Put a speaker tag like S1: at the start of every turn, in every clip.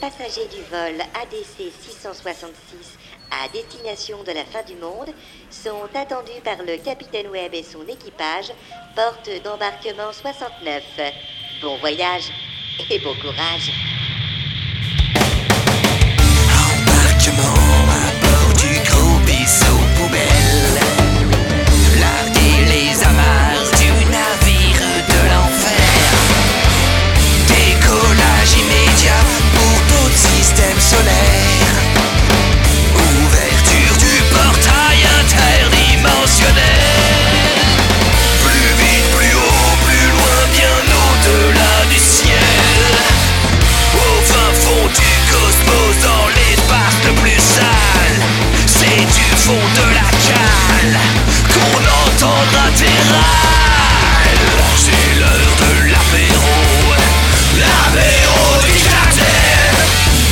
S1: passagers du vol ADC 666 à destination de la fin du monde sont attendus par le capitaine Webb et son équipage, porte d'embarquement 69. Bon voyage et bon courage.
S2: Embarquement à bord du gros vaisseau poubelle. Larguer les amarres du navire de l'enfer. Décollage immédiat pour tout système solaire. Ouverture du portail interdimensionnel. Plus vite, plus haut, plus loin, bien au-delà du ciel. Au fin fond du cosmos, dans l'espace le plus sale, c'est du fond de la cale qu'on entendra tes râles. C'est l'heure de l'apéro, l'apéro du jardin.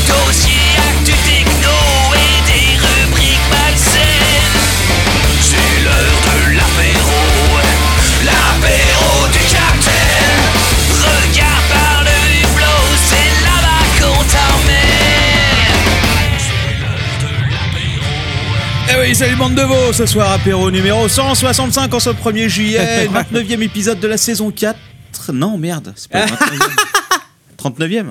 S2: Dossier actu techno et des rubriques malsaines. C'est l'heure de l'apéro, l'apéro du capitaine. Regard par le hublot, c'est là-bas qu'on
S3: Eh oui, salut bande de veaux Ce soir, apéro numéro 165 en ce 1er juillet, 29e épisode de la saison 4. Non, merde, c'est pas le 29e. 39e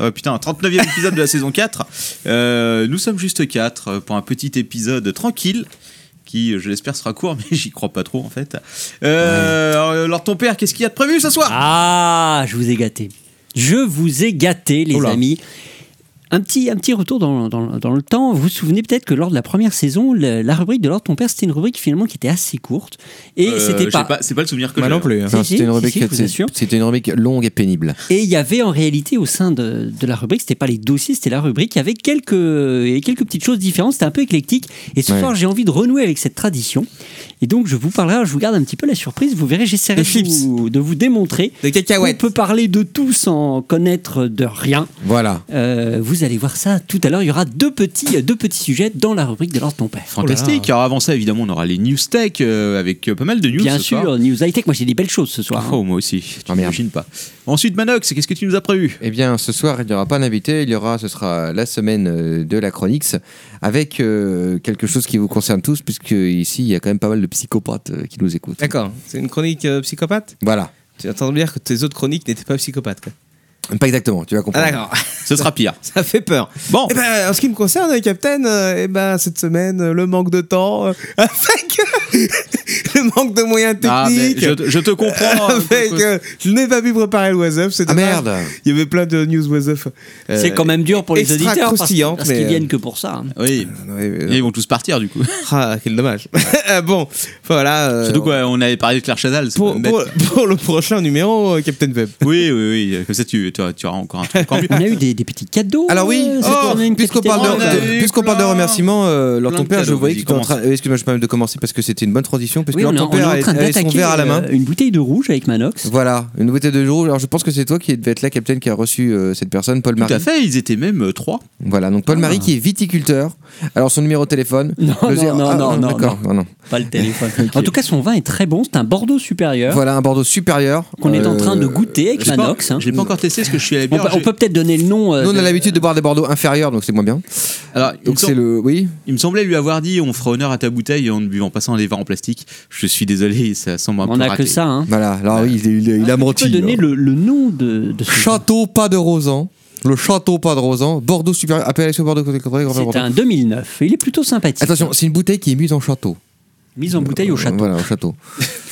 S3: Oh, Putain, 39e épisode de la saison 4. Euh, nous sommes juste 4 pour un petit épisode tranquille qui, je l'espère, sera court, mais j'y crois pas trop en fait. Euh, alors, alors, ton père, qu'est-ce qu'il y a de prévu ce soir
S4: Ah, je vous ai gâté. Je vous ai gâté, les
S3: Oh là.
S4: amis. Un petit, un petit retour dans, dans- dans le temps. Vous vous souvenez peut-être que lors de la première saison, le- la rubrique de l'ordre de ton père, c'était une rubrique finalement qui était assez courte. Et
S3: Euh,
S4: c'était
S3: je
S4: pas,
S3: sais C'est pas le souvenir que
S5: Moi
S3: j'ai.
S5: non plus. hein.
S4: Si,
S6: Non,
S4: si,
S6: C'était une,
S4: si,
S6: rubrique-
S4: si, je vous
S6: c'est-
S4: assure.
S6: c'était une rubrique longue et pénible.
S4: Et il y avait en réalité au sein de, de la rubrique, c'était pas les dossiers, c'était la rubrique, il y avait quelques, il y avait quelques petites choses différentes, c'était un peu éclectique. Et ce
S6: Ouais.
S4: soir, j'ai envie de renouer avec cette tradition. Et donc, je vous parlerai, je vous garde un petit peu la surprise, vous verrez, j'essaierai
S5: Des chips.
S4: de vous, de vous démontrer.
S5: Des
S4: On
S5: cacahuètes.
S4: peut parler de tout sans connaître de rien.
S6: Voilà.
S4: Euh, vous allez voir ça tout à l'heure. Il y aura deux petits, deux petits sujets dans la rubrique de l'ordre de ton père.
S3: Fantastique. Alors avant ça, évidemment, on aura les news tech euh, avec euh, pas mal de news.
S4: Bien
S3: ce
S4: sûr,
S3: soir.
S4: News High Tech, moi j'ai des belles choses ce soir. hein.
S3: Oh, moi aussi, tu
S6: Oh, merde.
S3: n'imagines pas. Ensuite, Manox, qu'est-ce que tu nous as prévu
S6: Eh bien, ce soir, il n'y aura pas d'invité. Il y aura, ce sera la semaine euh, de la Chronix avec euh, quelque chose qui vous concerne tous, puisque ici, il y a quand même pas mal de psychopathes euh, qui nous écoutent.
S5: D'accord, c'est une chronique euh, psychopathe
S6: Voilà.
S5: Tu entends dire que tes autres chroniques n'étaient pas psychopathes. Quoi.
S6: Pas exactement, tu vas
S5: Ah
S6: comprendre.
S5: d'accord,
S3: Ce sera pire.
S5: ça fait peur.
S3: Bon,
S5: Eh ben, en ce qui me concerne, euh, Captain, euh, eh ben, cette semaine, euh, le manque de temps, euh, avec euh, le manque de moyens
S3: Ah, mais
S5: techniques,
S3: je, te- je te comprends. euh,
S5: avec euh, je n'ai pas pu préparer le Was Up, c'est
S6: Ah
S5: dommage.
S6: merde
S5: Il y avait plein de news Was Up. Euh,
S4: C'est quand même dur pour les
S5: extra
S4: auditeurs parce,
S5: croustillant,
S4: parce qu'ils
S5: mais, euh,
S4: viennent que pour ça. hein.
S3: Oui,
S5: ouais,
S6: Euh,
S5: ouais,
S3: et ils vont tous partir du coup.
S5: Ah, quel dommage. Euh, bon, voilà. euh,
S3: Surtout quoi, on avait parlé de Claire Chazal. c'est
S5: Pour,
S3: pas bête.
S5: pour- pour le prochain numéro, euh, Captain Web.
S3: Oui, oui, oui. Comme ça, tu, tu, auras- tu auras encore un truc encore mieux.
S4: On a eu des, des petits cadeaux.
S6: Alors oui,
S4: euh, cette
S5: oh,
S4: journée, une
S6: Puisqu'on
S4: capitaine.
S6: parle,
S3: On a
S6: de, de-
S3: eu
S6: puisqu'on parle de
S3: plein-
S6: remerciements, euh, lors
S3: plein
S6: ton
S3: de
S6: père,
S3: cadeaux,
S6: je voyais que
S3: vas-y,
S6: tu étais en train. euh, Excuse-moi, je peux même de commencer parce que c'était une bonne transition. Parce
S4: Oui,
S6: que
S4: on,
S6: lors
S4: est,
S6: ton
S4: on est
S6: père
S4: en train
S6: avait avait son
S4: d'attaquer
S6: verre à la main.
S4: euh, une bouteille de rouge avec Manox.
S6: Voilà, une bouteille de jour. Alors je pense que c'est toi qui devais être là, Captain, qui a reçu euh, cette personne, Paul
S3: Tout
S6: Marie.
S3: à fait, ils étaient même euh, trois.
S6: Voilà, donc Paul Marie qui est viticulteur. Alors son numéro de téléphone.
S4: Ah. Non,
S6: le
S4: non,
S6: zéro-
S4: non,
S6: Ah,
S4: non, non,
S6: d'accord, non, non.
S4: Pas le téléphone. En tout cas, son vin est très bon. C'est un Bordeaux supérieur
S6: Voilà un Bordeaux supérieur.
S4: Hein qu'on est en
S6: Euh,
S4: train de goûter avec
S3: J'ai pas-
S4: Manox. hein.
S3: J'ai pas encore testé parce que je suis à la
S4: On,
S3: bière.
S4: peut- on
S3: j'ai-
S4: peut peut-être donner le nom. euh,
S6: Nous on
S4: de-
S6: a l'habitude de boire des Bordeaux inférieurs, donc c'est moins bien.
S3: Alors, il me,
S6: Donc c'est
S3: sem-
S6: le. Oui
S3: il me semblait lui avoir dit on fera honneur à ta bouteille en ne buvant pas ça dans les verres en plastique. Je suis désolé, ça semble un
S4: On
S3: peu
S4: n'a
S3: raté.
S4: que ça. hein.
S6: Voilà, alors oui, il, il- il a
S4: Tu peux
S6: menti.
S4: donner
S6: hein.
S4: le, le nom de, de ce
S6: Château Pas de Rosan. Le Château Pas de Rosan. Bordeaux supérieur. Appellation Bordeaux côté Grand
S4: vin.
S6: Bordeaux.
S4: C'est un 2009. Il est plutôt sympathique.
S6: Attention, c'est une bouteille qui est mise en château.
S4: Mise en bouteille au château.
S6: Voilà, au château.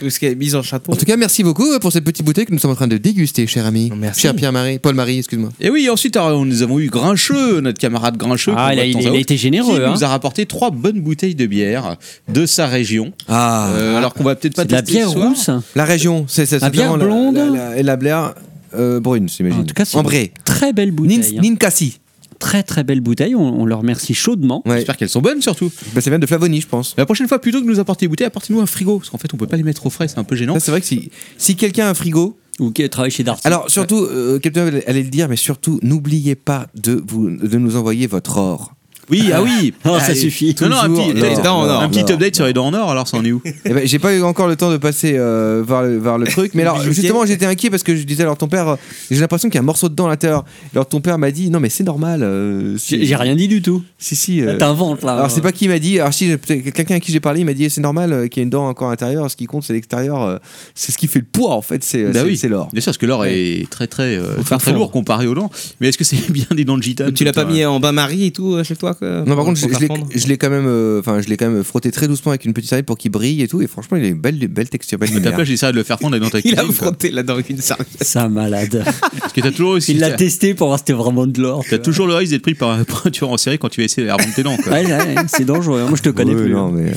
S5: Parce qu'elle est mise en château.
S6: En tout cas, merci beaucoup euh, pour cette petite bouteille que nous sommes en train de déguster, cher ami.
S5: Merci.
S6: Cher Pierre-Marie, Paul-Marie, excuse-moi.
S3: Et oui, ensuite, alors, nous avons eu Grincheux, notre camarade Grincheux.
S4: Ah,
S3: qu'on
S4: il
S3: voit
S4: a,
S3: de
S4: il a-
S3: temps à
S4: il a
S3: autre,
S4: été généreux.
S3: qui
S4: hein.
S3: nous a rapporté trois bonnes bouteilles de bière de sa région.
S6: Ah,
S3: Euh, alors qu'on va peut-être pas
S4: C'est de la
S3: tester ce
S4: bière
S3: soir.
S4: rousse.
S6: La région, c'est c'est
S4: La bière
S6: simplement la-
S4: blonde
S6: la- la- et la bière euh, brune, j'imagine.
S4: En tout cas, c'est une
S6: Ambrée.
S4: très belle bouteille.
S6: Nin-
S4: hein.
S6: Ninkasi.
S4: Très très belle bouteille. On, on le remercie chaudement.
S6: Ouais.
S3: J'espère qu'elles sont bonnes surtout.
S6: Bah, c'est même de Flavonie, je pense.
S3: La prochaine fois, plutôt que de nous apporter des bouteilles, apportez-nous un frigo. Parce qu'en fait, on peut pas les mettre au frais, c'est un peu gênant.
S6: Ça, C'est vrai que si, si quelqu'un a un frigo.
S4: Ou qui travaille chez Darty.
S6: Alors, surtout, euh, Captain Web allait le dire, mais surtout, n'oubliez pas de, vous, de nous envoyer votre or.
S3: Oui, ah oui.
S4: Oh,
S3: Ah,
S4: ça
S3: et-
S4: suffit.
S3: Non, non, un petit,
S6: Toujours,
S3: update-
S6: les dents en or.
S3: un petit
S6: Alors,
S3: update sur les dents en or, alors ça en est où
S6: Eh ben, j'ai pas eu encore le temps de passer euh, vers, le, vers le truc. Mais alors, justement, j'étais inquiet parce que je disais, alors ton père, euh, j'ai l'impression qu'il y a un morceau de dent à l'intérieur. Alors ton père m'a dit, non, mais c'est normal. euh,
S4: J'ai
S6: si,
S4: j'ai rien dit du tout.
S6: si, si. euh,
S4: Là, T'inventes là.
S6: alors, c'est pas qui m'a dit, alors si, j'ai- peut-être quelqu'un à qui j'ai parlé, il m'a dit, c'est normal euh, qu'il y ait une dent encore à l'intérieur. Ce qui compte, c'est l'extérieur. euh, c'est ce qui fait le poids, en fait. C'est
S3: Bah
S6: c'est-
S3: oui.
S6: c'est l'or.
S3: Bien sûr, parce que l'or est très très, euh, très, très
S6: fond.
S3: lourd comparé aux dents. Mais est-ce que c'est bien des dents de gitane
S5: Tu l'as pas
S3: putain,
S5: mis en bain-marie et tout euh, chez toi quoi,
S6: Non, par
S5: pour-
S6: contre, je,
S5: pour
S6: je l'ai-
S5: faire fondre
S6: je l'ai quand même, euh, enfin, je l'ai quand même frotté très doucement avec une petite serviette pour qu'il brille et tout. Et franchement, il a une belle, belle texture, belle
S3: Mais t'as
S6: lumière.
S3: pas, j'essaierai de le faire prendre dans ta
S5: Il a
S3: cuisine, quoi.
S5: frotté là dans une serviette.
S4: Ça malade.
S3: Parce que t'as toujours aussi.
S4: Il l'a
S3: t'as-
S4: testé pour voir si c'était vraiment de l'or.
S3: T'as toujours le risque d'être pris par un peinture en série quand tu vas essayer de la remonter tes dents, quoi.
S4: Ouais, ouais, c'est dangereux. hein. Moi, je te connais
S6: Ouais,
S4: plus.
S6: non, mais, euh,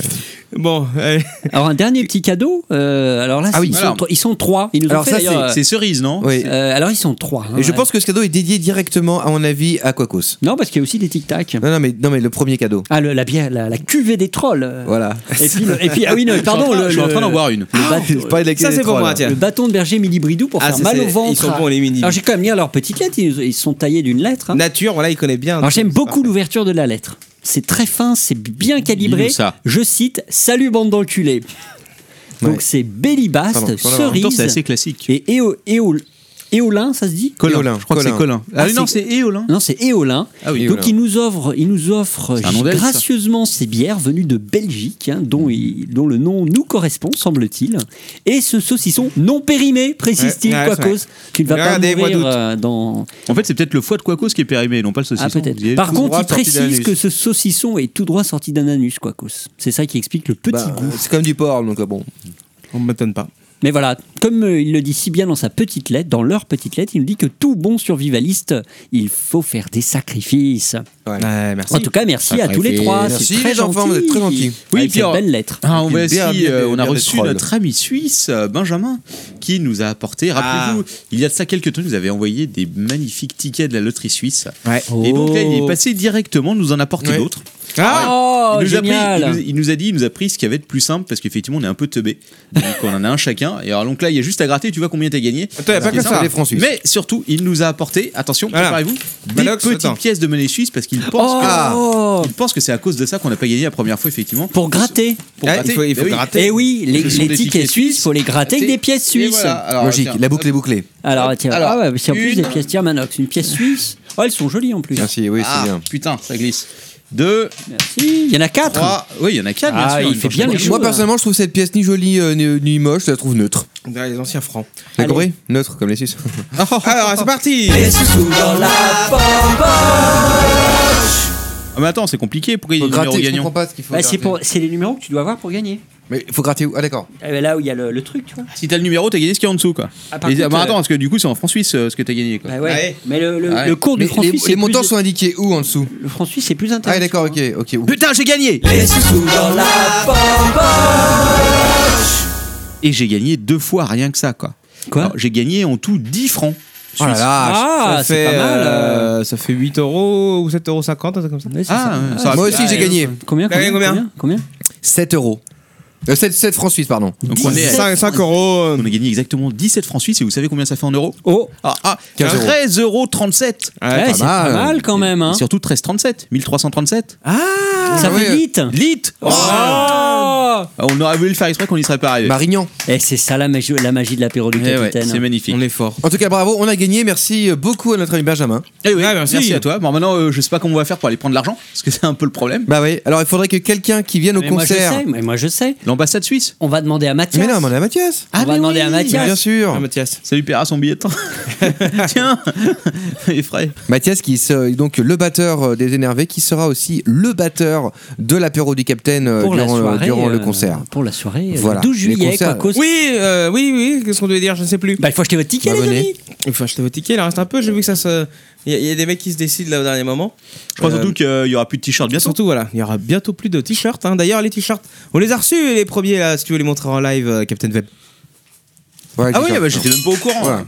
S5: Bon, allez.
S4: Alors, un dernier petit cadeau. euh, alors là,
S6: Ah oui.
S4: ils, sont,
S3: Alors.
S4: tro- ils sont trois. Ils nous
S6: Alors
S4: ont fait,
S6: ça,
S4: d'ailleurs,
S3: C'est cerise, non
S6: oui.
S4: euh, euh, alors, ils sont trois. hein,
S6: Et je
S4: ouais.
S6: pense que ce cadeau est dédié directement, à mon avis, à Quacos.
S4: Non, parce qu'il y a aussi des tic-tac.
S6: Non, non, mais, non, mais le premier cadeau.
S4: Ah, le- la, bière- la, la cuvée des trolls. euh.
S6: Voilà.
S4: Et puis, le- et puis- ah oui, non,
S3: Pardon,
S4: pardon.
S3: je
S4: le-
S3: suis en train
S4: le-
S3: d'en boire une.
S4: le bâton-
S6: Je parlais de la queue
S5: Ça, Ah, c'est
S6: des
S5: pour
S6: trolls.
S5: moi, tiens.
S4: Le bâton de berger Mili Bridou pour
S5: Ah,
S4: faire
S5: ça,
S4: mal
S5: c'est-
S4: au ventre.
S5: Ils sont bons, les mini.
S4: Alors j'ai quand même mis à leur petite lettre, ils, ils sont taillés d'une lettre. hein.
S5: Nature, voilà, il connaît bien.
S4: Alors j'aime beaucoup l'ouverture de la lettre. C'est très fin, c'est bien calibré.
S3: Dis-nous ça.
S4: Je cite Salut bande d'enculés.
S6: Ouais.
S4: Donc c'est Bélibast,
S6: Pardon, voilà, en même
S3: En même temps, c'est assez
S4: Cerise
S3: classique.
S4: et Éo- Éo- Éolin, ça se dit
S6: Éolin,
S3: je crois que c'est
S6: Colin.
S3: Colin. Ah,
S4: Ah,
S3: oui, non,
S4: c'est-
S3: c'est Éolin.
S4: Non, c'est Éolin.
S3: Ah oui,
S4: Donc
S6: Éolin.
S4: il nous offre, il nous offre
S3: C'est un nom d'Elfe, ça.
S4: gracieusement ces bières venues de Belgique, hein, dont, il- dont le nom nous correspond, semble-t-il. Et ce saucisson non périmé, précise-t-il,
S5: Ouais, ouais,
S4: quoi
S5: c'est vrai.
S4: cause. Tu ne vas pas
S5: Regardez, mois
S4: mourir
S5: d'août.
S4: euh, dans...
S3: En fait, c'est peut-être le foie de Quacos qui est périmé, non pas le saucisson.
S4: Ah
S3: Il est
S4: peut-être. Par
S3: tout
S4: contre,
S3: droit
S4: il
S3: sorti d'un
S4: précise
S3: anus.
S4: que ce saucisson est tout droit sorti d'un anus, quoi cause. C'est ça qui explique le petit
S6: Bah,
S4: goût.
S6: C'est comme du porc, donc euh, bon.
S5: On m'étonne pas.
S4: Mais voilà, comme euh, il le dit si bien dans sa petite lettre, dans leur petite lettre, il nous dit que tout bon survivaliste, il faut faire des sacrifices.
S6: Ouais.
S5: Ouais, merci.
S4: En tout cas, merci à tous les trois.
S6: Merci,
S4: c'est très
S6: les enfants, vous êtes très gentils.
S3: Oui,
S4: Oui, oh.
S3: puis alors-
S4: belle lettre.
S3: Ah, on
S6: Une
S3: va
S6: bière,
S3: aussi,
S6: bière,
S3: euh, on a
S6: bière de
S3: reçu
S6: troll.
S3: notre ami suisse euh, Benjamin qui nous a apporté. Rappelez-vous,
S6: Ah.
S3: il y a de ça quelques temps, il nous avait envoyé des magnifiques tickets de la loterie suisse.
S5: Ouais.
S3: Et donc là, il est
S4: Oh.
S3: passé directement, nous en a apporté
S6: Ouais.
S3: d'autres.
S5: Ah
S4: Oh,
S3: il, nous a pris-
S4: génial.
S3: il, nous, il nous a dit, il nous a pris ce qu'il y avait de plus simple parce qu'effectivement, on est un peu teubé. Donc on en a un chacun. Et alors donc là, il y a juste à gratter. Tu vois combien t'as gagné
S5: Attends, y a pas
S3: C'est
S5: que ça.
S6: Des francs suisses.
S3: Mais surtout, il nous a apporté, attention,
S5: Voilà.
S3: préparez-vous, des
S5: Malox,
S3: petites
S5: attends.
S3: pièces de monnaie suisse parce qu'il pense
S4: Oh,
S3: que. Il pense que c'est à cause de ça qu'on n'a pas gagné la première fois, effectivement.
S4: pour gratter.
S3: Pour
S5: Ah,
S3: gratter.
S5: il faut- il faut
S3: Bah oui.
S5: gratter.
S4: Eh oui, les,
S3: Ce sont
S4: les
S3: des
S4: tickets
S3: tickets
S4: suisses, faut les gratter avec des pièces
S3: Et
S4: suisses.
S3: voilà.
S5: Ah
S3: Alors,
S6: Logique,
S3: tiens.
S6: la boucle est bouclée.
S4: Alors tiens,
S3: Alors,
S4: ah ouais, si en plus
S3: une.
S4: des pièces tiens Manox, une pièce suisse. Oh, elles sont jolies en plus.
S6: Merci, oui,
S3: Ah,
S6: c'est bien.
S3: putain, ça glisse. Deux,
S4: Merci. Il y en a quatre.
S3: trois. Oui, il y en a quatre, bien
S4: Ah,
S3: sûr.
S4: il fait bien les
S3: franchement.
S4: choses.
S6: Moi, personnellement, je trouve cette pièce ni jolie euh, ni, ni moche, je la trouve neutre.
S5: Derrière les anciens francs.
S6: T'as
S4: Allez.
S6: compris Neutre, comme les Suisses.
S5: Alors, c'est parti
S3: Ah, mais attends, c'est compliqué. Pourquoi il y a des numéros
S6: je comprends
S3: gagnants
S6: pas ce qu'il faut.
S4: Bah, c'est
S6: gratter.
S4: pour- c'est les numéros que tu dois avoir pour gagner.
S6: Mais faut gratter où Ah, d'accord.
S4: Ah, bah, Là où il y a le, le truc, tu vois.
S3: Si t'as le numéro, t'as gagné ce qu'il y a en dessous, quoi.
S4: Ah, par
S3: Et-
S4: contre,
S3: bah,
S4: euh,
S3: attends, parce que du coup, c'est en franc suisse euh, ce que t'as gagné, quoi.
S4: Bah ouais.
S5: Ouais.
S4: Mais le, le-
S3: Ouais.
S4: le cours
S6: Mais
S4: du franc
S6: les,
S4: suisse, c'est
S6: les
S4: plus-
S6: montants sont indiqués où en dessous
S4: Le franc suisse, c'est plus
S6: Ah,
S4: intéressant.
S6: d'accord, ok, ok. ouh.
S3: Putain, j'ai gagné Ah, Et j'ai gagné deux fois rien que ça, quoi.
S4: Quoi
S3: Alors, J'ai gagné en tout 10 francs.
S6: Oh là là
S4: Ah,
S5: Ça
S4: c'est
S5: fait,
S4: pas mal. euh.
S5: euh, ça fait 8 euros ou 7,50 euros, un truc comme ça.
S4: Ouais, c'est
S3: Ah,
S4: ça.
S3: ouais, ça va.
S6: Moi aussi,
S3: Ah,
S6: j'ai
S3: ouais.
S6: gagné
S4: Combien
S5: T'as gagné
S4: Combien
S5: combien
S4: Combien, combien
S6: 7 euros. Euh, 7, 7 francs suisses, pardon.
S3: Donc on, est à-
S5: 5, 5 euros.
S3: on a gagné exactement 17 francs suisses et vous savez combien ça fait en euros
S4: Oh,
S3: Ah, ah
S6: 15 euros.
S3: 13,37 euros 37
S4: ouais,
S6: pas
S4: c'est pas
S6: mal.
S4: mal quand même. Hein.
S3: Et surtout 13,37 1337
S4: Ah, ça
S6: Ah
S4: fait
S6: ouais.
S4: vite.
S3: Lite
S4: Oh
S3: Ah, On aurait voulu le faire exprès qu'on n'y serait pas arrivé.
S6: euh, Marignan.
S4: Et Eh, c'est ça la magie, la magie de l'apéro du
S3: Eh ouais,
S4: capitaine. hein.
S3: c'est magnifique.
S5: On est fort.
S6: En tout cas, bravo, on a gagné. Merci euh, beaucoup à notre ami Benjamin.
S3: Eh oui,
S5: Ah,
S3: merci.
S5: merci.
S3: à toi. Bon, maintenant, euh, je sais pas comment on va faire pour aller prendre l'argent, parce que c'est un peu le problème.
S6: Bah oui, alors il faudrait que quelqu'un qui vienne au
S4: mais moi je
S6: concert.
S4: sais, mais moi je sais.
S3: L'ambassade suisse.
S4: On va demander à Mathias.
S6: mais non, mais on est à Mathias.
S4: on va demander à Mathias.
S6: Bien sûr.
S5: Ah, Mathias.
S3: Ça lui paiera son billet de train. Tiens, il est frais.
S6: Mathias qui est donc le batteur euh, des énervés qui sera aussi le batteur de l'apéro du capitaine euh,
S4: pour la
S6: durant, le-
S4: soirée,
S6: durant le
S4: euh,
S6: concert.
S4: Pour la soirée, euh,
S6: Voilà.
S4: le 12
S6: Les
S4: juillet,
S6: concerts-
S4: quoi cause.
S5: Oui, euh, oui, oui, qu'est-ce qu'on devait dire Je ne sais plus.
S4: Bah, il faut acheter votre ticket, les
S6: Abonnez.
S4: amis.
S5: Il faut acheter vos tickets, il en reste un peu. J'ai vu que ça se. Il y, a- il y a des mecs qui se décident là au dernier moment.
S3: Je crois
S5: Euh,
S3: surtout qu'il y aura plus de t-shirt bientôt.
S5: Surtout, voilà, il y aura bientôt plus de t-shirts. hein. D'ailleurs, les t-shirts, on les a reçus, les premiers, là, si tu veux les montrer en live, euh, Captain Web.
S6: Ouais,
S3: Ah oui,
S6: déjà.
S3: bah, j'étais même pas au courant.
S6: Voilà.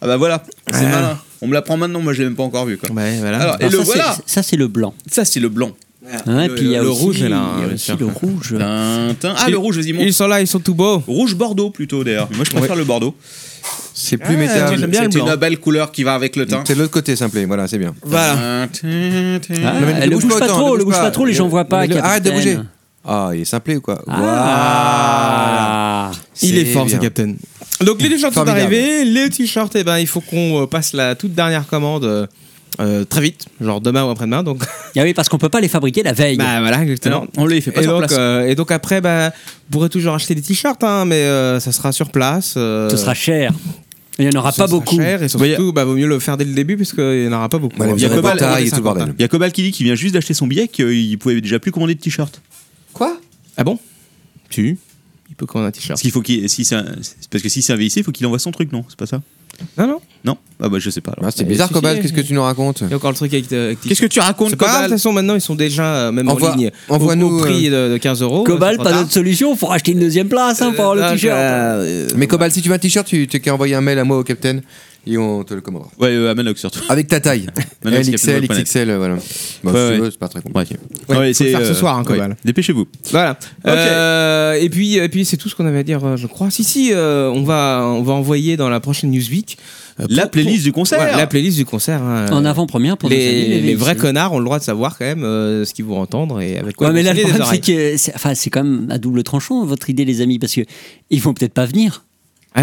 S3: Ah bah voilà, c'est
S5: Ouais.
S3: malin. On me l'apprend maintenant, moi je l'ai même pas encore vu quoi.
S5: Ouais, voilà.
S3: Alors, Ah, et
S4: Alors
S3: le
S4: ça, c'est-
S3: voilà,
S4: Ça, c'est le blanc.
S3: ça c'est le blanc.
S4: Hein,
S3: Le-
S4: puis il y a
S3: le hein,
S4: aussi-
S5: rouge, là,
S4: Il y a
S5: bien
S4: aussi
S5: sûr.
S4: le rouge.
S3: Tintin. Ah le rouge, vas-y monte.
S5: Ils sont là, ils sont tout beaux.
S3: Rouge Bordeaux plutôt d'ailleurs. Moi je préfère le Bordeaux.
S6: C'est plus
S5: Ah,
S6: métal.
S5: j'aime bien le
S7: C'est
S5: blanc.
S7: une belle couleur qui va avec le teint.
S6: C'est de l'autre côté, simple. Voilà, c'est bien.
S5: Voilà.
S4: Ah,
S6: mais
S4: le bouge pas
S6: autant,
S4: trop, le bouge pas trop, les gens voient pas,
S6: Le- Arrête de
S4: capitaine.
S6: bouger. Ah, il est simplé ou quoi
S4: Ah.
S5: Il est,
S6: C'est
S5: fort, ce
S6: bien.
S5: capitaine. Donc les t-shirts sont
S6: Formidable.
S5: arrivés, les t-shirts, eh ben, il faut qu'on euh, passe la toute dernière commande euh, euh, très vite, genre demain ou après-demain. Donc,
S4: Ah oui, parce qu'on peut pas les fabriquer la veille.
S5: bah voilà, exactement.
S3: On les fait pas
S5: et
S3: sur
S5: donc,
S3: place.
S5: euh, et donc après, bah, vous pourrez toujours acheter des t-shirts, hein, mais euh, ça sera sur place. euh,
S4: Ce sera cher. Il y en aura
S5: ça
S4: pas
S5: sera
S4: beaucoup.
S5: cher, et
S3: Bah, y a-
S5: surtout, bah, vaut mieux le faire dès le début, puisqu'il n'y en aura pas beaucoup.
S6: Bah,
S5: Hein,
S6: les
S5: vous aurez
S6: vieux
S5: pas
S6: retards,
S5: le temps de
S6: et tout le
S5: faire
S6: bordel.
S3: Il y a Cobal qui dit qu'il vient juste d'acheter son billet qu'il pouvait déjà plus commander de t-shirt.
S6: Quoi
S5: Ah bon Tu Il peut commander un t-shirt.
S3: Parce qu'il faut qu'il si c'est un- c'est- parce que si c'est un VIC, il faut qu'il envoie son truc, non C'est pas ça
S5: Non, non.
S3: Non Ah bah je sais pas. alors.
S6: Ah, C'est
S5: Mais
S6: bizarre,
S5: si,
S6: Cobalt.
S5: si.
S6: Qu'est-ce que tu nous racontes
S5: Il y a encore le truc avec. euh, avec t-shirt.
S7: Qu'est-ce que tu racontes,
S5: C'est pas grave, de
S7: Cobal
S5: toute façon, maintenant, ils sont déjà, euh, même
S6: Envoie-
S5: en ligne, au-
S6: envoie-nous,
S5: au, prix de, de 15 euros.
S4: Cobalt,
S5: c'est
S4: pas
S5: trop
S4: d'autre solution, faut racheter une deuxième place hein, pour avoir
S5: Euh,
S4: le t-shirt.
S5: euh,
S6: Mais Cobalt, si tu veux un t-shirt, tu t'es qu'à envoyer un mail à moi au capitaine et on te le commandera.
S3: Ouais, euh, à Manox surtout.
S6: Avec ta taille.
S3: Maintenant, c'est
S6: LXL,
S3: capitaine.net.
S6: XXL, euh, voilà. Bon,
S3: Ouais,
S6: si tu
S3: ouais.
S6: veux, c'est pas très compliqué.
S3: Ouais.
S5: Ouais,
S3: euh, Ouais,
S5: faut le faire ce soir, hein, Cobal.
S3: Dépêchez-vous.
S5: Voilà. Euh, et puis, et puis c'est tout ce qu'on avait à dire, euh, je crois. Si, si, euh, on, va, on va envoyer dans la prochaine Newsweek euh,
S3: La
S5: pour-
S3: playlist du
S5: pour-
S3: concert.
S5: ouais, la playlist du concert. hein.
S4: en avant-première pour nos amis,
S5: les, les
S4: VIC.
S5: vrais connards ont le droit de savoir quand même euh, ce qu'ils vont entendre et avec quoi
S4: Ouais, mais
S5: ils vont
S4: là, le
S5: saigner des
S4: problème, c'est
S5: oreilles.
S4: que c'est enfin, c'est quand même à double tranchant, votre idée, les amis, parce que ils vont peut-être pas venir
S5: Ah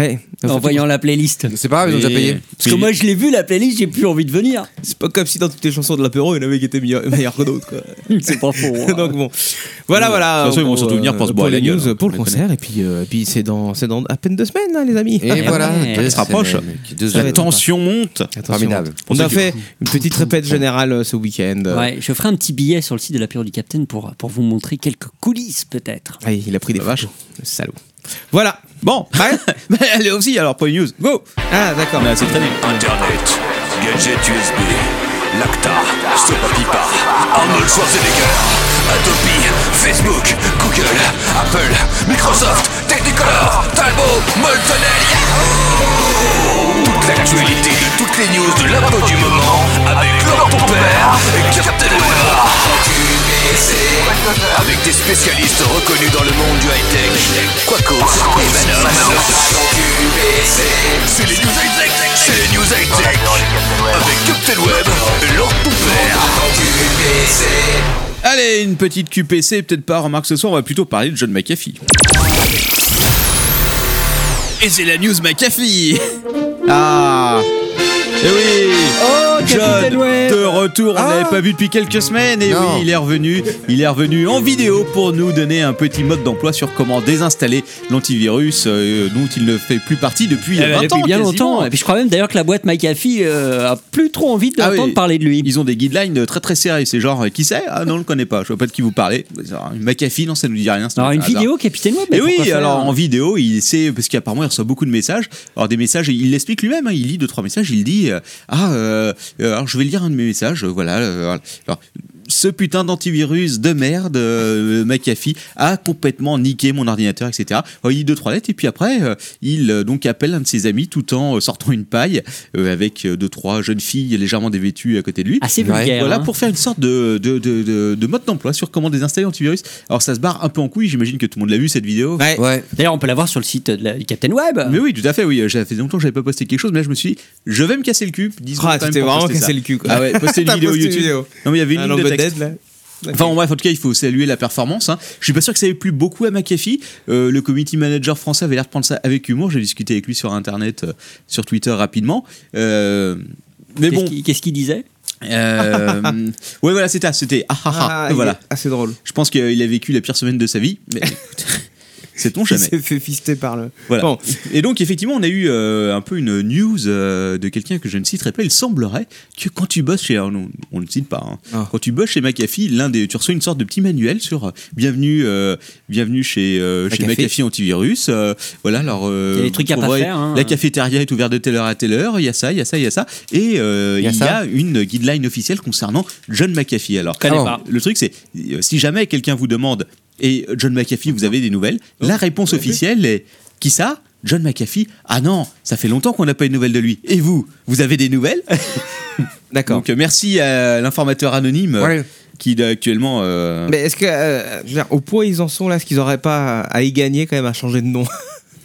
S5: Ouais.
S4: en
S5: Donc,
S4: voyant la playlist. Parce
S6: C'est pas grave, ils ont déjà
S3: Mais-
S6: payé.
S4: que moi, je l'ai vu, la playlist, j'ai plus envie de venir.
S5: C'est pas comme si dans toutes les chansons de l'apéro, il y en avait qui étaient meilleurs- meilleurs que d'autres. quoi.
S4: C'est pas faux. hein.
S5: Donc bon, voilà, voilà.
S3: euh, De toute façon, ils vont
S5: Pour,
S3: surtout venir pour se
S5: euh,
S3: boire la
S5: les
S3: gueule,
S5: news,
S3: hein.
S5: pour le
S3: On les
S5: concert. Et puis, euh, et puis c'est dans, c'est dans à peine deux semaines, hein, les amis.
S6: Et voilà.
S4: ouais.
S6: deux
S3: se rapproche.
S6: semaines, mec, deux
S5: Ça va
S3: La
S5: être
S6: semaines.
S3: tension monte.
S5: Attention.
S6: Formidable.
S5: On a
S3: Pour ceux
S5: fait une petite répète générale euh, ce week-end.
S4: Ouais, je ferai un petit billet sur le site de l'apéro du Capitaine pour, pour vous montrer quelques coulisses, peut-être.
S5: Ah, il a pris des vaches. Le salaud. Voilà.
S3: Bon, bah, allez aussi, alors point news. Go Bah,
S5: Ah, d'accord.
S3: On a assez traîné.
S2: Internet, gadget USB, Lacta, Sopa Pipa, Arnold Schwarzenegger, Adobe, Facebook, Google, Apple, Microsoft, Technicolor, Talbot, Molten Ale, Yahoo Toute l'actualité de toutes les news de l'impôt du moment avec Laurent ton père et Captain Web. Avec des spécialistes reconnus dans le monde du high-tech, Quacos et Manos. C'est les news high-tech, c'est les news high-tech. Avec Captain Web et Lord ton père.
S3: Allez, une petite QPC, peut-être pas remarque ce soir, on va plutôt parler de John McAfee. Et c'est la news McAfee Ah Et oui
S4: Oh,
S3: John, de retour, on ne
S4: Ah.
S3: l'avait pas vu depuis quelques semaines, et
S6: Non.
S3: oui, il est revenu, il est revenu en vidéo pour nous donner un petit mode d'emploi sur comment désinstaller l'antivirus euh, dont il ne fait plus partie depuis
S4: Eh ben,
S3: 20
S4: depuis
S3: ans
S4: bien
S3: quasiment.
S4: longtemps. Et puis je crois même d'ailleurs que la boîte McAfee euh, a plus trop envie
S3: Ah
S4: d'entendre
S3: oui.
S4: parler de lui.
S3: Ils ont des guidelines très très serrés. C'est genre, euh, qui c'est Ah non, on le connaît pas. Je vois pas de qui vous parlez. Alors, McAfee, non, ça nous dit rien. c'est
S4: Alors
S3: un
S4: une
S3: hasard.
S4: vidéo, Capitaine Web. mais
S3: Et Ah, bah. Eh oui,
S4: pourquoi
S3: alors
S4: faire
S3: en vidéo, il sait parce qu'apparemment il reçoit beaucoup de messages. Alors des messages, il l'explique lui-même. hein, il lit deux trois messages. Il dit euh, ah euh, euh, alors je vais lire un de mes messages. euh, voilà. euh, voilà. alors, ce putain d'antivirus de merde, euh, McAfee, a complètement niqué mon ordinateur, etc. Alors, il lit deux trois lettres et puis après euh, il euh, donc appelle un de ses amis tout en euh, sortant une paille euh, avec euh, deux trois jeunes filles légèrement dévêtues à côté de lui.
S4: assez
S6: Ouais,
S4: vulgaire.
S3: Voilà
S4: hein.
S3: pour faire une sorte de, de, de, de- de mode d'emploi sur comment désinstaller l'antivirus. Alors ça se barre un peu en couille, j'imagine que tout le monde l'a vu cette vidéo.
S5: Ouais.
S6: Ouais.
S4: D'ailleurs, on peut la voir sur le site de la- du Captain Web.
S3: Mais oui, tout à fait, oui. J'avais fait longtemps que j'avais pas posté quelque chose, mais là je me suis dit, je vais me casser le cul. 10
S5: Ah,
S3: secondes quand
S5: tu
S3: même
S5: t'es
S3: pour
S5: vraiment
S3: poster ça.
S5: cassé le cul. Quoi.
S3: Ah ouais, poster une
S5: T'as
S3: vidéo
S5: posté une
S3: YouTube.
S5: vidéo.
S3: Non, mais il y avait une
S5: Un
S3: ligne de
S5: Lambeau
S3: texte.
S5: Dead, là.
S3: Enfin, en bref, en tout cas, il faut saluer la performance. hein. Je suis pas sûr que ça ait plu beaucoup à McAfee. Euh, le community manager français avait l'air de prendre ça avec humour. J'ai discuté avec lui sur Internet, euh, sur Twitter rapidement. Euh, mais
S4: Qu'est-ce
S3: bon,
S4: qu'il- qu'est-ce qu'il disait
S3: euh, ouais, voilà, c'était, c'était, ah, ah, ah,
S5: il est
S3: voilà.
S5: assez drôle.
S3: Je pense qu'il a vécu la pire semaine de sa vie, mais écoute, c'est on
S5: Il
S3: jamais.
S5: s'est fait fister par le.
S3: Voilà.
S5: Bon.
S3: Et donc, effectivement, on a eu euh, un peu une news euh, de quelqu'un que je ne citerai pas. Il semblerait que quand tu bosses chez. On, on ne cite pas. hein.
S5: Ah.
S3: Quand tu bosses chez McAfee, l'un des, tu reçois une sorte de petit manuel sur euh, bienvenue, euh, bienvenue chez, euh, chez
S5: McAfee.
S3: McAfee Antivirus. euh, voilà, alors. euh,
S4: Il y a des trucs à
S3: vous
S4: pas
S3: trouverez-
S4: faire, hein.
S3: La cafétéria est ouverte de telle heure à telle heure. Il y a ça, il y a ça, il y a ça. Et euh, il
S6: Il y
S3: y
S6: a
S3: a,
S6: ça.
S3: une guideline officielle concernant John McAfee. Alors,
S4: Connais
S6: Ah
S4: pas.
S3: le truc, c'est euh, si jamais quelqu'un vous demande et euh, John McAfee, vous avez des nouvelles,
S6: Oh.
S3: la réponse officielle est qui ça John McAfee Ah non, ça fait longtemps qu'on n'a pas eu de nouvelles de lui. Et vous Vous avez des nouvelles
S5: D'accord.
S3: Donc euh, merci à l'informateur anonyme euh,
S6: Ouais.
S3: qui euh, actuellement. euh,
S5: Mais est-ce que, euh, je veux dire, au point où ils en sont là, est-ce qu'ils auraient pas à y gagner quand même à changer de nom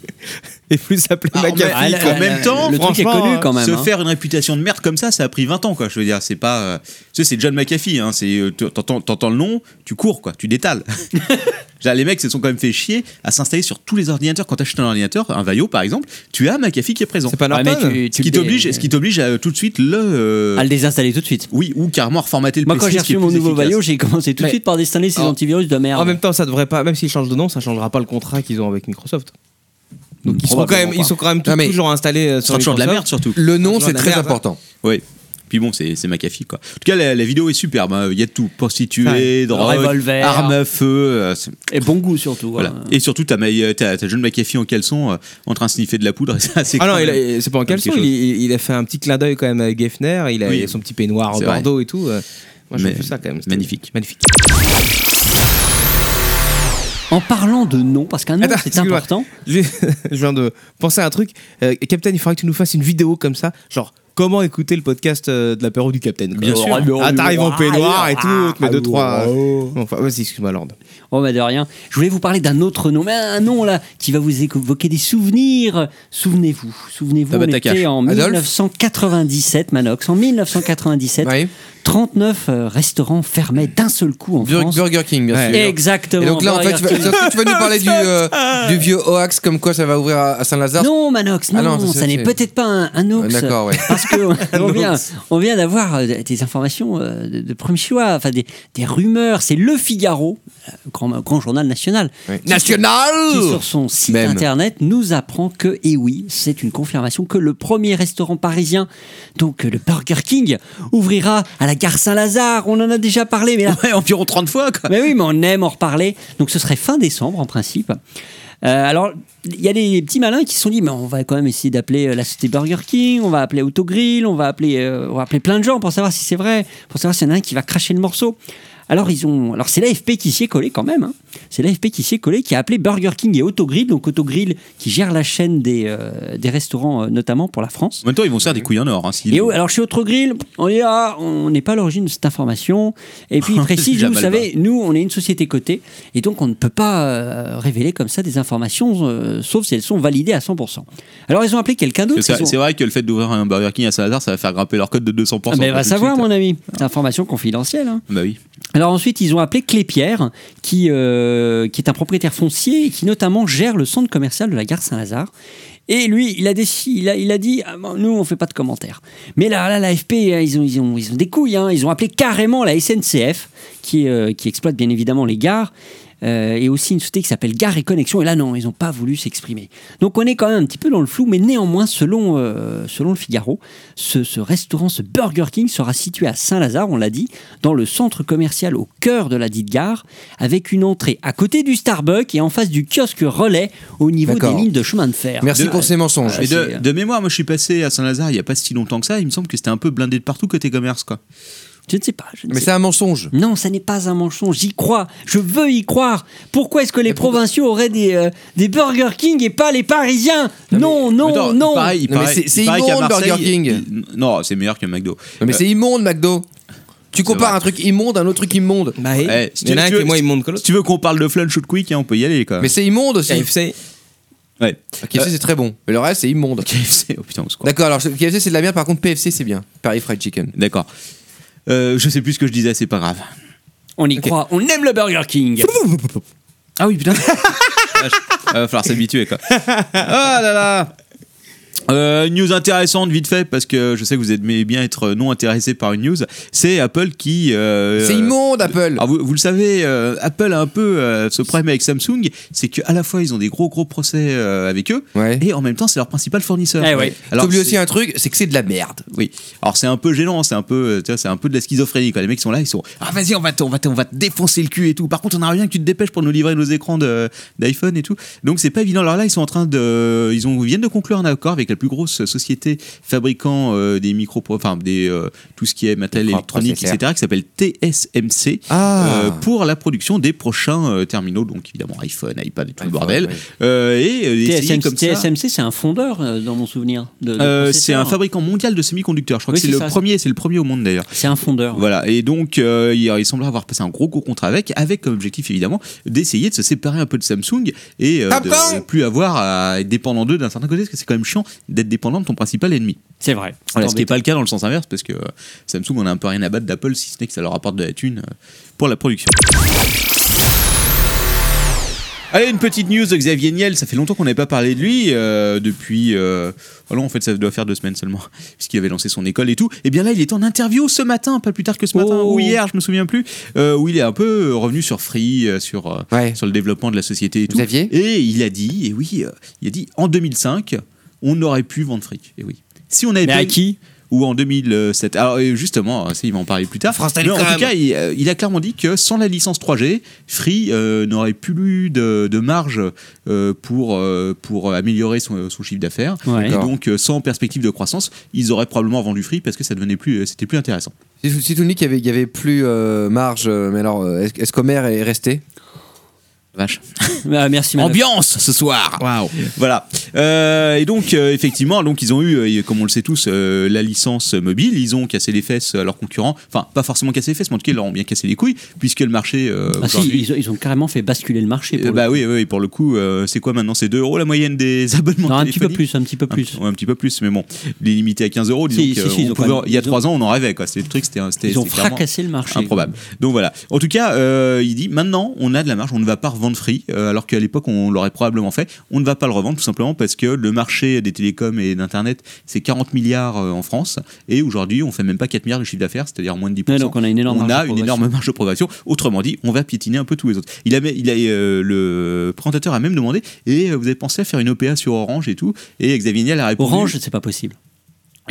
S5: et plus s'appeler
S3: Ah, en
S5: McAfee.
S3: même-
S5: quoi.
S3: en même temps,
S4: le truc est
S3: franchement, euh,
S4: connu
S5: euh,
S4: quand même,
S3: se
S4: hein.
S3: faire une réputation de merde comme ça, ça a pris 20 ans, quoi. Je veux dire, c'est pas. euh, tu sais, c'est John McAfee, hein. C'est, euh, tu- t'entends, t'entends le nom, tu cours, quoi. Tu détales. Je veux dire, les mecs se sont quand même fait chier à s'installer sur tous les ordinateurs. Quand t'achètes un ordinateur, un Vaio par exemple, tu as McAfee qui est présent.
S5: C'est pas
S4: Ouais, mais
S5: Norton
S4: tu- tu
S3: ce qui
S4: le dé-
S3: t'oblige, ce qui t'oblige à euh, tout de suite le. euh,
S4: à le désinstaller tout de suite.
S3: oui, ou carrément reformater le
S4: Moi,
S3: PC.
S4: quand j'ai
S3: ce qui
S4: reçu
S3: est
S4: mon
S3: plus
S4: nouveau
S3: efficace.
S4: maillot, j'ai commencé tout de
S5: Mais-
S4: suite par désinstaller ces
S5: en-
S4: antivirus de merde.
S5: En même temps, ça devrait pas, même s'ils changent de nom, ça changera pas le contrat qu'ils ont avec Microsoft. Donc ils sont quand
S4: probablement
S5: même, ils
S4: pas.
S5: sont quand même tout-
S6: Non, mais-
S5: toujours installés euh,
S3: Ce
S5: sur
S3: sera toujours de la merde,
S5: Microsoft.
S3: surtout.
S6: Le nom,
S5: Bonjour,
S6: c'est
S5: la
S6: très
S5: merde.
S6: important.
S3: Oui. Puis bon, c'est c'est McAfee, quoi. En tout cas, la, la vidéo est superbe. hein. Il y a de tout. Prostituée,
S5: Ouais.
S3: drogue,
S4: Revolver.
S3: arme à feu. euh, c'est-
S4: Et bon goût surtout.
S3: voilà.
S4: hein.
S3: Et surtout, t'as Ma- euh, t'as t'as John McAfee en caleçon euh, en train de sniffer de la poudre. Ça, c'est
S5: Ah non,
S3: quand
S5: il
S3: même-
S5: a- c'est pas en
S3: Comme
S5: caleçon,
S3: quelque
S5: il, il- il a fait un petit clin d'œil quand même à Geffner, il a
S3: Oui.
S5: son petit peignoir
S3: C'est
S5: bordeaux et tout. euh, Moi, je
S3: Mais-
S5: trouve ça quand même. c'était-
S3: magnifique.
S5: Magnifique.
S4: En parlant de nom, parce qu'un nom
S5: Attends,
S4: c'est
S5: excuse-moi.
S4: important.
S5: Je je viens de penser à un truc. Euh, Captain, il faudrait que tu nous fasses une vidéo comme ça, genre comment écouter le podcast euh, de l'apéro du Captain. quoi.
S3: Bien sûr.
S5: Ah, t'arrives en peignoir et tout, mais deux, trois. euh,
S4: Oh,
S5: Enfin, vas-y, excuse-moi, Lord.
S4: bah de rien. Je voulais vous parler d'un autre nom, mais un nom là qui va vous évoquer des souvenirs. Souvenez-vous, souvenez-vous, on
S3: Tabata
S4: était
S3: Cash.
S4: en
S6: Adolphe
S4: 1997, Manox, en 1997,
S6: Oui.
S4: 39 euh, restaurants fermaient d'un seul coup en
S6: Bur-
S4: France.
S6: Burger King, bien
S5: Ouais.
S6: sûr.
S4: Exactement.
S6: Et donc là, en fait,
S4: Burger
S6: tu vas,
S4: King.
S6: tu vas nous parler du, euh, du vieux Oax, comme quoi ça va ouvrir à, à Saint-Lazare.
S4: Non, Manox, non,
S6: Ah non, ça,
S4: ça
S6: c'est-
S4: n'est peut-être pas un, un
S6: Euh,
S4: ox.
S6: D'accord, ouais.
S4: Parce qu'on on
S5: ox.
S4: vient, on vient d'avoir euh, des informations euh, de, de premier choix, enfin des, des rumeurs. C'est Le Figaro, euh, grand, grand journal national,
S6: Ouais.
S4: Qui sur- qui sur son site
S6: Même.
S4: internet nous apprend que, et oui, c'est une confirmation, que le premier restaurant parisien, donc euh, le Burger King, ouvrira à la gare Saint-Lazare. On en a déjà parlé, mais là,
S3: Ouais, environ 30 fois, quoi.
S4: mais oui, mais on aime en reparler. Donc ce serait fin décembre en principe. Euh, alors, il y a des petits malins qui se sont dit, mais on va quand même essayer d'appeler euh, la société Burger King, on va appeler Autogrill, on va appeler, euh, on va appeler plein de gens pour savoir si c'est vrai, pour savoir s'il y en a un qui va cracher le morceau. Alors, ils ont, alors c'est l'AFP qui s'y est collé quand même. hein. C'est l'AFP qui s'y est collé, qui a appelé Burger King et Autogrill, donc Autogrill qui gère la chaîne des, euh, des restaurants, euh, notamment pour la France.
S3: En même temps, ils vont se faire des couilles en or. Hein, s'ils-
S4: Et oh, alors chez Autogrill, on est là, on n'est pas à l'origine de cette information. Et puis il précise,
S3: Déjà
S4: nous, vous
S3: mal
S4: savez, nous, on est une société cotée, et donc on ne peut pas euh, révéler comme ça des informations, euh, sauf si elles sont validées à 100%. Alors ils ont appelé quelqu'un d'autre.
S3: Parce que
S4: ils
S3: C'est
S4: ont-
S3: c'est vrai que le fait d'ouvrir un Burger King à Saint-Lazare, ça va faire grimper leur code de 200%.
S4: Ah, mais va
S3: tout de
S4: savoir,
S3: suite.
S4: mon ami. C'est information confidentielle. hein.
S3: Bah oui.
S4: Alors ensuite, ils ont appelé Clépierre, qui, euh, qui est un propriétaire foncier et qui notamment gère le centre commercial de la gare Saint-Lazare. Et lui, il a, déci- il a, il a dit Ah, bon, Nous, on fait pas de commentaires. Mais là, là l'AFP, hein, ils ont, ils, ont, ils ont des couilles. hein. Ils ont appelé carrément la SNCF, qui, euh, qui exploite bien évidemment les gares. euh, et aussi une société qui s'appelle Gare et Connexion. Et là, non, ils n'ont pas voulu s'exprimer. Donc, on est quand même un petit peu dans le flou, mais néanmoins, selon, euh, selon le Figaro, ce, ce restaurant, ce Burger King, sera situé à Saint-Lazare, on l'a dit, dans le centre commercial au cœur de la dite gare, avec une entrée à côté du Starbucks et en face du kiosque relais au niveau des
S6: D'accord.
S4: lignes de chemin de fer.
S6: Merci
S4: De-
S6: pour ces mensonges.
S4: Ah,
S3: Mais de,
S4: c'est-
S3: de mémoire, moi je suis passé à Saint-Lazare il n'y a pas si longtemps que ça. Il me semble que c'était un peu blindé de partout côté commerce. quoi.
S4: Je ne sais pas. Je ne
S6: Mais
S4: sais
S6: c'est un mensonge.
S4: Non, ça n'est pas un mensonge. J'y crois. Je veux y croire. Pourquoi est-ce que les provinciaux auraient des, euh, des Burger King et pas les Parisiens Non, non,
S3: Mais attends,
S4: non.
S3: Pareil, il
S6: Non, mais
S3: paraît-
S6: c'est- c'est
S3: il paraît qu'à
S6: immonde, Burger
S3: Marseille,
S6: King.
S3: il- Non, c'est meilleur que McDo.
S6: Non, Mais
S3: Euh,
S6: c'est immonde, McDo. Tu compares
S3: vrai.
S6: un truc immonde à un autre truc immonde.
S5: Bah, il
S3: Ouais, si
S5: y en
S3: tu-
S5: a un
S3: tu
S5: qui
S3: veux-
S5: est moins immonde
S3: Si
S5: que l'autre.
S3: tu veux qu'on parle de Flunch ou de Quick, hein, on peut y aller. Quoi.
S6: Mais c'est immonde aussi.
S5: KFC.
S3: Ouais.
S6: KFC, c'est très bon. Mais le reste, c'est immonde.
S3: KFC, oh putain, on se croit.
S6: D'accord, alors KFC, c'est de la merde. Par contre, PFC, c'est bien. Paris Fried Chicken.
S3: D'accord. Euh, je sais plus ce que je disais, c'est pas grave.
S4: On y croit. On aime le Burger King.
S3: Ah oui, putain. Euh, va falloir s'habituer, quoi. Oh là là. Euh, une news intéressante, vite fait, parce que je sais que vous aimez bien être non intéressé par une news. C'est Apple qui. euh,
S6: C'est immonde, Apple.
S3: Alors, vous, vous le savez, euh, Apple a un peu euh, ce problème avec Samsung, c'est qu'à la fois ils ont des gros gros procès euh, avec eux,
S6: Ouais.
S3: et en même temps c'est leur principal fournisseur.
S4: Eh ouais.
S3: Alors,
S6: T'oublies
S3: c'est-
S6: aussi un truc, c'est que c'est de la merde.
S3: Oui. Alors c'est un peu gênant, c'est un peu, euh, tu vois, c'est un peu de la schizophrénie. Quoi. Les mecs sont là, ils sont, ah vas-y, on va, te, on va, te, on va te défoncer le cul et tout. Par contre, on a rien que tu te dépêches pour nous livrer nos écrans de- d'iPhone et tout. Donc c'est pas évident. Alors là, ils sont en train de, ils ont, ils viennent de conclure un accord avec la plus grosse société fabricant euh, des micro, enfin des euh, tout ce qui est matériel électronique,
S6: Microprocesseurs.
S3: etc., qui s'appelle TSMC
S6: Ah.
S3: euh, pour la production des prochains euh, terminaux, donc évidemment iPhone, iPad et tout le
S6: iPhone,
S3: bordel.
S6: ouais.
S3: Euh, et euh, essayer
S4: TSMC,
S3: comme ça.
S4: TSMC, c'est un fondeur euh, dans mon souvenir. de- de
S3: Euh, c'est
S4: processeurs.
S3: un fabricant mondial de sémiconducteurs. Je crois que
S4: Oui,
S3: c'est
S4: c'est
S3: le
S4: ça.
S3: premier, c'est le premier au monde d'ailleurs.
S4: C'est un fondeur.
S3: Voilà, et donc euh, il, il semblait avoir passé un gros gros contrat avec, avec comme objectif évidemment d'essayer de se séparer un peu de Samsung et euh, de
S5: Samsung
S3: ne plus avoir à être dépendant d'eux d'un certain côté, parce que c'est quand même chiant d'être dépendant de ton principal ennemi.
S4: C'est vrai.
S3: Voilà, ce qui n'est
S4: Embêtant.
S3: pas le cas dans le sens inverse, parce que euh, Samsung on a un peu rien à battre d'Apple, si ce n'est que ça leur apporte de la thune euh, pour la production. Allez, une petite news de Xavier Niel, ça fait longtemps qu'on n'avait pas parlé de lui, euh, depuis... euh, oh non, en fait, ça doit faire deux semaines seulement, puisqu'il avait lancé son école et tout. Et bien là, il est en interview ce matin, pas plus tard que ce matin,
S4: Oh.
S3: ou hier, je me souviens plus, euh, où il est un peu revenu sur Free, euh, sur, euh,
S6: Ouais.
S3: sur le développement de la société et tout.
S6: Xavier
S3: Et il a dit, et oui, euh, il a dit, en 2005, on aurait pu vendre Free. Et oui. Si on avait
S4: Mais
S3: pas
S4: à
S3: eu-
S4: qui
S3: ou en 2007. Alors euh, justement, euh, ça, il va en parler plus tard. Mais en tout cas, il, euh, il a clairement dit que sans la licence 3G, Free euh, n'aurait plus eu de, de marge euh, pour, euh, pour améliorer son, son chiffre d'affaires.
S4: Ouais.
S3: Et
S6: D'accord.
S3: donc, euh, sans perspective de croissance, ils auraient probablement vendu Free parce que ça devenait plus, euh, c'était plus intéressant.
S6: Si si tu me dis qu'il y avait, il y avait plus euh, marge, euh, mais alors, euh, est-ce est-ce qu'Homer est resté
S3: Vache.
S4: Bah, merci, madame.
S3: Ambiance ce soir. Voilà. Euh, et donc euh, effectivement, donc ils ont eu, euh, comme on le sait tous, euh, la licence mobile. Ils ont cassé les fesses à leurs concurrents. Enfin, pas forcément cassé les fesses, mais en tout cas ils leur ont bien cassé les couilles, puisque le marché. euh,
S4: Ah si,
S3: aujourd'hui-
S4: ils, ont, ils ont carrément fait basculer le marché.
S3: Euh,
S4: pour
S3: bah
S4: le-
S3: oui, oui, pour le coup, euh, c'est quoi maintenant C'est 2 euros la moyenne des abonnements
S4: Non, un petit peu
S3: téléphoniques
S4: plus, un petit peu
S3: Un
S4: plus.
S3: petit- ouais, un petit peu plus, mais bon, il est limité à 15 euros. Disons
S4: Si,
S3: que,
S4: si, si,
S3: on
S4: ils ont
S3: pouvait-
S4: quand même-
S3: il y a
S4: ils ont-
S3: 3 ans, on en rêvait. quoi. C'était le truc, c'était un- c'était
S4: Ils ont
S3: c'était clairement
S4: fracassé le marché.
S3: improbable. Donc voilà. En tout cas, euh, il dit maintenant, on a de la marge, on ne va pas revendre free, euh, alors qu'à l'époque, on l'aurait probablement fait. On ne va pas le revendre, tout simplement parce que le marché des télécoms et d'Internet, c'est 40 milliards euh, en France, et aujourd'hui, on fait même pas 4 milliards de chiffre d'affaires, c'est-à-dire moins de 10%.
S4: Ouais, donc on a une énorme
S3: On
S4: marge
S3: a
S4: de
S3: une
S4: progression.
S3: énorme marge de progression. Autrement dit, on va piétiner un peu tous les autres. Il a, il a, euh, le présentateur a même demandé et euh, vous avez pensé à faire une OPA sur Orange et tout Et Xavier Niel a répondu.
S4: Orange, c'est pas possible.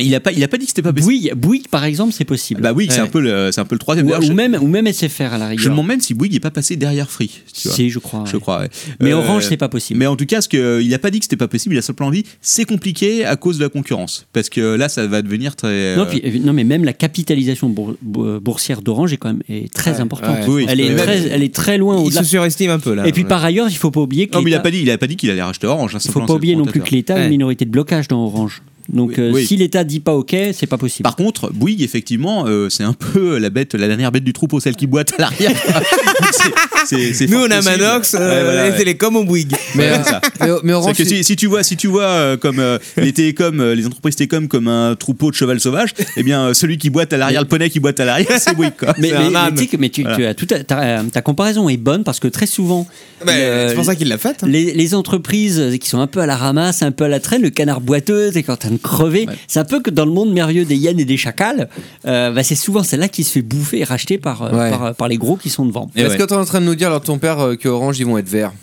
S3: Il a pas, il a pas dit que c'était pas possible.
S4: Bouygues, Bouygues, par exemple, c'est possible.
S3: Ah, Bah oui, c'est
S4: Ouais.
S3: un peu le, c'est un peu le troisième.
S4: Ou,
S3: D'ailleurs,
S4: ou
S3: je-
S4: même, ou même SFR
S3: je
S4: à la
S3: me
S4: rigueur.
S3: demande même si Bouygues n'est pas passé derrière Free. Tu vois.
S4: Si, je crois.
S3: Je
S4: ouais.
S3: crois. ouais.
S4: Mais
S3: Euh,
S4: Orange, c'est pas possible.
S3: Mais en tout cas, ce que, il n'a pas dit que c'était pas possible, il a simplement dit c'est compliqué à cause de la concurrence. Parce que là, ça va devenir très.
S4: Non,
S3: euh,
S4: puis, euh, non, mais même la capitalisation bour- bour- euh, boursière d'Orange est quand même est très
S5: Ouais,
S4: importante.
S5: ouais.
S3: Ah Oui,
S4: elle, est
S3: mais-
S4: très, elle est très loin
S5: Il
S4: au-delà.
S5: se surestime un peu là.
S4: Oh, Et puis par ailleurs, il faut pas oublier que
S3: non, mais il a
S4: l'État-
S3: pas dit, il a pas dit qu'il allait racheter Orange. hein,
S4: il faut
S3: simplement,
S4: pas
S3: c'est le
S4: oublier non plus
S3: présentateur.
S4: que l'État a
S5: Ouais.
S4: une minorité de blocage dans Orange. Donc
S3: Oui,
S4: euh,
S3: oui.
S4: si l'État dit pas OK, c'est pas possible.
S3: Par contre, Bouygues, effectivement, euh, c'est un peu la bête, la dernière bête du troupeau, celle qui boite à l'arrière. C'est- c'est- c'est
S5: Nous,
S3: fort
S5: on a
S3: possible.
S5: Manox, euh,
S3: Ouais, voilà,
S5: les
S3: ouais.
S5: télécoms au Bouygues.
S6: Mais, euh,
S3: c'est ça.
S6: mais, mais
S3: C'est
S6: Orange,
S3: que si, si tu vois, si tu vois euh, comme euh, les télécoms, euh, les entreprises télécoms comme un troupeau de cheval sauvage, eh bien euh, celui qui boite à l'arrière, le poney qui boite à l'arrière, c'est Bouygues. Quoi.
S4: mais,
S5: c'est
S4: mais-
S5: un
S4: mais
S5: âne.
S4: tu sais que- mais tu- tu as tout à- ta, ta comparaison est bonne parce que très souvent,
S5: Bah,
S4: le-
S5: c'est pour ça qu'il l'a
S6: hein.
S5: faite.
S4: les, les entreprises qui sont un peu à la ramasse, un peu à la traîne, le canard boiteux, t'es quand train de crever. C'est un peu que dans le monde merveilleux des hyènes et des chacals, euh, bah, c'est souvent celle-là qui se fait bouffer et racheter par, euh,
S6: Ouais.
S4: par, euh, par les gros qui sont devant.
S5: Eh
S6: est-ce
S3: ouais.
S6: que tu es en train de nous dire, alors ton père, euh, que Orange, ils vont être verts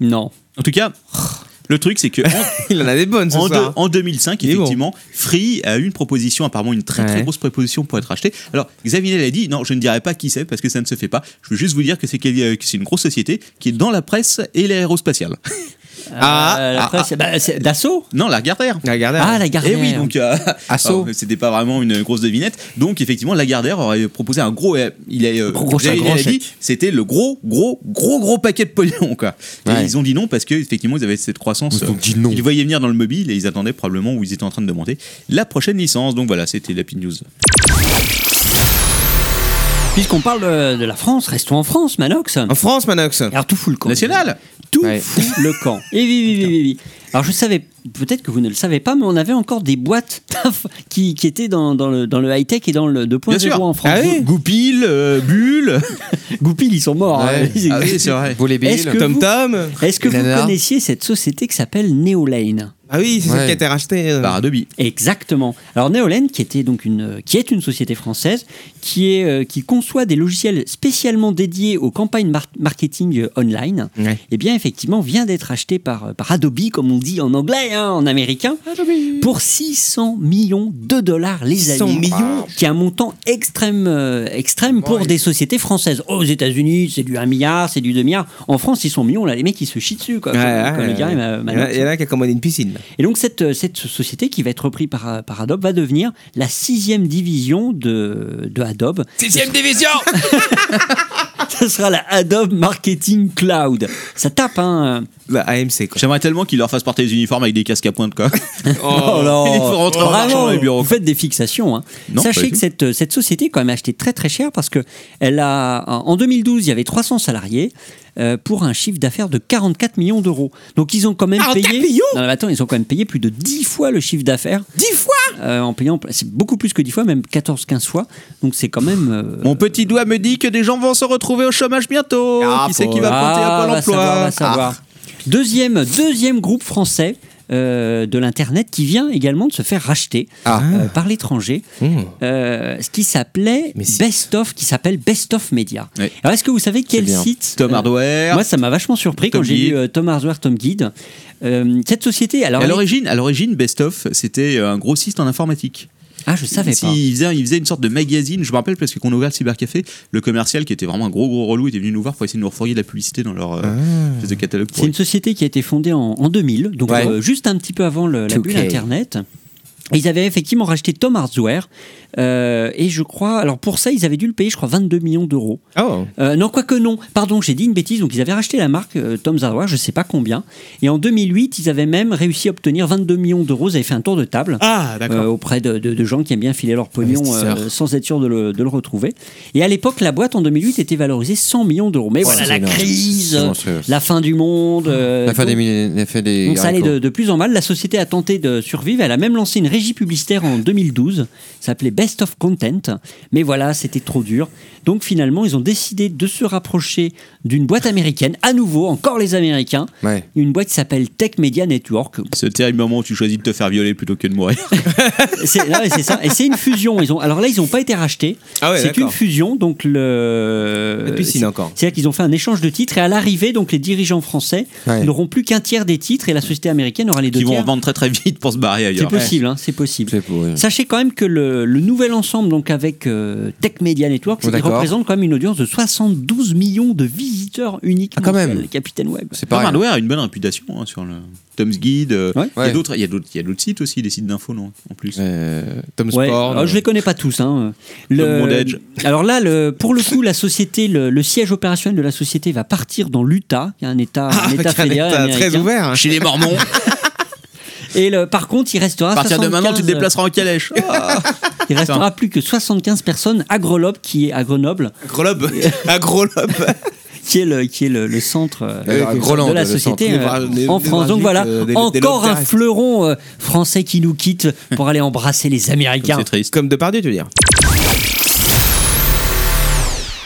S4: Non.
S3: En tout cas, le truc c'est que en-
S5: Il en a des bonnes ce
S3: en, deux-
S5: soir.
S3: en 2005,
S5: hein. Il est bon.
S3: effectivement, Free a eu une proposition, apparemment une très très
S5: Ouais.
S3: grosse proposition pour être racheté. Alors, Xavier Niel a dit non, je ne dirai pas qui c'est parce que ça ne se fait pas. Je veux juste vous dire que c'est quel- euh, que c'est une grosse société qui est dans la presse et l'aérospatiale.
S5: Ah,
S4: Euh, la
S5: ah,
S4: presse, bah, c'est Dassault
S3: Non, la Gardère.
S5: Regardez.
S4: Ah, la Gardère.
S3: Et oui, donc euh,
S6: Assaut.
S3: alors, c'était pas vraiment une grosse devinette. Donc effectivement, Lagardère aurait proposé un gros, euh, il est, euh,
S4: Gros, gros
S3: Xavier
S4: chèque,
S3: Niel a
S4: gros
S3: dit, c'était le gros, gros, gros, gros paquet de pognon quoi. Et
S6: Ouais.
S3: ils ont dit non parce que effectivement, ils avaient cette croissance.
S6: Ils ont
S3: euh,
S6: dit non.
S3: Ils voyaient venir dans le mobile et ils attendaient probablement où ils étaient en train de demander la prochaine licence. Donc voilà, c'était la News.
S4: Puisqu'on parle euh, de la France, restons en France, Manox.
S5: En France, Manox.
S3: Ah
S4: Alors tout fout le camp.
S3: National.
S4: Tout
S6: Ouais.
S4: fout le camp. Et oui, oui, oui, oui, oui. Alors je savais, peut-être que vous ne le savez pas, mais on avait encore des boîtes qui, qui étaient dans, dans le, dans le high-tech et dans le 2.0 en France.
S5: Ah oui.
S3: Goupil, euh, Bulle.
S4: Goupil, ils sont morts. hein.
S6: Ouais.
S4: Ils-
S3: Ah oui, c'est vrai.
S6: Vous les
S4: Est-ce
S6: billes
S4: que-
S5: Tom
S4: vous-
S5: Tom.
S4: Est-ce que vous
S6: Nana.
S4: connaissiez cette société qui s'appelle Neolane
S5: Ah oui, c'est
S6: Ouais. Bah,
S5: celle qui a été rachetée. euh.
S3: Par Adobe.
S4: Exactement. Alors Neolane, qui était donc une, qui est une société française, qui est euh, qui conçoit des logiciels spécialement dédiés aux campagnes mar- marketing euh, online.
S5: Ouais.
S4: eh bien effectivement vient d'être acheté par, euh, par Adobe, comme on dit en anglais, hein, en américain, pour 600 millions de dollars, les
S5: 600
S4: amis.
S5: millions
S4: Qui est un montant extrême, euh, extrême pour
S6: Ouais.
S4: des sociétés françaises. Aux États-Unis, c'est du 1 milliard, c'est du 2 milliards. En France, ils sont millions, là, les mecs, ils se chient dessus, quoi.
S5: Ouais,
S4: comme
S5: ouais,
S4: comme le
S5: ouais,
S4: dirait ma-
S5: ouais.
S4: ma-
S5: Il y en a- il y en a qui a commandé une piscine. là.
S4: Et donc cette, euh, cette société qui va être reprise par, euh, par Adobe va devenir la sixième division de, de Adobe.
S5: Sixième division
S4: Ce sera la Adobe Marketing Cloud. Ça tape, hein
S5: La AMC, quoi.
S3: J'aimerais tellement qu'ils leur fassent porter des uniformes avec des casques à pointe, quoi.
S5: Oh,
S3: Il faut rentrer en marchant dans les bureaux.
S4: Vous faites des fixations. hein.
S3: Non, pas
S4: Sachez
S3: du
S4: que
S3: tout.
S4: cette, cette société est quand même achetée très très cher parce que elle a, en 2012, il y avait 300 salariés euh, pour un chiffre d'affaires de 44 millions d'euros. Donc ils ont quand même
S5: 44
S4: payé.
S5: millions
S4: Non, mais attends, ils ont quand même payé plus de 10 fois le chiffre d'affaires
S5: Dix fois
S4: euh, en payant. C'est beaucoup plus que 10 fois, même 14-15 fois. Donc c'est quand même. euh,
S3: Mon petit doigt me dit que des gens vont se retrouver au chômage bientôt.
S5: Ah,
S3: Oh, qui c'est qui
S5: pauvre.
S3: va compter à
S4: Ah,
S3: Pôle
S4: va
S3: emploi
S4: savoir, va savoir. Deuxième, deuxième groupe français euh, de l'Internet qui vient également de se faire racheter
S6: Ah.
S4: euh, par l'étranger.
S5: Mmh.
S4: Euh, ce qui s'appelait
S5: Mais si.
S4: Best of, qui s'appelle Best of Media.
S3: Oui.
S4: Alors est-ce que vous savez quel
S6: bien.
S4: site
S3: Tom
S4: euh,
S3: Hardware.
S4: Moi, ça m'a vachement surpris
S3: Tom
S4: quand j'ai
S3: Guide.
S4: lu euh, Tom Hardware, Tom Guide. Euh, cette société, alors,
S3: à
S4: elle-
S3: l'origine, à l'origine, Best of, c'était euh, un grossiste en informatique.
S4: ah, je savais
S3: Si,
S4: pas.
S3: Il faisait, il faisait une sorte de magazine, je me rappelle parce que qu'on a ouvert le cybercafé, le commercial qui était vraiment un gros gros relou était venu nous voir pour essayer de nous refourguer de la publicité dans leur euh, espèce de catalogue.
S4: C'est une société qui a été fondée en, en 2000, donc
S6: Ouais.
S4: euh, juste un petit peu avant le- la
S6: 2K.
S4: bulle Internet. Et Ils avaient effectivement racheté Tom Hardware euh, et je crois, alors pour ça ils avaient dû le payer je crois 22 millions d'euros.
S5: Oh.
S4: Euh, non quoique non, pardon j'ai dit une bêtise, donc ils avaient racheté la marque euh, Tom Hardware, je sais pas combien, et en 2008 ils avaient même réussi à obtenir 22 millions d'euros, ils avaient fait un tour de table.
S3: Ah, d'accord.
S4: euh, auprès de, de- de gens qui aiment bien filer leur pognon
S5: Investisseurs.
S4: euh, sans être sûr de le, de le retrouver. Et à l'époque, la boîte en 2008 était valorisée 100 millions d'euros. Mais
S6: Ouais,
S4: voilà
S6: c'est
S4: la
S6: énorme.
S4: crise,
S6: C'est monstrueux.
S4: la fin du monde. euh,
S6: La fin
S4: donc-
S6: des mille- la fin des
S4: donc ça allait
S6: haricots.
S4: de, de plus en mal. La société a tenté de survivre. Elle a même lancé une régie publicitaire en 2012. Ça s'appelait Best of Content. Mais voilà, c'était trop dur. Donc finalement, ils ont décidé de se rapprocher d'une boîte américaine. À nouveau, encore les Américains.
S6: Ouais.
S4: Une boîte qui s'appelle Tech Media Network.
S3: Ce terrible moment où tu choisis de te faire violer plutôt que de mourir.
S4: C'est non, mais c'est ça. Et c'est une fusion. Ils ont, alors là, ils n'ont pas été rachetés.
S5: Ah ouais,
S4: c'est
S5: d'accord.
S4: une fusion. Donc le.
S5: La piscine
S4: c'est-
S5: encore.
S4: C'est-à-dire qu'ils ont fait un échange de titres et à l'arrivée, donc les dirigeants français
S6: Ouais.
S4: n'auront plus qu'un tiers des titres et la société américaine aura les deux
S3: qui vont
S4: tiers.
S3: en vendre très très vite pour se barrer
S4: C'est
S3: ailleurs.
S4: possible, hein, c'est possible.
S6: C'est pour-
S4: Sachez quand même que le, le nouvel ensemble, donc avec euh, Tech Media Network,
S6: Oh,
S4: il
S6: d'accord.
S4: représente quand même une audience de 72 millions de visiteurs uniques.
S6: Ah, quand
S4: mensuels,
S6: même.
S4: Capitaine Web.
S6: C'est
S3: Tom
S6: pareil.
S3: Hardware a une bonne réputation hein, sur le Tom's Guide. euh,
S4: Ouais.
S3: Il y a
S6: Ouais.
S3: d'autres, il y a d'autres, il y a d'autres sites aussi, des sites d'infos non en plus.
S6: Euh,
S5: Tom
S4: Ouais,
S5: Sport.
S4: alors je les connais pas tous. hein.
S3: Comme mon Edge.
S4: Alors là, le, pour le coup, la société, le, le siège opérationnel de la société va partir dans l'Utah, qui est un État, un
S5: Ah,
S4: État
S5: avec un
S4: fédéral
S5: état
S4: américain.
S5: très ouvert. hein.
S3: Chez les Mormons.
S4: Et le, par contre, il restera.
S3: à partir de
S4: 75,
S3: maintenant, tu te déplaceras en calèche. Ah.
S4: Il restera plus que 75 personnes à Grenoble, qui est à Grenoble,
S5: Gros lobe. Un gros lobe.
S4: qui est le, qui est le, le centre. euh,
S6: Euh, Groland,
S4: de la
S6: le
S4: société
S5: centre.
S4: euh,
S5: Des bras- des-
S4: en France.
S5: des bras
S4: Donc
S5: vifs,
S4: voilà,
S5: euh, des- des
S4: encore
S5: lobes
S4: un
S5: terrestres.
S4: fleuron euh, français qui nous quitte pour aller embrasser les Américains.
S3: C'est triste.
S5: Comme Depardieu, tu veux dire.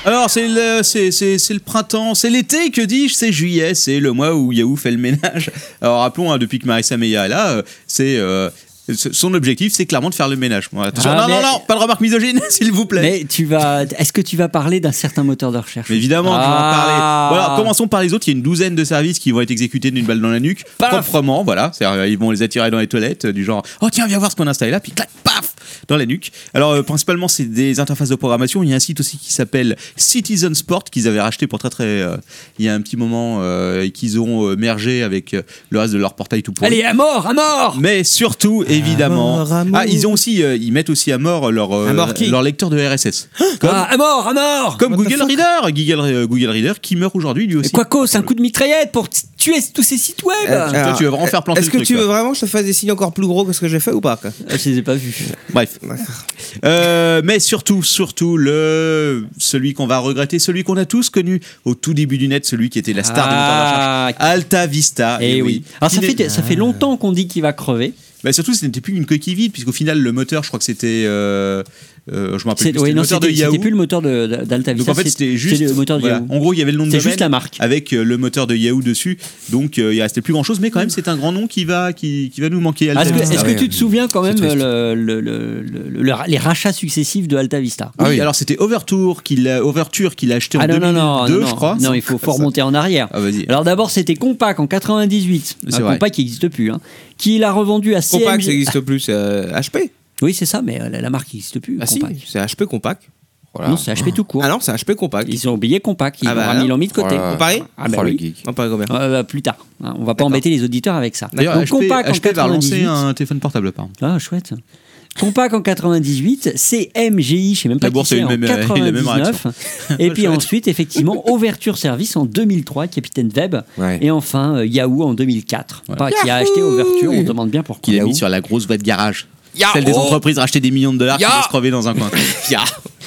S3: Alors, c'est le, c'est, c'est- c'est le printemps, c'est l'été, que dis-je C'est juillet, c'est le mois où Yahoo fait le ménage. Alors, rappelons, hein, depuis que Marissa Meia est là, euh, c'est. euh, c- son objectif, c'est clairement de faire le ménage. Bon, attention,
S4: Ah,
S3: non,
S4: mais-
S3: non, non, pas de remarque misogyne, s'il vous plaît.
S4: Mais tu vas, est-ce que tu vas parler d'un certain moteur de recherche
S3: Mais évidemment, que je vais en
S4: Ah.
S3: parler. Voilà, commençons par les autres. Il y a une douzaine de services qui vont être exécutés d'une balle dans la nuque,
S4: Paf.
S3: proprement. Voilà, C'est-à-dire, ils vont les attirer dans les toilettes, euh, du genre oh tiens viens voir ce qu'on a installé là, puis clac paf dans la nuque. Alors euh, principalement c'est des interfaces de programmation. Il y a un site aussi qui s'appelle Citizen Sport qu'ils avaient racheté pour très très. euh, il y a un petit moment euh, et qu'ils ont euh, mergé avec euh, le reste de leur portail tout pourri.
S4: Allez, à mort, à mort
S3: Mais surtout, évidemment,
S5: mort, à mort.
S3: ah ils ont aussi, euh, ils mettent aussi à mort leur euh,
S5: À mort qui
S3: leur lecteur de RSS.
S4: Ah, À mort, à mort
S3: Comme Google Reader, Google, euh, Google Reader qui meurt aujourd'hui lui aussi.
S4: Quaco, c'est un coup de mitraillette pour t- tuer tous ces sites web
S5: Euh,
S3: Toi,
S5: alors,
S3: tu veux vraiment faire planter
S5: Est-ce
S3: le
S5: que
S3: truc,
S5: tu veux
S3: quoi.
S5: vraiment que je te fasse des signes encore plus gros que ce que j'ai fait ou pas quoi
S4: Ah, Je les ai pas vus.
S3: Bref. Euh, mais surtout, surtout, le, celui qu'on va regretter, celui qu'on a tous connu au tout début du net, celui qui était la star des moteurs de recherche.
S4: Ah,
S3: Alta Vista.
S4: eh
S3: eh Ah.
S4: oui. Alors
S3: Qui
S4: ça
S3: n'est-
S4: fait, ça fait longtemps qu'on dit qu'il va crever.
S3: Bah, surtout, ce n'était plus une coquille vide, puisqu'au final, le moteur, je crois que c'était. euh, euh, je me rappelle plus,
S4: C'est-
S3: c'était
S4: oui,
S3: le
S4: non,
S3: moteur de
S4: c'était
S3: Yahoo.
S4: c'était plus le moteur de- de- d'Alta
S3: Donc
S4: Vista.
S3: en fait,
S4: c'est-
S3: c'était
S4: c'est
S3: juste.
S4: le moteur de
S3: voilà.
S4: Yahoo.
S3: En gros, il y avait le nom de
S4: C'est
S3: domaine
S4: juste la marque.
S3: avec euh, le moteur de Yahoo dessus. Donc, euh, il restait plus grand chose, mais quand même, c'est un grand nom qui va, qui, qui va nous manquer. Alta
S4: Ah, Est-ce que,
S3: Vista.
S4: est-ce que
S6: ouais.
S4: tu te souviens quand même
S6: C'est triste.
S4: le- le- le- le- le- les rachats successifs de Alta Vista
S3: Oui,
S6: Ah oui.
S3: alors c'était Overture qu'il a, Overture qu'il a acheté
S4: Ah
S3: en
S4: non, non, non,
S3: 2002,
S4: non, non.
S3: je crois.
S4: Non, il faut faut remonter en arrière.
S3: Ah, vas-y.
S4: Alors d'abord, c'était Compaq en 98,
S3: C'est
S4: un
S3: vrai.
S4: Compaq qui n'existe plus, hein, qui l'a revendu à
S5: Compact, ça
S4: CMG.
S5: existe plus. euh, HP
S4: Oui, c'est ça, mais euh, la, la marque n'existe plus.
S5: Ah si,
S4: Compaq.
S5: c'est HP Compact.
S6: Voilà.
S4: Non, c'est HP tout court.
S5: Ah non, c'est HP compact.
S4: Ils ont oublié compact, ils
S5: Ah bah
S4: l'ont
S5: alors.
S4: mis, mis de côté.
S6: Voilà.
S5: Comparé
S4: Ah bah
S6: Oh, le
S4: oui.
S6: geek.
S5: Non, pas Gobert.
S4: Euh, bah, plus tard. Hein, On va pas
S5: D'accord.
S4: embêter les auditeurs avec ça.
S3: D'ailleurs,
S4: Donc,
S3: HP,
S4: compact en
S3: HP va relancer
S4: 98.
S3: un euh, téléphone portable, pardon.
S4: Ah, chouette. Compact en 98, CMGI, je sais même pas
S3: La bourse
S4: qui
S3: a eu
S4: c'est,
S3: le
S4: en
S3: même- euh, il a la même
S4: 99. et puis ensuite, effectivement, Overture Service en 2003, Capitaine Web.
S6: Ouais.
S4: Et enfin, euh, Yahoo en 2004. Pas qui a acheté Overture, on se demande bien pourquoi.
S3: Qu'il a mis sur la grosse voie de garage.
S2: Ya
S3: Celle des
S2: oh.
S3: entreprises rachetées des millions de dollars qui
S2: Ya
S3: vont se crever dans un coin.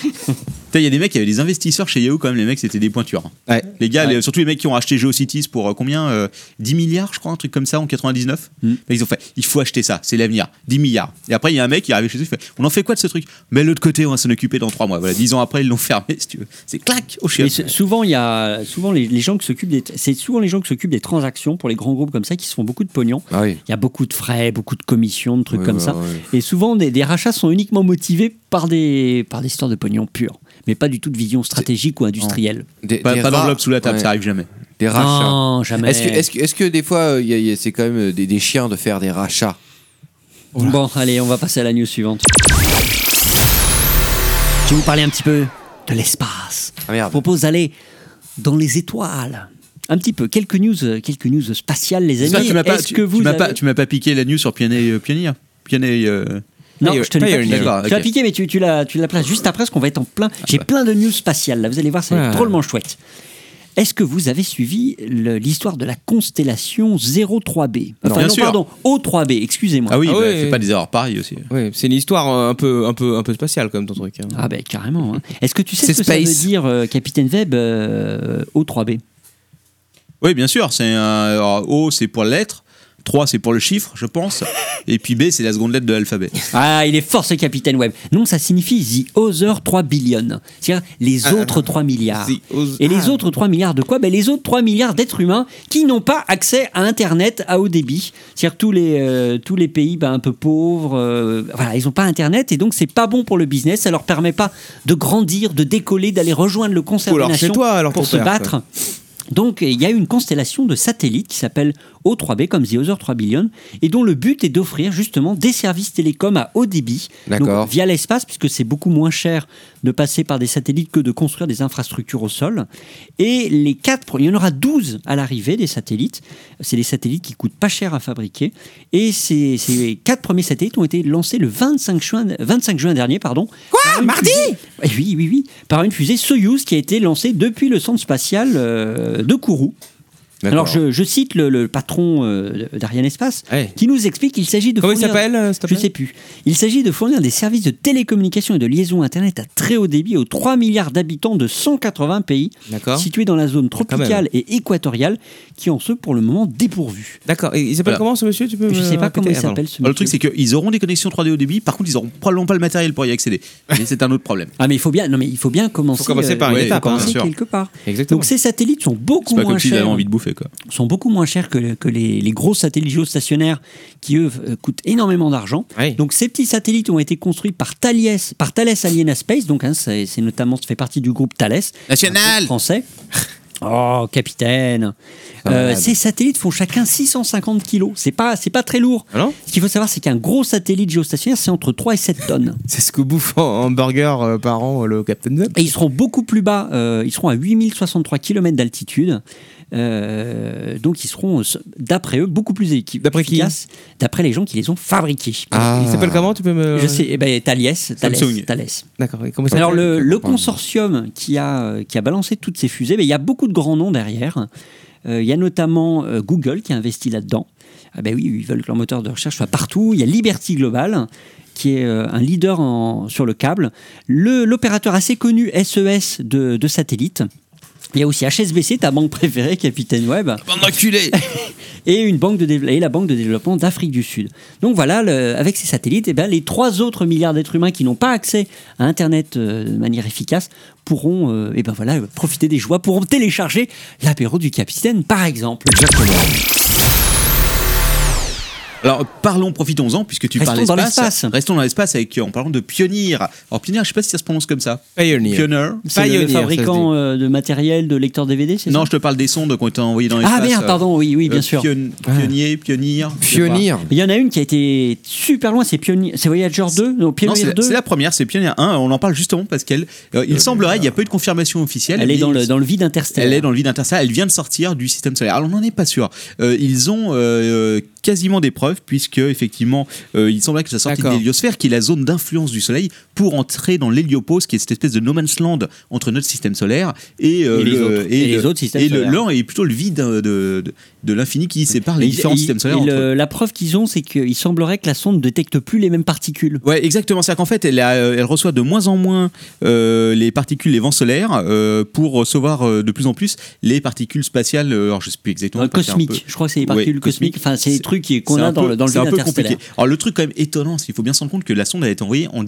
S3: Putain, Il y a des mecs, il y avait des investisseurs chez Yahoo quand même, les mecs c'était des pointures.
S5: Ouais.
S3: Les gars, les- surtout les mecs qui ont acheté GeoCities pour euh, combien euh, 10 milliards, je crois, un truc comme ça en 99.
S4: Mm.
S3: Mais Ils ont fait, il faut acheter ça, c'est l'avenir, 10 milliards. Et après, il y a un mec qui est arrivé chez eux, il fait, on en fait quoi de ce truc Mais l'autre côté, on va s'en occuper dans 3 mois. Voilà, 10 ans après, ils l'ont fermé, si tu veux. C'est clac au chien.
S4: Mais c'est- souvent, il y a souvent les, les gens qui s'occupent des c'est souvent les gens qui s'occupent des transactions pour les grands groupes comme ça qui se font beaucoup de pognon.
S6: Ah oui.
S4: Il y a beaucoup de frais, beaucoup de commissions, de trucs
S6: Oui,
S4: comme
S6: bah,
S4: ça.
S6: ouais.
S4: Et souvent, des, des rachats sont uniquement motivés par des par des histoires de pognon pur, mais pas du tout de vision stratégique ou industrielle.
S6: Des,
S3: Pas,
S6: des
S3: pas
S6: rats-
S3: d'enveloppe sous la table,
S6: ouais,
S3: ça arrive jamais.
S6: Des rachats.
S4: Non, jamais.
S6: Est-ce que, est que, est que des fois, euh, y a- y a- c'est quand même euh, des, des chiens de faire des rachats
S4: Bon, allez, on va passer à la news suivante. Je vais vous parler un petit peu de l'espace.
S6: Ah
S4: Je
S6: merde.
S4: propose d'aller dans les étoiles. Un petit peu, quelques news, euh, quelques news spatiales, les
S3: J'espère
S4: amis.
S3: que tu m'as pas,
S4: Est-ce
S3: tu-
S4: que
S3: tu
S4: vous
S3: m'as
S4: avez-
S3: pas- tu m'as pas piqué la news sur Pioneer. euh, Pioneer, Pioneer, euh,
S4: Non,
S5: Pioneer-
S4: je te l'ai pas
S5: Pioneer.
S4: piqué.
S3: D'accord,
S4: Tu l'as
S3: ok. Ah,
S4: piqué, mais tu, tu la, tu la places juste après, parce qu'on va être en plein. J'ai plein de news spatiales, là. Vous allez voir, ça va être
S5: Ouais.
S4: drôlement chouette. Est-ce que vous avez suivi le- l'histoire de la constellation 03B Enfin,
S3: bien
S4: non,
S3: sûr.
S4: pardon, O3B, excusez-moi.
S3: Ah oui,
S5: Ah
S3: bah,
S5: ouais.
S3: fais pas des erreurs pareilles aussi.
S5: Oui, c'est une histoire euh, un peu, un peu, un peu spatiale comme ton truc. hein.
S4: Ah ben carrément. hein. Est-ce que tu sais
S6: C'est
S4: ce que ça
S6: space.
S4: veut dire, euh, Capitaine Webb, euh, O3B
S3: Oui, bien sûr. C'est un alors, O, c'est pour la lettre. 3, c'est pour le chiffre, je pense. Et puis B, c'est la seconde lettre de l'alphabet.
S4: Ah, il est fort ce Capitaine Webb. Non, ça signifie The Other 3 Billion. C'est-à-dire les
S6: Ah,
S4: autres 3 milliards.
S5: The oth-
S4: Et les
S5: ah.
S4: autres 3 milliards de quoi ben, Les autres 3 milliards d'êtres humains qui n'ont pas accès à Internet à haut débit. C'est-à-dire tous les, euh, tous les pays ben, un peu pauvres, euh, voilà, ils n'ont pas Internet et donc c'est pas bon pour le business. Ça leur permet pas de grandir, de décoller, d'aller rejoindre le concert des
S5: Faut leur chez
S4: nations
S5: toi, alors,
S4: pour
S5: ton
S4: se
S5: père,
S4: battre. Donc, il y a une constellation de satellites qui s'appelle O3B, comme The Other 3 Billion, et dont le but est d'offrir justement des services télécoms à haut débit,
S6: D'accord.
S4: donc via l'espace, puisque c'est beaucoup moins cher de passer par des satellites que de construire des infrastructures au sol. Et les quatre, pro- il y en aura 12 à l'arrivée des satellites. C'est des satellites qui coûtent pas cher à fabriquer. Et ces, ces quatre premiers satellites ont été lancés le 25 juin, 25 juin dernier, pardon. Quoi Mardi oui, oui, oui, oui. Par une fusée Soyuz qui a été lancée depuis le centre spatial euh, de Kourou.
S6: D'accord.
S4: Alors, je, je cite le, le patron euh, d'Ariane Espace
S5: Ouais.
S4: qui nous explique qu'il s'agit de.
S5: Eh. Comment il
S4: fournir-
S5: s'appelle euh, s'il te
S4: Je
S5: plaît
S4: sais plus. Il s'agit de fournir des services de télécommunication et de liaison Internet à très haut débit aux 3 milliards d'habitants de 180 pays
S5: D'accord.
S4: situés dans la zone
S5: quand même.
S4: tropicale et équatoriale qui en sont pour le moment dépourvus.
S5: D'accord. Et Il s'appelle
S3: Voilà.
S5: comment ce monsieur Tu peux
S4: Je
S5: me
S4: ne sais pas comment il
S5: répéter Ah, pardon.
S4: s'appelle ce
S3: Alors, le truc,
S4: monsieur.
S3: c'est qu'ils auront des connexions 3D au débit. Par contre, ils auront probablement pas le matériel pour y accéder. Mais c'est un autre problème.
S4: Ah mais il faut bien, non mais il faut bien commencer. euh,
S5: commencer par une
S4: il faut
S5: étape, hein,
S4: commencer
S3: bien sûr.
S4: quelque part.
S5: Exactement.
S4: Donc ces satellites sont beaucoup
S3: C'est pas
S4: moins
S3: comme s'ils avaient
S4: chers.
S3: envie de bouffer, quoi.
S4: sont beaucoup moins chers que, que les, les gros satellites géostationnaires qui, eux, euh, coûtent énormément d'argent.
S5: Oui.
S4: Donc, ces petits satellites ont été construits par Thales, par Thales Aliena Space. Donc, hein, c'est c'est notamment, ça fait partie du groupe Thales. un groupe
S3: National
S4: Français. Oh, capitaine
S6: Pas
S4: Euh,
S6: malade.
S4: Ces satellites font chacun 650 kilos. C'est pas, c'est pas très lourd.
S5: Ah non
S4: Ce qu'il faut savoir, c'est qu'un gros satellite géostationnaire, c'est entre 3 et 7 tonnes.
S5: C'est ce que bouffe en hamburger euh, par an euh, le Captain Web.
S4: Et ils seront beaucoup plus bas, euh, ils seront à 8063 km d'altitude. Euh, donc ils seront, euh, d'après eux, beaucoup plus équi-
S5: D'après qui
S4: efficaces. D'après les gens qui les ont fabriqués.
S6: Ah.
S5: Il s'appelle comment Tu peux me.
S4: Je sais, eh ben, Thales, Thales,
S3: Samsung.
S4: Thales.
S5: D'accord. et Comment il
S4: Alors
S5: s'appelle
S4: le, le
S6: Pardon.
S4: consortium qui a, euh, qui a balancé toutes ces fusées, mais il y a beaucoup de grands noms derrière. Euh, Il y a notamment euh, Google qui a investi là-dedans. Ah ben oui, ils veulent que leur moteur de recherche soit partout. Il y a Liberty Global qui est euh, un leader en- sur le câble. Le- L'opérateur assez connu SES de, de satellites. Il y a aussi HSBC, ta banque préférée, Capitaine Web
S2: Bande d'enculés
S4: et, une banque de dévelop- et la Banque de développement d'Afrique du Sud. Donc voilà, le- avec ces satellites, eh ben, les trois autres milliards d'êtres humains qui n'ont pas accès à Internet euh, de manière efficace pourront euh, eh ben voilà, euh, profiter des joies, pourront télécharger l'apéro du capitaine, par exemple.
S6: Exactement.
S3: Alors parlons, profitons-en, puisque tu
S4: Restons
S3: parles
S4: dans
S3: d'espace.
S4: l'espace.
S3: Restons dans l'espace avec, euh, en parlant de Pioneer. Alors Pioneer, je sais pas si ça se prononce comme ça.
S5: Pioneer.
S3: Pioneer.
S4: C'est le- le,
S5: Pioneer, ça se
S4: fabricant euh, de matériel, de lecteur DVD, c'est ça
S3: Non, je te parle des sondes qui ont été envoyées dans l'espace.
S4: Ah merde,
S3: euh,
S4: pardon, oui, oui, bien
S3: euh,
S4: sûr.
S3: Pion- Pionnier, Pionnier. je sais pas.
S6: Pionnier.
S4: Mais Il y en a une qui a été super loin, c'est Pioneer. C'est Voyager 2 Non,
S3: Non, c'est
S4: Pioneer
S3: la-
S4: 2.
S3: c'est la première, c'est Pionnier 1. On en parle justement parce qu'elle, euh, il semblerait, il n'y a pas eu de confirmation officielle.
S4: Elle est
S3: mais
S4: dans le,
S3: il-
S4: dans le vide interstellaire.
S3: Elle est dans le vide interstellaire. Elle vient de sortir du système solaire. Alors, on n'en est pas sûr. Euh, ils ont euh, quasiment des preuves, puisque, effectivement, euh, il semblerait que ça sortie de
S5: D'accord.
S3: l'héliosphère, qui est la zone d'influence du Soleil, pour entrer dans l'héliopause, qui est cette espèce de no man's land entre notre système solaire et, euh,
S4: Et les
S3: le-
S4: autres. Et les
S3: le-
S4: autres systèmes
S3: et le-
S4: solaires.
S3: l'un est plutôt le vide euh, de, de, de l'infini qui sépare les
S4: Et-
S3: différents
S4: et-
S3: systèmes solaires.
S4: et
S3: entre
S4: le-
S3: eux.
S4: la preuve qu'ils ont, c'est qu'il semblerait que la sonde ne détecte plus les mêmes particules.
S3: Ouais, exactement. C'est-à-dire qu'en fait, elle, a- euh, elle reçoit de moins en moins euh, les particules, les vents solaires, euh, pour recevoir euh, de plus en plus les particules spatiales. euh, alors, je sais plus exactement.
S4: Euh,
S3: parce que c'est un peu-
S4: cosmique, je crois que c'est les
S3: Ouais,
S4: particules cosmiques.
S3: cosmique.
S4: Enfin, c'est les
S3: C'est-
S4: trucs qui- qu'on
S3: C'est
S4: a
S3: un
S4: dans
S3: peu-
S4: le, dans le
S3: c'est un
S4: vide
S3: peu
S4: interstellaire.
S3: compliqué. Alors le truc quand même étonnant, c'est qu'il faut bien se rendre compte que la sonde a été envoyée en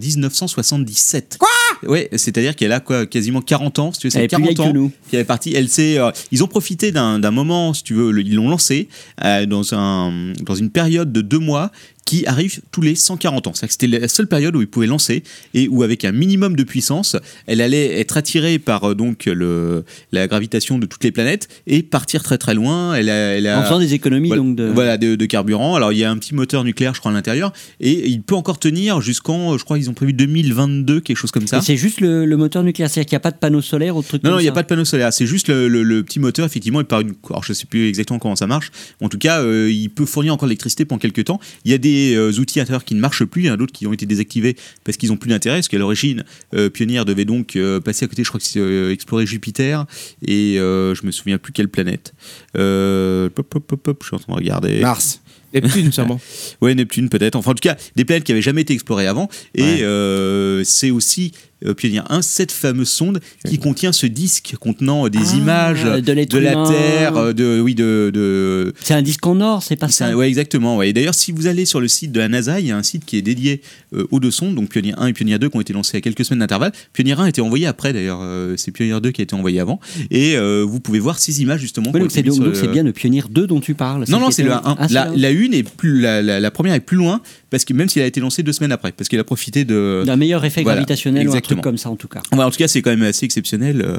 S3: 1977. Quoi Ouais, c'est-à-dire qu'elle a quoi, quasiment 40 ans, si tu veux,
S4: Elle
S3: c'est
S4: est plus vieille
S3: 40 ans
S4: que nous.
S3: qu'elle est partie. Elle s'est, euh, ils ont profité d'un d'un moment, si tu veux, le- ils l'ont lancé euh, dans un dans une période de deux mois qui arrive tous les 140 ans. C'est-à-dire que c'était la seule période où ils pouvaient lancer et où avec un minimum de puissance, elle allait être attirée par euh, donc le la gravitation de toutes les planètes et partir très très loin. Elle a, elle a-
S4: En faisant des économies,
S3: voilà,
S4: donc de.
S3: voilà, de, de carburant. Alors il y a un petit moteur nucléaire, je crois, à l'intérieur, et il peut encore tenir jusqu'en, euh, je crois, ils ont prévu 2022, quelque chose comme ça.
S4: Et c'est juste le, le moteur nucléaire, c'est-à-dire qu'il n'y a pas de panneau solaire ou de truc
S3: Non,
S4: comme
S3: non, il n'y a
S4: ça.
S3: pas de panneau solaire. C'est juste le, le- le petit moteur, effectivement, il part une. Alors, je sais plus exactement comment ça marche. En tout cas, euh, il peut fournir encore de l'électricité pendant quelques temps. Il y a des euh, outils intérieurs qui ne marchent plus. Il y en a d'autres qui ont été désactivés parce qu'ils n'ont plus d'intérêt. Parce qu'à l'origine, euh, Pioneer devait donc euh, passer à côté, je crois que c'est euh, explorer Jupiter et euh, je me souviens plus quelle planète. Euh, pop, pop, pop, pop, je suis en train de regarder.
S5: Bah,
S6: Mars.
S5: Neptune, sûrement.
S3: Ouais, Neptune peut-être. Enfin, en tout cas, des planètes qui n'avaient jamais été explorées avant. Et
S6: Ouais.
S3: euh, c'est aussi euh, Pioneer 1, cette fameuse sonde qui contient ce disque contenant euh, des
S4: Ah,
S3: images
S4: de l'être
S3: de la
S4: humain.
S3: Terre, euh, de oui, de, de
S4: C'est un disque en or, c'est pas
S3: c'est
S4: Ah, ça.
S3: un- ouais, exactement. ouais. Et d'ailleurs, si vous allez sur le site de la NASA, il y a un site qui est dédié euh, aux deux sondes, donc Pioneer 1 et Pioneer 2, qui ont été lancés à quelques semaines d'intervalle. Pioneer 1 a été envoyé après, d'ailleurs. euh, c'est Pioneer 2 qui a été envoyé avant. Et euh, vous pouvez voir ces images justement.
S4: Ouais,
S3: qui ont
S4: donc
S3: été
S4: c'est
S3: mises
S4: donc,
S3: sur
S4: donc
S3: le-
S4: c'est bien le Pioneer 2 dont tu parles.
S3: euh. non,
S4: celle
S3: non,
S4: qui
S3: c'est
S4: était-
S3: le 1.
S4: Ah, c'est
S3: la,
S4: le un.
S3: la une est plus, la, la- la première est plus loin, parce que même s'il a été lancé deux semaines après, parce qu'il a profité de.
S4: D'un meilleur effet
S3: Voilà,
S4: gravitationnel ou un truc
S3: exactement.
S4: comme ça en tout cas.
S3: Enfin, en tout cas, c'est quand même assez exceptionnel euh,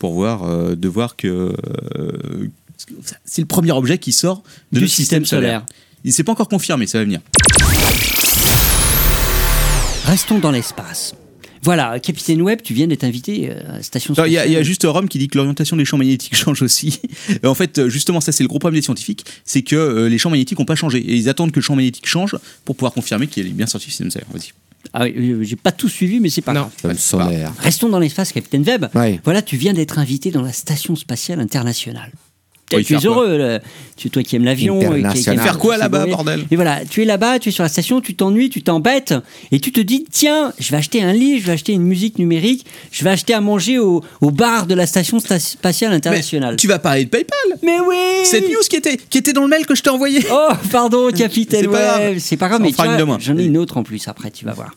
S3: pour voir, euh, de voir que euh, c'est le premier objet qui sort de
S4: Du
S3: notre système
S4: système solaire.
S3: solaire. Il s'est pas encore confirmé, ça va venir.
S4: Restons dans l'espace. Voilà, Capitaine Webb, tu viens d'être invité euh, à la Station
S3: Alors, Il y, a-
S4: spatiale.
S3: il y a juste euh, Rome qui dit que l'orientation des champs magnétiques change aussi. Et en fait, euh, justement, ça c'est le gros problème des scientifiques, c'est que euh, les champs magnétiques n'ont pas changé. Et ils attendent que le champ magnétique change pour pouvoir confirmer qu'il est bien sorti du système solaire. Vas-y.
S4: Ah oui, euh, j'ai pas tout suivi, mais c'est pas
S5: Non.
S4: grave.
S6: Comme solaire.
S4: Restons dans l'espace, Capitaine Webb.
S6: Ouais.
S4: Voilà, tu viens d'être invité dans la Station spatiale internationale.
S3: Pour y
S4: tu es
S3: faire quoi
S4: heureux, là. tu toi qui aimes l'avion, euh, qui- qui, aime
S6: International.
S3: Faire quoi
S4: qui
S3: là-bas,
S4: s'y voler.
S3: bordel
S4: Et voilà, tu es là-bas, tu es sur la station, tu t'ennuies, tu t'embêtes, et tu te dis tiens, je vais acheter un lit, je vais acheter une musique numérique, je vais acheter à manger au, au bar de la station sta- spatiale internationale.
S3: Mais Tu vas parler de PayPal
S4: Mais Eh oui
S3: Cette news qui était, qui était dans le mail que je t'ai envoyé
S4: Oh, pardon, capitaine.
S3: C'est pas
S4: ouais,
S3: grave.
S4: c'est pas grave,
S3: On
S4: mais tu
S3: fera une
S4: vois,
S3: demain.
S4: j'en ai une autre en plus après, tu vas voir.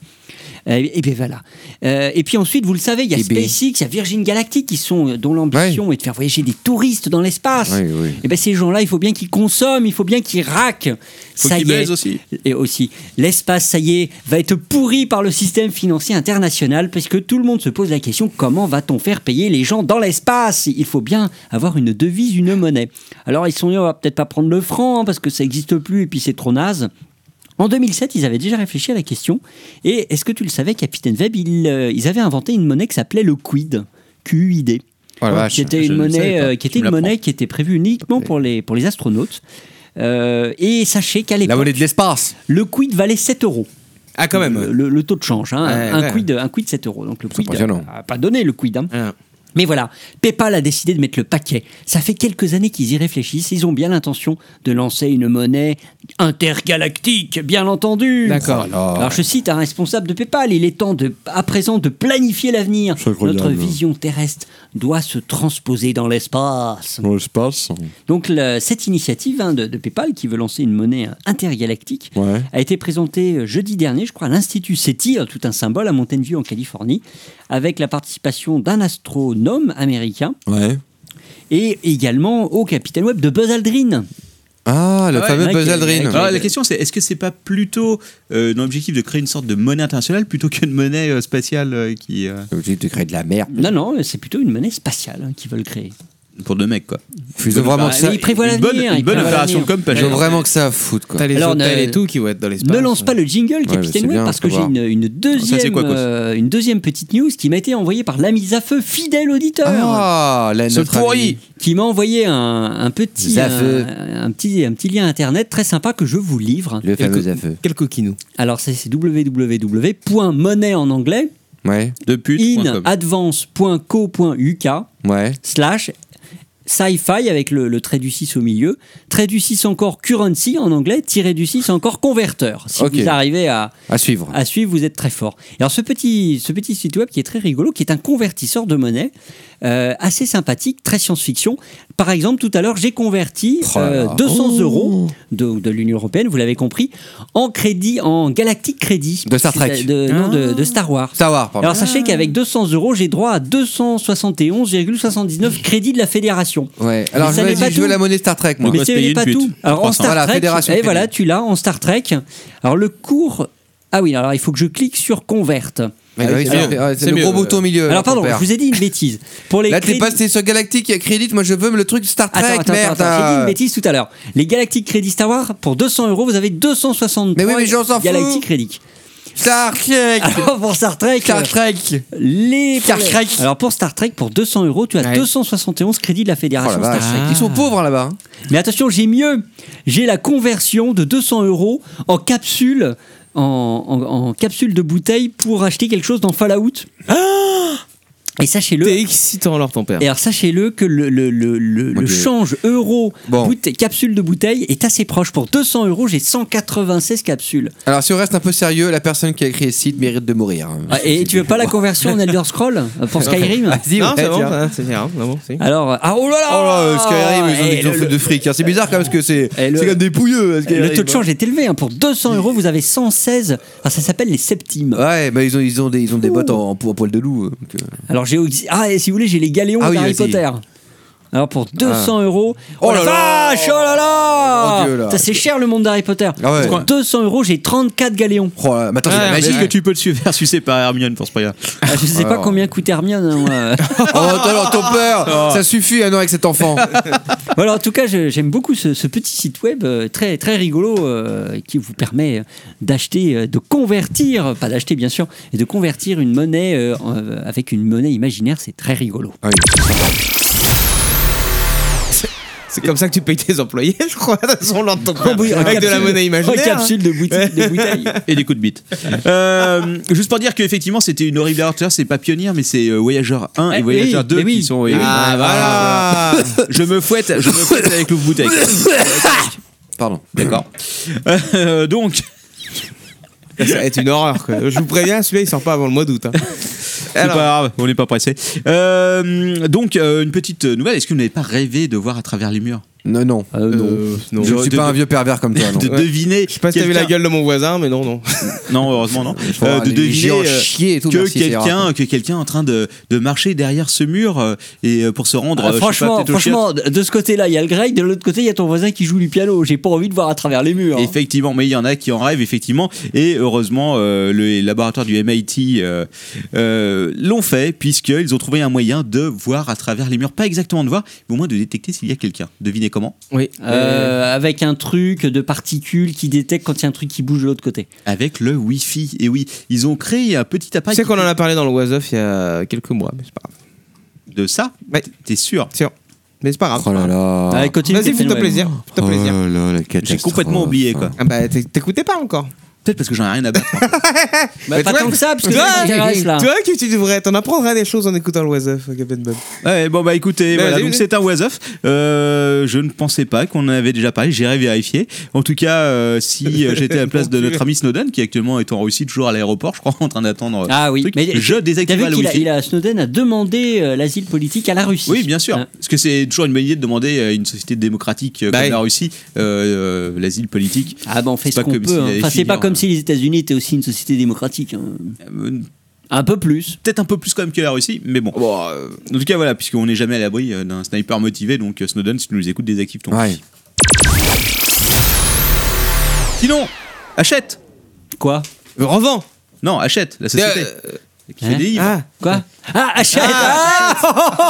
S4: Euh, et bien voilà. Euh, et puis ensuite, vous le savez, il y a
S6: Eh bien.
S4: SpaceX, il y a Virgin Galactic qui sont euh, dont l'ambition est de faire voyager des touristes dans l'espace.
S6: Oui, oui.
S4: Et bien ces gens-là, il faut bien qu'ils consomment, il faut bien qu'ils raquent.
S3: Faut
S4: ça
S3: qu'ils
S4: y est.
S3: baisent aussi.
S4: Et aussi, l'espace, ça y est, va être pourri par le système financier international parce que tout le monde se pose la question comment va-t-on faire payer les gens dans l'espace Il faut bien avoir une devise, une monnaie. Alors ils se sont dit on va peut-être pas prendre le franc hein, parce que ça n'existe plus et puis c'est trop naze. En 2007, ils avaient déjà réfléchi à la question. Et est-ce que tu le savais, Capitaine Webb ils, euh, ils avaient inventé une monnaie qui s'appelait le quid, QUID
S6: Oh la vache.
S4: qui était
S3: je
S4: une
S3: ne le
S4: monnaie
S3: savais pas.
S4: euh, qui
S3: Tu me
S4: était une
S3: l'apprends.
S4: monnaie qui était prévue uniquement pour les pour les astronautes. Euh, et sachez qu'à
S6: La
S4: l'époque,
S6: volée de l'espace.
S4: le quid valait 7 euros.
S5: Ah, quand même.
S4: Le, le- le taux de change, hein.
S5: Ouais,
S4: un,
S5: ouais.
S4: quid, un quid 7 euros. Donc le quid,
S6: impressionnant.
S4: euh, a pas donné le quid. hein.
S5: Ah.
S4: Mais voilà, PayPal a décidé de mettre le paquet. Ça fait quelques années qu'ils y réfléchissent. Ils ont bien l'intention de lancer une monnaie intergalactique, bien entendu.
S5: D'accord.
S4: Alors je cite un responsable de PayPal, il est temps de, à présent de planifier l'avenir. Notre vision terrestre doit se transposer dans l'espace.
S6: Dans l'espace.
S4: Donc la- cette initiative hein, de, de PayPal qui veut lancer une monnaie euh, intergalactique
S6: Ouais.
S4: a été présentée euh, jeudi dernier, je crois, à l'Institut SETI, euh, tout un symbole à Mountain View en Californie, avec la participation d'un astronome américain
S6: Ouais.
S4: et également au capitaine web de Buzz Aldrin.
S6: Ah, le
S3: Ah ouais,
S6: fameux
S4: Nike,
S6: Buzzaldrin.
S4: Nike.
S3: Alors la question c'est est-ce que c'est pas plutôt euh, dans l'objectif de créer une sorte de monnaie internationale plutôt qu'une monnaie euh, spatiale euh, qui euh,
S6: L'objectif de créer de la merde.
S4: Non, non, euh, c'est plutôt une monnaie spatiale hein, qu'ils veulent créer.
S3: pour deux mecs quoi
S6: Ils veulent vraiment
S4: Bah,
S6: que Ah, ça.
S4: mais ils prévoient
S3: Une
S4: l'avenir.
S3: bonne,
S4: ils
S3: une bonne
S4: prévoient
S3: opération
S4: l'avenir.
S3: comme pas
S6: Ils veulent vraiment que ça à foutre, quoi.
S5: T'as les
S4: Alors,
S5: hôtels
S4: ne-
S5: et tout qui vont être dans l'espace.
S4: Ne lance pas le jingle,
S6: Ouais,
S4: Capitaine
S6: c'est
S4: Web,
S6: bien,
S4: parce
S6: faut
S4: que j'ai
S6: voir.
S4: une, une deuxième,
S3: quoi, Cos
S4: euh, une deuxième petite news qui m'a été envoyée par l'ami à feu, fidèle auditeur.
S6: Ah, la
S3: Ce
S6: notre
S3: pourri.
S6: ami.
S4: qui m'a envoyé un, un petit,
S6: Zafeu.
S4: un, un petit, un petit lien internet très sympa que je vous livre.
S6: Le
S5: Quelques-
S6: fameux à
S4: E.
S6: feu.
S5: Quel coquinou.
S4: Alors c'est c'est www.monnaie en anglais
S6: Ouais,
S3: de pute point com.
S4: inadvance.co.uk
S6: ouais.
S4: slash sci-fi avec le, le trait du 6 au milieu, trait du 6 encore currency en anglais, tiré du 6 encore converteur. Si
S6: Ok.
S4: vous arrivez à,
S6: À suivre.
S4: à suivre, vous êtes très fort. Et alors ce petit, ce petit site web qui est très rigolo, qui est un convertisseur de monnaie, euh, assez sympathique, très science-fiction. Par exemple, tout à l'heure, j'ai converti
S6: Oh là
S4: euh,
S6: là.
S4: 200 euros de, de l'Union Européenne, vous l'avez compris, en crédit, en galactique crédit.
S6: De Star Trek. Ah.
S4: C'est- de- non, de, de Star Wars.
S6: Star Wars, pardon. Ah.
S4: Alors sachez qu'avec 200 euros, j'ai droit à 271,79 crédits de la fédération.
S6: ouais. Alors,
S4: Mais
S6: je
S4: ça n'est
S6: me
S4: pas
S6: dis, je veux
S4: tout.
S6: la monnaie Star Trek, moi.
S3: Mais-
S4: Mais
S3: va se
S4: c'est
S3: payer
S4: pas
S3: une pute.
S4: tout. Alors en
S3: 300.
S4: Star
S6: Voilà,
S4: Trek,
S6: Fédération
S4: et
S6: Fédérale.
S4: voilà, tu l'as en Star Trek. Alors le cours. Ah oui, alors il faut que je clique sur converte.
S6: Mais
S5: Ah oui,
S6: oui,
S5: c'est
S6: ça-
S5: mieux.
S6: ah,
S5: C'est
S6: C'est le
S5: mieux,
S6: gros
S5: euh.
S6: bouton au milieu. là,
S4: Alors pardon,
S6: compère.
S4: je vous ai dit une bêtise. Pour les
S6: Là, t'es
S4: crédits-
S6: passé sur Galactique, il y a Crédit. Moi, je veux même le truc Star
S4: Attends,
S6: Trek,
S4: attends,
S6: merde.
S4: attends, attends, j'ai dit
S6: euh.
S4: une bêtise tout à l'heure. Les Galactic Credit Star Wars, pour 200 euros, vous avez 263
S6: Mais oui, mais j'en s'en fout.
S4: Galactic Credit.
S6: Star Trek
S4: Alors pour Star Trek,
S6: Star
S4: euh,
S6: Trek
S4: les...
S6: Star Trek.
S4: Alors pour Star Trek, pour 200 euros, tu as
S5: Ouais.
S4: 271 crédits de la
S6: Oh la
S4: Fédération Star
S6: vache,
S4: Trek.
S6: Ils sont pauvres là-bas. hein.
S4: Mais attention, j'ai mieux. J'ai la conversion de 200 euros en capsule, en, en- en capsule de bouteille pour acheter quelque chose dans Fallout.
S6: Ah
S4: Et sachez-le.
S5: T'es excitant alors ton père.
S4: Euh. Et alors sachez-le que le, le- le- le-
S6: Mon
S4: le
S6: Dieu.
S4: change euro
S6: Bon.
S4: boute- capsule de bouteille est assez proche. Pour 200 euros, j'ai 196 capsules.
S6: Alors, si on reste un peu sérieux, la personne qui a écrit le site mérite de mourir. hein.
S4: Ah, Et tu veux pas la conversion en Elder Scroll euh, pour Skyrim
S6: Vas-y,
S5: non,
S6: ouais,
S5: c'est bon,
S6: tiens.
S5: hein, c'est bien, vraiment, c'est-
S4: Alors, ah, oh là là
S6: Oh là, euh, Skyrim, ils ont
S4: Et
S6: des ils ont
S4: Eh, le-
S6: fait de fric. hein. C'est bizarre quand même parce que c'est
S4: Et le- Eh,
S6: c'est comme des pouilleux. hein,
S4: le
S6: Skyrim,
S4: taux de
S6: hein.
S4: change est élevé. hein. Pour 200 euros, vous avez 116. Ah, ça s'appelle les septimes.
S6: Ouais, bah ils ont, ils ont des, ils ont des bottes en, en po- en poil de loup. euh, donc, euh.
S4: Alors j'ai aussi- ah et si vous voulez j'ai les galéons
S6: Ah oui,
S4: d'Harry
S6: vas-y. Ah.
S4: Potter. Alors pour 200 euros.
S6: Oh
S4: Oh, la
S6: là là
S4: vache, oh là là,
S6: Oh Dieu, là.
S4: Putain, c'est cher le monde d'Harry Potter.
S6: Ah ouais.
S4: Pour 200 euros j'ai 34 galéons.
S6: Oh là là, mais attends, c'est
S5: Ouais,
S6: la
S5: mais-
S3: Imagine
S6: magie
S3: que tu peux te suivre sucer par Hermione pour ce prix-là.
S4: Ah, je sais pas
S6: Alors.
S4: combien coûte Hermione. hein, moi.
S6: Oh, attends, ton peur
S3: Oh.
S6: Ça suffit un an avec cet enfant.
S4: voilà, en tout cas je- j'aime beaucoup ce, ce petit site web euh, très très rigolo euh, qui vous permet d'acheter, euh, de convertir, pas d'acheter bien sûr, et de convertir une monnaie euh, en- euh, avec une monnaie imaginaire, c'est très rigolo.
S5: C'est comme ça que tu payes tes employés, je crois, dans l'ordre de ton père.
S4: Oui, en
S5: Avec de la
S4: capsule-
S5: monnaie
S6: hein.
S4: en
S5: imaginaire.
S4: capsule de bouteille. de bouteille.
S3: et des coups de bite. Euh, juste pour dire qu'effectivement, c'était une horrible aventure. C'est pas Pionnier, mais c'est euh, Voyageur 1
S4: Eh
S3: et Voyageur
S4: oui,
S3: 2
S4: eh oui.
S3: qui sont.
S5: Ah, voilà.
S3: Je me fouette, je me fouette avec l'ouvre bouteille.
S6: Pardon.
S3: D'accord. Euh, donc,
S5: Ça va être une horreur, quoi. Je vous préviens, celui-là, il sort pas avant le mois d'août. hein.
S3: c'est pas
S5: Alors,
S3: grave, on n'est pas pressé. Euh, donc, euh, une petite nouvelle. Est-ce que vous n'avez pas rêvé de voir à travers les murs
S6: Non, non.
S4: Euh, non.
S5: euh, non.
S6: je ne suis
S3: Ah, de-
S6: pas un vieux pervers comme toi, non.
S3: De
S5: Ouais.
S3: deviner.
S5: Je sais pas si t'as vu la
S3: quelqu'un-
S5: gueule de mon voisin, mais non, non.
S3: Non, heureusement, non.
S6: Je vais
S3: Euh,
S6: voir
S3: de
S6: les géants
S3: deviner. euh,
S6: chier et tout,
S3: que
S6: merci, c'est rare.
S3: quelqu'un que quelqu'un en train de, de marcher derrière ce mur euh, et euh, pour se rendre euh,
S4: Ah,
S3: je sais pas,
S4: franchement,
S3: peut-être au chiotte.
S4: franchement, de de ce côté-là, il y a le grec, de l'autre côté, il y a ton voisin qui joue du piano. J'ai pas envie de voir à travers les murs. hein.
S3: Effectivement, mais il y en a qui en rêvent, effectivement. Et heureusement, euh, les laboratoires du MIT euh, euh, l'ont fait, puisqu'ils ont trouvé un moyen de voir à travers les murs. Pas exactement de voir, mais au moins de détecter s'il y a quelqu'un. Devinez comment
S5: Oui.
S4: Euh, avec un truc de particules qui détecte quand il y a un truc qui bouge de l'autre côté.
S3: Avec le Wi-Fi. Et oui, ils ont créé un petit
S5: Tu
S3: appareil
S5: sais qu'on en a parlé dans le Was Off il y a quelques mois, mais c'est pas grave.
S3: de ça.
S5: Ouais.
S3: T'es sûr
S5: Tiens. Mais c'est pas grave.
S6: Oh là là.
S4: Allez, Ah, continue,
S5: Vas-y,
S4: Captain
S5: fais-toi
S4: Web.
S5: plaisir. Fais-toi plaisir.
S6: Oh là là, la
S3: J'ai
S6: catastrophe.
S3: complètement oublié, quoi.
S5: Ah bah, t'éc- t'écoutais pas encore.
S3: Peut-être parce que j'en ai rien à battre.
S4: Bah,
S5: Mais
S4: pas
S5: toi-
S4: tant que ça, parce que
S5: toi,
S4: ça m'intéresse, là.
S5: Toi, que tu devrais, t'en apprendras des choses en écoutant le Was Off, Captain Bob.
S3: Ouais, bon bah écoutez,
S5: Bah,
S3: voilà,
S5: vas-y,
S3: donc
S5: vas-y.
S3: c'est un was off. Euh, je ne pensais pas qu'on en avait déjà parlé, j'irai vérifier. En tout cas, euh, si euh, j'étais à la place de notre ami Snowden, qui actuellement est en Russie, toujours à l'aéroport, je crois, en train d'attendre. euh,
S4: Ah oui,
S3: truc,
S4: mais
S3: je
S4: T'as vu
S3: désactiverai le
S4: qu'il a,
S3: wifi.
S4: il a- Snowden a demandé euh, l'asile politique à la Russie.
S3: Oui, bien sûr,
S4: Ah.
S3: parce que c'est toujours une bonne idée de demander à une société démocratique euh,
S5: Bah
S3: comme
S5: oui.
S3: la Russie euh, euh, l'asile politique.
S4: Ah bah on fait
S3: C'est
S4: ce
S3: pas
S4: qu'on
S3: comme
S4: peut.
S3: s'il
S4: hein.
S3: avait
S4: Enfin,
S3: fini
S4: c'est pas
S3: en-
S4: comme si les États-Unis étaient aussi une société démocratique. hein.
S3: Euh,
S4: Un peu plus.
S3: Peut-être un peu plus quand même que la Russie, mais bon. En tout cas, voilà, puisqu'on n'est jamais à l'abri euh, d'un sniper motivé, donc euh, Snowden, si tu nous écoutes, désactive ton
S6: Ouais.
S3: wifi. Sinon, achète.
S4: Quoi
S5: Euh, Revends
S3: Non, achète la société.
S5: Euh,
S3: qui fait
S4: Hein
S3: des livres.
S5: Ah
S4: Quoi Ah, achète Ah, oh, oh, oh, oh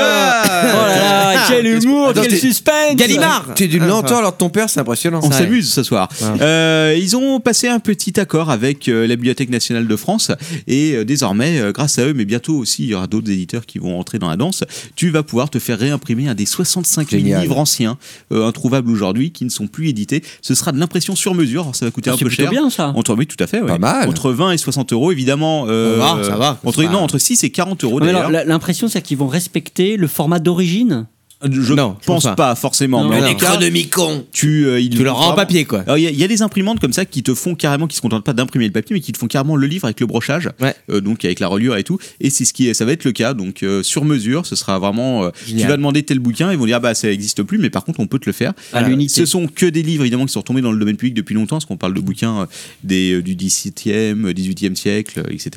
S4: là là, quel humour,
S6: Attends,
S4: quel
S6: t'es-
S4: suspense
S5: Ah. Gallimard
S6: T'es d'une
S5: Ah,
S6: lenteur alors de ton père, c'est impressionnant.
S3: euh, On
S6: Ça, ouais.
S3: s'amuse ce soir. Euh, ils ont passé un petit accord avec euh, la Bibliothèque nationale de France et euh, désormais, euh, grâce à eux, mais bientôt aussi, il y aura d'autres éditeurs qui vont entrer dans la danse. Tu vas pouvoir te faire réimprimer un des 65 000
S6: Génial.
S3: livres anciens, euh, introuvables aujourd'hui, qui ne sont plus édités. Ce sera de l'impression sur mesure. Alors, ça va coûter un
S4: Ah, C'est
S3: peu
S4: plutôt
S3: cher.
S4: bien hein. ça.
S3: On te remet tout à fait, ouais.
S6: Pas mal.
S3: Entre 20 et 60 euros, évidemment. euh,
S6: Ça va, ça va.
S3: Entre,
S6: Ça va.
S3: non, entre 6 et 40 euros
S4: Mais alors,
S3: d'ailleurs.
S4: la- l'impression, c'est qu'ils vont respecter le format d'origine.
S3: Je
S5: Non, je
S3: pense
S5: pense
S3: pas, forcément.
S4: Non,
S3: mais en
S5: non.
S3: tout cas,
S6: Necronomicon.
S3: tu, euh, ils
S5: Tu le
S3: vont
S5: rends en
S3: vraiment-
S5: papier, quoi.
S3: Alors, Il y, a- il y a des imprimantes comme ça qui te font carrément, qui se contentent pas d'imprimer le papier, mais qui te font carrément le livre avec le brochage,
S5: Ouais.
S3: euh, donc avec la reliure et tout. Et c'est ce qui, est- ça va être le cas. Donc euh, sur mesure, ce sera vraiment. euh, tu
S5: Génial.
S3: vas demander tel bouquin, ils vont dire ah bah ça n'existe plus, mais par contre on peut te le faire. Euh,
S4: À l'unité.
S3: Ce sont que des livres évidemment qui sont retombés dans le domaine public depuis longtemps, parce qu'on parle de bouquins euh, des, euh, du 17e, euh, 18e siècle, euh, etc.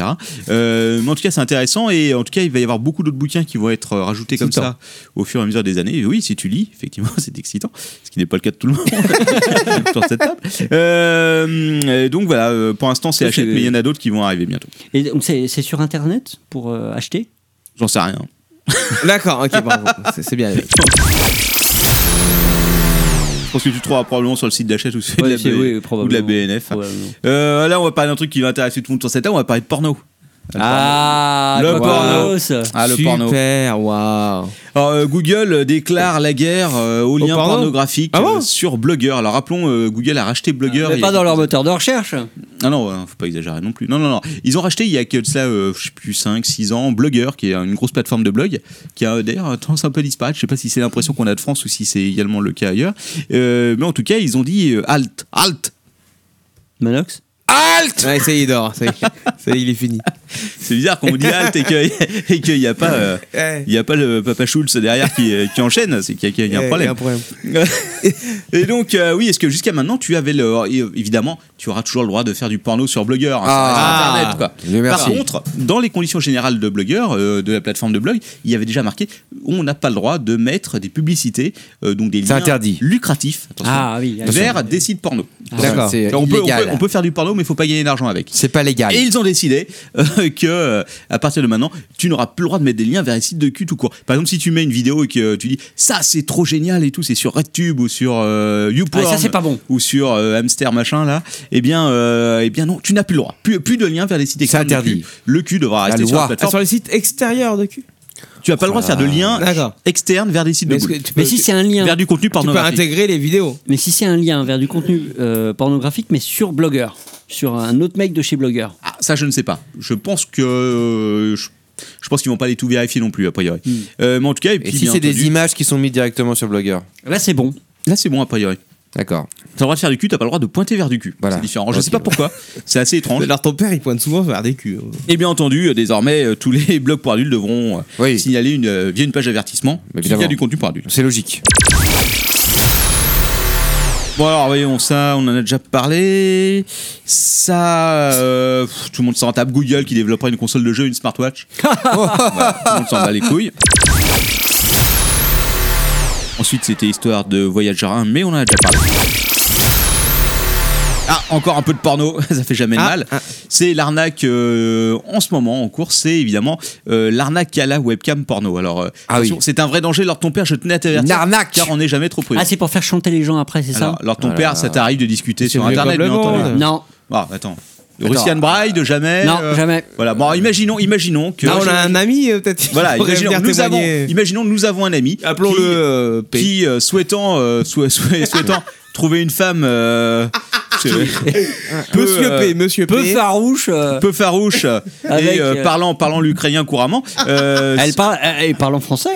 S3: Euh, mais en tout cas c'est intéressant et en tout cas il va y avoir beaucoup d'autres bouquins qui vont être euh, rajoutés comme ça au fur et à mesure des années. Et oui, si tu lis, effectivement, c'est excitant, ce qui n'est pas le cas de tout le monde autour de cette table. Euh, euh, donc voilà, euh, pour l'instant c'est
S4: Ça,
S3: achète,
S4: c'est-
S3: mais il y en a d'autres qui vont arriver bientôt.
S4: Et donc, c'est c'est sur Internet pour euh, acheter
S3: J'en sais rien.
S5: D'accord, ok, bravo. C'est- C'est bien.
S3: Je pense que tu trouveras probablement sur le site d'achète ou, sur de la
S4: Ouais, c'est-
S3: B-
S4: oui,
S3: ou
S4: probablement.
S3: de la BNF.
S4: Probablement.
S3: Euh, là, on va parler d'un truc qui va intéresser tout le monde sur cette table, on va parler de porno.
S4: Ah,
S3: Le
S4: le
S3: porno.
S4: porno.
S3: Ah, le porno.
S5: Super, waouh.
S3: Alors, euh, Google déclare la guerre euh, aux liens
S5: porno
S3: pornographiques
S5: Ah bon
S3: euh, sur Blogger. Alors rappelons, euh, Google a racheté Blogger. il
S4: Ah, Mais
S3: y a
S4: pas dans
S3: quelques
S4: leur moteur de recherche.
S3: Ah non, ouais, faut pas exagérer non plus. Non, non, non. Ils ont racheté il y a que de cela, euh, je sais plus, 5, 6 ans, Blogger, qui est une grosse plateforme de blog, qui a euh, d'ailleurs tendance un peu à disparaître. Je sais pas si c'est l'impression qu'on a de France ou si c'est également le cas ailleurs. Euh, mais en tout cas, ils ont dit euh, halt, halt.
S4: Manox
S5: Alt Ouais, ça y est, il dort. Ça y est, Ça y est, il est fini.
S3: C'est bizarre qu'on dit halt et que- et qu'il n'y a pas. euh,
S5: Eh,
S3: il y a pas le papa Schulz derrière qui, euh, qui enchaîne, c'est qu'il y, a- qu'il y a un
S5: eh,
S3: problème. Et donc, euh, oui, est-ce que jusqu'à maintenant, tu avais le. et, euh, Évidemment, tu auras toujours le droit de faire du porno sur Blogger. hein, ça
S6: Ah.
S3: reste Internet, quoi.
S6: Dieu merci.
S3: Par contre, dans les conditions générales de Blogger, euh, de la plateforme de blog, il y avait déjà marqué on n'a pas le droit de mettre des publicités, euh, donc des
S6: C'est
S3: liens
S6: interdit.
S3: lucratifs attention,
S4: Ah oui.
S3: vers des sites porno.
S5: D'accord.
S6: C'est
S3: Alors, on, peut, on,
S6: illégal.
S3: peut, on peut faire du porno, mais il faut pas gagner d'argent avec.
S6: C'est pas légal.
S3: Et ils ont décidé euh, que euh, à partir de maintenant, tu n'auras plus le droit de mettre des liens vers les sites de cul tout court. Par exemple, si tu mets une vidéo et que euh, tu dis ça c'est trop génial et tout, c'est sur RedTube ou sur euh, YouPorn
S4: Ah, ça, c'est pas bon.
S3: ou sur euh, Hamster machin là, eh bien euh, eh bien non, tu n'as plus le droit. Plus, plus de liens vers les sites externes. de
S6: interdit.
S3: cul. Le cul devra
S6: La
S3: rester sur la
S6: loi.
S5: Ah, sur
S3: plateforme. Ah,
S5: le site extérieur de cul.
S3: Tu n'as pas le droit de faire de liens
S5: D'accord.
S3: externes vers des sites
S5: Mais
S3: de
S5: est-ce que
S3: cul.
S5: tu peux,
S4: Mais si c'est un lien,
S3: Vers du contenu
S5: tu peux
S3: pornographique.
S5: intégrer les vidéos.
S4: mais si c'est un lien vers du contenu euh, pornographique, mais sur Blogger, sur un autre mec de chez Blogger.
S3: Ah, ça, je ne sais pas. Je pense que. euh, je, je pense qu'ils vont pas les tout vérifier non plus, a priori. Euh, mais en tout cas, et
S6: Et
S3: puis.
S6: si
S3: bien
S6: c'est des
S3: entendu-
S6: images qui sont mises directement sur Blogger
S4: Là, c'est bon.
S3: Là, c'est bon, a priori.
S6: D'accord.
S3: T'as le droit de faire du cul, t'as pas le droit de pointer vers du cul.
S6: Voilà.
S3: C'est différent. Je
S6: Ok.
S3: sais pas pourquoi. C'est assez étrange.
S5: Alors, ton père, il pointe souvent vers des culs.
S3: Et bien entendu, euh, désormais, euh, tous les blogs pour adultes devront euh,
S6: Oui.
S3: signaler une, euh, via une page d'avertissement
S6: Mais
S3: qu'il y a
S6: évidemment.
S3: du contenu pour adultes.
S6: C'est logique.
S5: Ah,
S3: Bon alors voyons ça, on en a déjà parlé. Ça, euh, pff, tout le monde s'en tape. Google qui développera une console de jeu, une smartwatch. Voilà, tout le monde s'en bat les couilles. Ensuite c'était histoire de Voyageur 1, mais on en a déjà parlé. Ah, encore un peu de porno, ça fait jamais de
S5: Ah,
S3: mal. C'est l'arnaque euh, en ce moment en cours, c'est évidemment euh, l'arnaque à la webcam porno. Alors, euh,
S6: Ah oui.
S3: attention, c'est un vrai danger. Lors de ton père, je tenais à
S6: Une
S3: t'avertir.
S6: arnaque
S3: Car on n'est jamais trop prudent.
S4: Ah, c'est pour faire chanter les gens après, c'est ça
S3: Alors,
S5: Ah
S3: alors ton
S6: Voilà.
S3: père, ça t'arrive de discuter sur
S5: mieux
S3: Internet,
S5: comme
S3: bien
S5: le
S3: entendu.
S5: monde.
S4: Non,
S3: Ah, attends. Russian Bride, jamais.
S4: non,
S3: euh,
S4: jamais.
S3: Voilà. Bon, alors, imaginons, imaginons que.
S5: Ah, on a un ami, euh, peut-être. qui
S3: Voilà,
S5: pourrait
S3: imaginons
S5: venir
S3: nous, avons,
S5: témoigner.
S3: imaginons nous avons un ami.
S5: Appelons-le
S3: qui-
S5: euh, P.
S3: Qui, euh, souhaitant, euh, sou- sou- souhaitant trouver une femme. euh, c'est- peu,
S5: Monsieur
S3: euh,
S5: P, monsieur
S4: Peu
S5: P.
S4: farouche. euh,
S3: peu farouche euh,
S4: Avec,
S3: et euh,
S4: euh,
S3: parlant parlant l'ukrainien couramment euh,
S4: Elle parle, elle parle en français.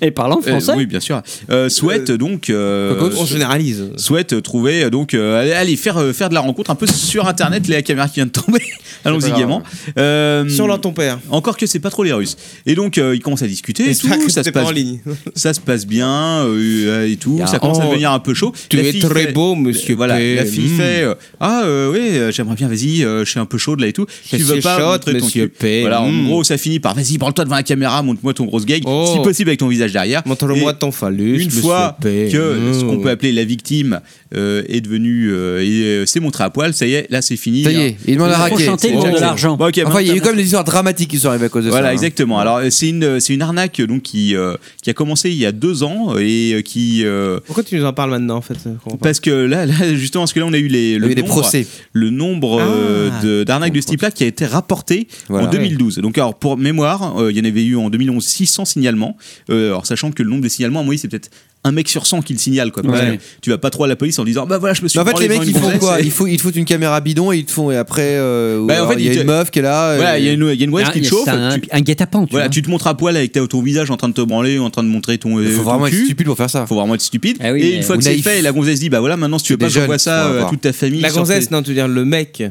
S4: Elle parle en
S3: euh,
S4: français.
S3: oui bien sûr euh, souhaite donc euh,
S5: on généralise.
S3: souhaite euh, trouver euh, donc euh, allez, allez, faire euh, faire de la rencontre un peu sur internet les caméras qui viennent de tomber allons-y
S6: grave.
S3: gaiement Euh,
S5: Sur leur ton père.
S3: encore que c'est pas trop les Russes et donc euh, ils commencent à discuter et tout
S5: J'espère que
S3: ça se
S5: c'était pas
S3: passe
S5: en ligne.
S3: ça se passe bien euh, euh, et tout
S6: Y a-
S3: ça commence à
S5: Oh,
S3: devenir un peu chaud
S5: Tu
S3: La
S5: es
S3: fille
S5: très
S3: fait-
S5: beau, monsieur
S3: voilà
S5: P.
S3: la fille
S5: Mm.
S3: fait euh, ah euh, oui, euh, j'aimerais bien, vas-y, euh, je suis un peu chaude là et tout. Tu
S5: Monsieur
S3: veux pas
S5: Chaud,
S3: montrer ton
S5: Monsieur
S3: cul.
S5: P.
S3: Voilà, en
S5: Mm.
S3: gros, ça finit par vas-y, branle-toi devant la caméra, montre-moi ton grosse gag,
S5: Oh.
S3: si possible avec ton visage derrière.
S5: Montre-le-moi
S3: Et-
S5: ton phallus.
S3: une
S5: monsieur
S3: fois
S5: P.
S3: que
S5: Mmh.
S6: Oh,
S3: ce qu'on peut appeler la victime euh, est devenue euh, et, euh, s'est montrée à poil, ça y est, là c'est fini. hein.
S6: Ça y
S5: Hein.
S6: est, il demande à
S4: Faut
S6: raquer.
S4: chanter
S6: C'est
S4: pour
S6: déjà
S4: de
S6: ça.
S4: l'argent.
S3: Bon, ok,
S6: Enfin, il y a eu
S3: maintenant-
S6: quand même des histoires dramatiques qui sont arrivées à cause de
S3: voilà,
S6: ça. hein.
S3: exactement. Alors euh, c'est une c'est une arnaque donc qui euh, qui a commencé il y a deux ans et euh, qui euh,
S5: Pourquoi tu nous en parles maintenant en fait euh, je comprends pas.
S3: parce que là, là, justement parce que là on a eu les
S6: Il y
S3: le
S6: a eu des
S3: nombre-
S6: procès.
S3: le nombre
S5: Ah.
S3: euh, de- d'arnaques de ce type-là qui a été rapporté
S6: Voilà.
S3: en 2012. Donc, alors, pour mémoire, euh, il y en avait eu en 2011 600 signalements. Euh, alors, sachant que le nombre des signalements, à mon avis, c'est peut-être un mec sur 100 qui le signale. Quoi, Parce
S4: Ouais.
S3: que tu vas pas trop à la police en disant Bah voilà, je me suis
S6: Mais en fait,
S3: branlé
S6: les mecs,
S3: devant
S6: ils
S3: une
S6: font
S3: gonzesse
S6: quoi
S3: et-
S6: ils, font, ils te foutent une caméra bidon et ils te font. Et après, euh,
S3: Bah, en
S6: alors,
S3: fait,
S6: il y a
S3: ils te-
S6: une meuf qui est là.
S3: Voilà,
S6: euh,
S3: il y a une, il y a une
S4: Ouais,
S3: waifu qui te
S4: c'est
S3: chauffe.
S4: un,
S6: hein,
S3: tu,
S4: un guet-apens. tu
S3: voilà,
S4: vois.
S3: tu te montres à poil avec ta- ton visage en train de te branler, en train de montrer ton. euh,
S6: Il faut
S3: ton
S6: vraiment être
S3: cul.
S6: stupide pour faire ça.
S3: Faut vraiment être stupide.
S4: Ah oui,
S3: et
S4: mais-
S3: une fois que
S6: Ou
S3: c'est
S6: naïf.
S3: fait, la gonzesse dit Bah voilà, maintenant, si tu veux
S6: des
S3: pas qu'on
S6: jeunes,
S3: voit ça
S6: faut
S3: euh, à
S6: avoir.
S3: toute ta famille.
S5: La
S3: sur tes-
S5: gonzesse, non, tu veux dire le mec.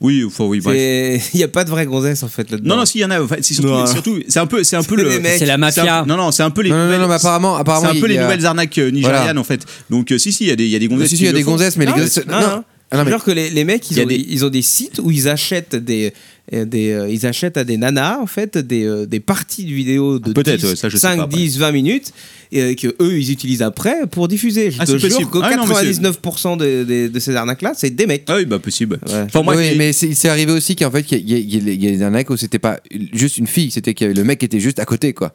S3: Oui, enfin, oui, bref.
S5: C'est- Il n'y a pas de vraie gonzesse en fait là-dedans.
S3: Non, non, s'il y en a, enfin, c'est surtout,
S5: Non.
S3: surtout- c'est un peu, c'est un peu
S5: C'est
S3: le,
S5: les mecs.
S4: C'est la mafia.
S3: c'est un- non, non, c'est un peu les
S6: Non, non,
S3: nouvelles,
S6: non, mais apparemment, apparemment.
S3: c'est un peu
S6: il y
S3: les
S6: a-
S3: nouvelles arnaques euh, nigérianes
S6: Voilà.
S3: en fait. Donc euh, si, si, il y a des, il y a des gonzesses.
S6: Si,
S3: qui
S6: si, il y a
S3: le
S6: des
S3: font.
S6: gonzesses, mais les
S5: Non,
S6: gonzesses.
S5: non, non.
S6: Ah, non, mais-
S5: Alors que les, les mecs,
S3: Il
S5: ils
S3: y a
S5: ont,
S3: des-
S5: ils ont des sites où ils achètent des, euh, des euh, ils achètent à des nanas en fait des, euh, des parties de vidéos de
S3: Ah, peut-être,
S5: 10,
S3: ouais, ça, je sais
S5: 5,
S3: pas, après.
S5: 10, 20 minutes et euh, que eux ils utilisent après pour diffuser. Je
S3: Ah,
S5: te
S3: c'est
S5: jure
S3: possible.
S5: que
S3: Ah, non, mais c'est-
S5: 99% de, de- de ces arnaques là, c'est des mecs.
S3: Ah oui, bah possible.
S5: Ouais.
S3: Enfin, moi,
S6: oui,
S3: j'ai-
S6: mais c'est- il s'est arrivé aussi qu'en fait, qu'il y, a- il y a- il y a des arnaques où c'était pas juste une fille, c'était que le mec était juste à côté, quoi.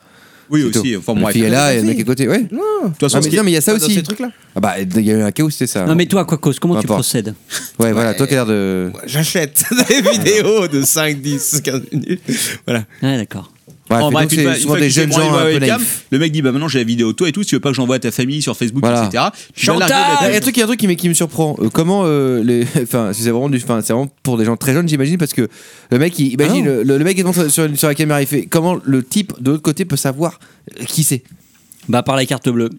S3: oui
S6: C'est
S3: aussi.
S6: tout.
S3: Enfin,
S6: la
S3: moi,
S6: fille est là et le
S5: fille.
S6: mec est à côté, ouais.
S3: de toute façon,
S6: Ah,
S3: ce
S6: mais
S3: qui-
S6: non, mais il y a ça
S5: Dans
S6: aussi.
S5: ces trucs là.
S6: Ah bah, il y a eu un cas où c'était ça.
S4: Non, mais toi, quoi cause, comment
S6: Peu
S4: tu
S6: importe.
S4: procèdes
S6: Ouais, voilà, toi qui as l'air de.
S5: J'achète
S3: Ah,
S5: des vidéos de 5, 10, 15 minutes. Voilà.
S4: Ouais, d'accord.
S6: Bref,
S3: en
S6: et
S3: bref,
S6: donc,
S3: une fois- une
S6: c'est souvent
S3: fois
S6: des
S3: qu'il s'est
S6: jeunes
S3: branlé
S6: gens
S3: devant
S6: un
S3: la
S6: peu
S3: webcam,
S6: naïfs.
S3: Le mec dit bah maintenant j'ai la vidéo toi et tout. Si tu veux pas que j'envoie à ta famille sur Facebook,
S6: Voilà.
S3: etc. Tu vas
S4: Chantal
S3: larguer la-
S6: Il y a un Eh, truc, il y a un truc qui, me- qui me surprend. Euh, comment euh, les, enfin, si c'est vraiment du, enfin, c'est vraiment pour des gens très jeunes, j'imagine, parce que le mec, il, imagine,
S3: Ah.
S6: le, le mec est devant sur, sur la caméra, il fait comment le type de l'autre côté peut savoir euh, qui c'est.
S4: Bah, par la carte bleue.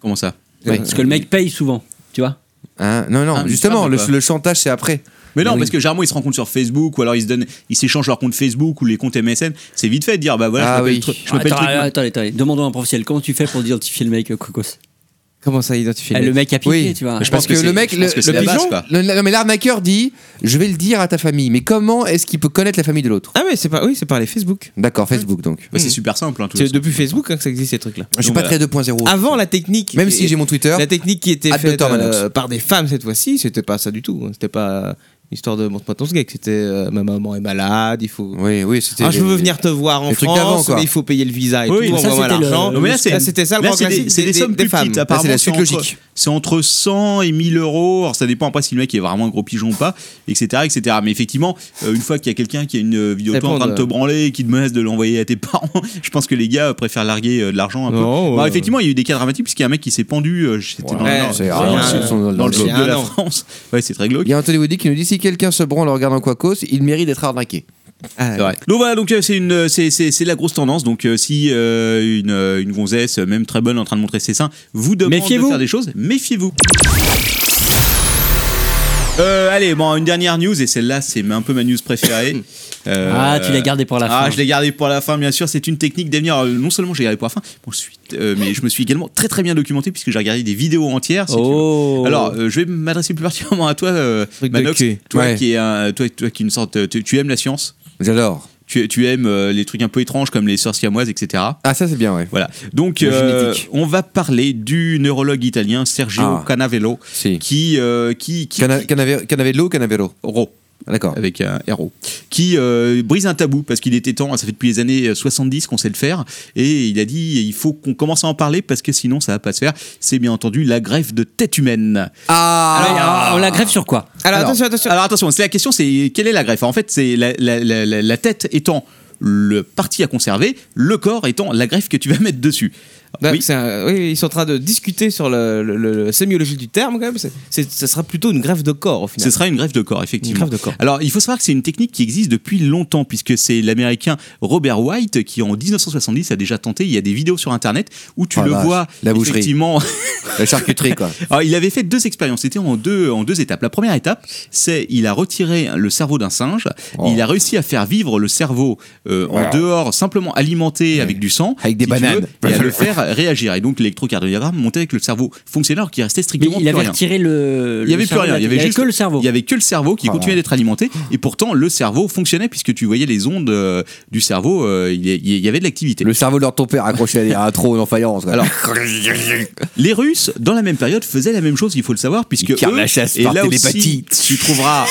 S3: Comment ça
S6: Ouais.
S4: Parce que le mec paye souvent, tu vois.
S6: Hein non, non,
S3: Ah, mais
S6: justement,
S3: ça,
S6: le,
S3: mais pas.
S6: le chantage, c'est après.
S3: Mais non,
S6: oui.
S3: parce que généralement ils se rencontrent sur Facebook ou alors ils se donnent, ils s'échangent leur compte Facebook ou les comptes MSN. C'est vite fait de dire bah voilà, je
S6: Ah
S3: m'appelle
S6: oui.
S3: tru- je
S4: attends,
S3: m'appelle
S4: attends,
S3: truc-
S4: attends, attends. demandons à un professionnel comment tu fais pour identifier le mec, euh, Cocos.
S5: Comment ça identifier
S4: Eh,
S5: les
S4: Le mec a piqué,
S6: Oui.
S4: tu vois.
S3: Mais je pense
S6: Parce que,
S3: que c'est-
S6: le mec,
S3: je
S6: le,
S3: pense que c'est
S6: le
S3: la base,
S6: pigeon,
S3: quoi.
S6: le- non mais l'arnaqueur dit, je vais le dire à ta famille, mais comment est-ce qu'il peut connaître la famille de l'autre
S5: Ah oui, c'est par, oui, c'est par les Facebook.
S6: D'accord, Facebook donc.
S3: Bah, C'est super simple. hein, tout Ah,
S5: C'est
S3: ça.
S5: depuis Facebook hein, que ça existe ces trucs là.
S6: Je suis
S3: Donc,
S6: pas
S3: voilà.
S6: très 2.0.
S5: Avant la technique.
S6: Même
S5: et-
S6: si j'ai mon Twitter.
S5: La technique qui était
S6: At
S5: faite
S6: Dr. Manox.
S5: euh, par des femmes cette fois-ci, c'était pas ça du tout. hein. C'était pas euh, histoire de montre-moi ton sgeg. C'était euh, ma maman est malade, il faut.
S6: Oui, oui, c'était.
S5: Ah, je veux venir te voir en
S6: les trucs d'avant,
S5: France,
S6: quoi.
S5: mais il faut payer le visa et
S3: Oui,
S5: tout,
S3: mais
S5: on
S3: ça,
S5: va voir
S4: c'était le-
S5: l'argent.
S3: Non, mais là, c'est-
S5: Là, Euh, c'était ça le
S3: là,
S5: grand
S3: c'est des-
S5: classique
S3: c'est des, sommes plus
S5: femmes.
S3: petites.
S6: c'est la
S3: Apparemment,
S6: suite
S3: entre-
S6: logique.
S3: C'est entre 100 et 1000 euros. Alors, ça dépend après si le mec est vraiment un gros pigeon ou pas, etc. etc. Mais effectivement, euh, une fois qu'il y a quelqu'un qui a une euh, vidéo de toi en
S5: Dépend
S3: train de
S5: de-
S3: te branler et qui te menace de l'envoyer à tes parents, je pense que les gars euh, préfèrent larguer euh, de l'argent un peu.
S5: Non,
S3: Bon,
S5: ouais.
S3: effectivement, il y a eu des cas dramatiques puisqu'il y a un mec qui s'est pendu euh, c'était dans,
S5: Ouais,
S3: le nord-
S5: c'est
S3: dans
S5: rien,
S3: le sud-
S5: euh,
S3: dans le
S5: dans le
S3: sud
S5: sud.
S3: de la
S5: Non.
S3: France. Ouais, c'est très glauque.
S6: Il y a Anthony Woody qui nous dit si quelqu'un se branle en regardant Quacos, il mérite d'être arnaqué.
S5: Ah,
S3: C'est vrai. Donc voilà, donc euh, c'est une, euh, c'est, c'est, c'est la grosse tendance. Donc euh, si euh, une, euh, une gonzesse, euh, même très bonne, en train de montrer ses seins, vous demande
S4: Méfiez-vous.
S3: de faire des choses, méfiez-vous. Euh, allez, bon, une dernière news et celle-là, c'est un peu ma news préférée. Euh,
S4: Ah, tu l'as gardée pour la
S3: Ah,
S4: fin.
S3: je l'ai gardée pour la fin, bien sûr. C'est une technique d'avenir. Euh, Non seulement j'ai gardé pour la fin, bon, je suis- euh, mais je me suis également très très bien documenté puisque j'ai regardé des vidéos entières. si tu veux.
S4: Oh
S3: Alors, euh, je vais m'adresser plus particulièrement à toi, euh,
S5: Truc de
S3: Manox,
S5: cul.
S3: toi
S6: Ouais.
S3: qui est un, toi, toi qui est une sorte, euh, tu- tu aimes la science
S6: J'adore.
S3: tu, tu aimes euh, les trucs un peu étranges comme les sorcières moises, etc.
S6: Ah, ça c'est bien, ouais.
S3: Voilà. Donc,
S6: La
S3: euh,
S6: génétique.
S3: on va parler du neurologue italien Sergio
S6: Ah.
S3: Canavello,
S6: Si.
S3: qui, euh, qui, qui,
S6: Cana-
S3: qui-
S6: canave- Canavello, Canavero. Ah,
S3: Ro,
S6: D'accord.
S3: avec un héros, qui euh, brise un tabou parce qu'il était temps. Ça fait depuis les années 70 qu'on sait le faire, et il a dit il faut qu'on commence à en parler parce que sinon ça va pas se faire. C'est bien entendu la greffe de tête humaine.
S4: Alors,
S6: Ah
S4: alors, on la grève sur quoi
S5: Alors, attention, attention.
S3: Alors attention, c'est la question, c'est quelle est la greffe En fait, c'est la, la- la- la- la tête étant le parti à conserver, le corps étant la greffe que tu vas mettre dessus.
S5: Donc,
S3: Oui.
S5: Bah, c'est un- ah, oui, ils sont en train de discuter sur le, le- le- la sémiologie du terme, quand même. C'est- c'est- ça sera plutôt une grève de corps, au
S3: Ce
S5: final.
S3: sera une greffe de corps,
S5: Une
S3: effectivement.
S5: grève de corps.
S3: Alors, il faut savoir que c'est une technique qui existe depuis longtemps, puisque c'est l'américain Robert White qui, en 1970, a déjà tenté. Il y a des vidéos sur Internet où tu
S6: Oh
S3: le
S6: la vache,
S3: vois.
S6: la boucherie.
S3: effectivement.
S6: La charcuterie, quoi.
S3: Alors, Ah, il avait fait deux expériences. C'était en deux, en deux étapes. La première étape, c'est il a retiré le cerveau d'un singe.
S6: Oh.
S3: Il a réussi à faire vivre le cerveau euh, en dehors, simplement alimenté avec du sang.
S6: Avec des
S3: tu
S6: bananes.
S3: veux, et à le faire, réagir. Et donc l'électrocardiogramme montait avec le cerveau fonctionnel alors qu'il restait
S4: Mais
S3: strictement
S4: il
S3: plus
S4: avait
S3: rien.
S4: retiré
S3: Il
S4: le.
S3: n'y
S4: le
S3: avait plus
S4: cerveau de
S3: rien,
S4: la
S3: il y
S4: tête.
S3: avait juste
S4: que le cerveau.
S3: Il n'y avait que le cerveau qui
S6: Ah.
S3: continuait d'être alimenté et pourtant le cerveau fonctionnait puisque tu voyais les ondes euh, du cerveau, euh, il y- il y avait de l'activité.
S6: Le cerveau de ton père accroché à un trône en faïence. quoi. Ah,
S3: Alors, les Russes, dans la même période, faisaient la même chose, il faut le savoir, puisque.
S6: Ils carrent
S3: eux-
S6: la chasse
S3: et
S6: par
S3: là
S6: télépathie.
S3: Aussi, tu trouveras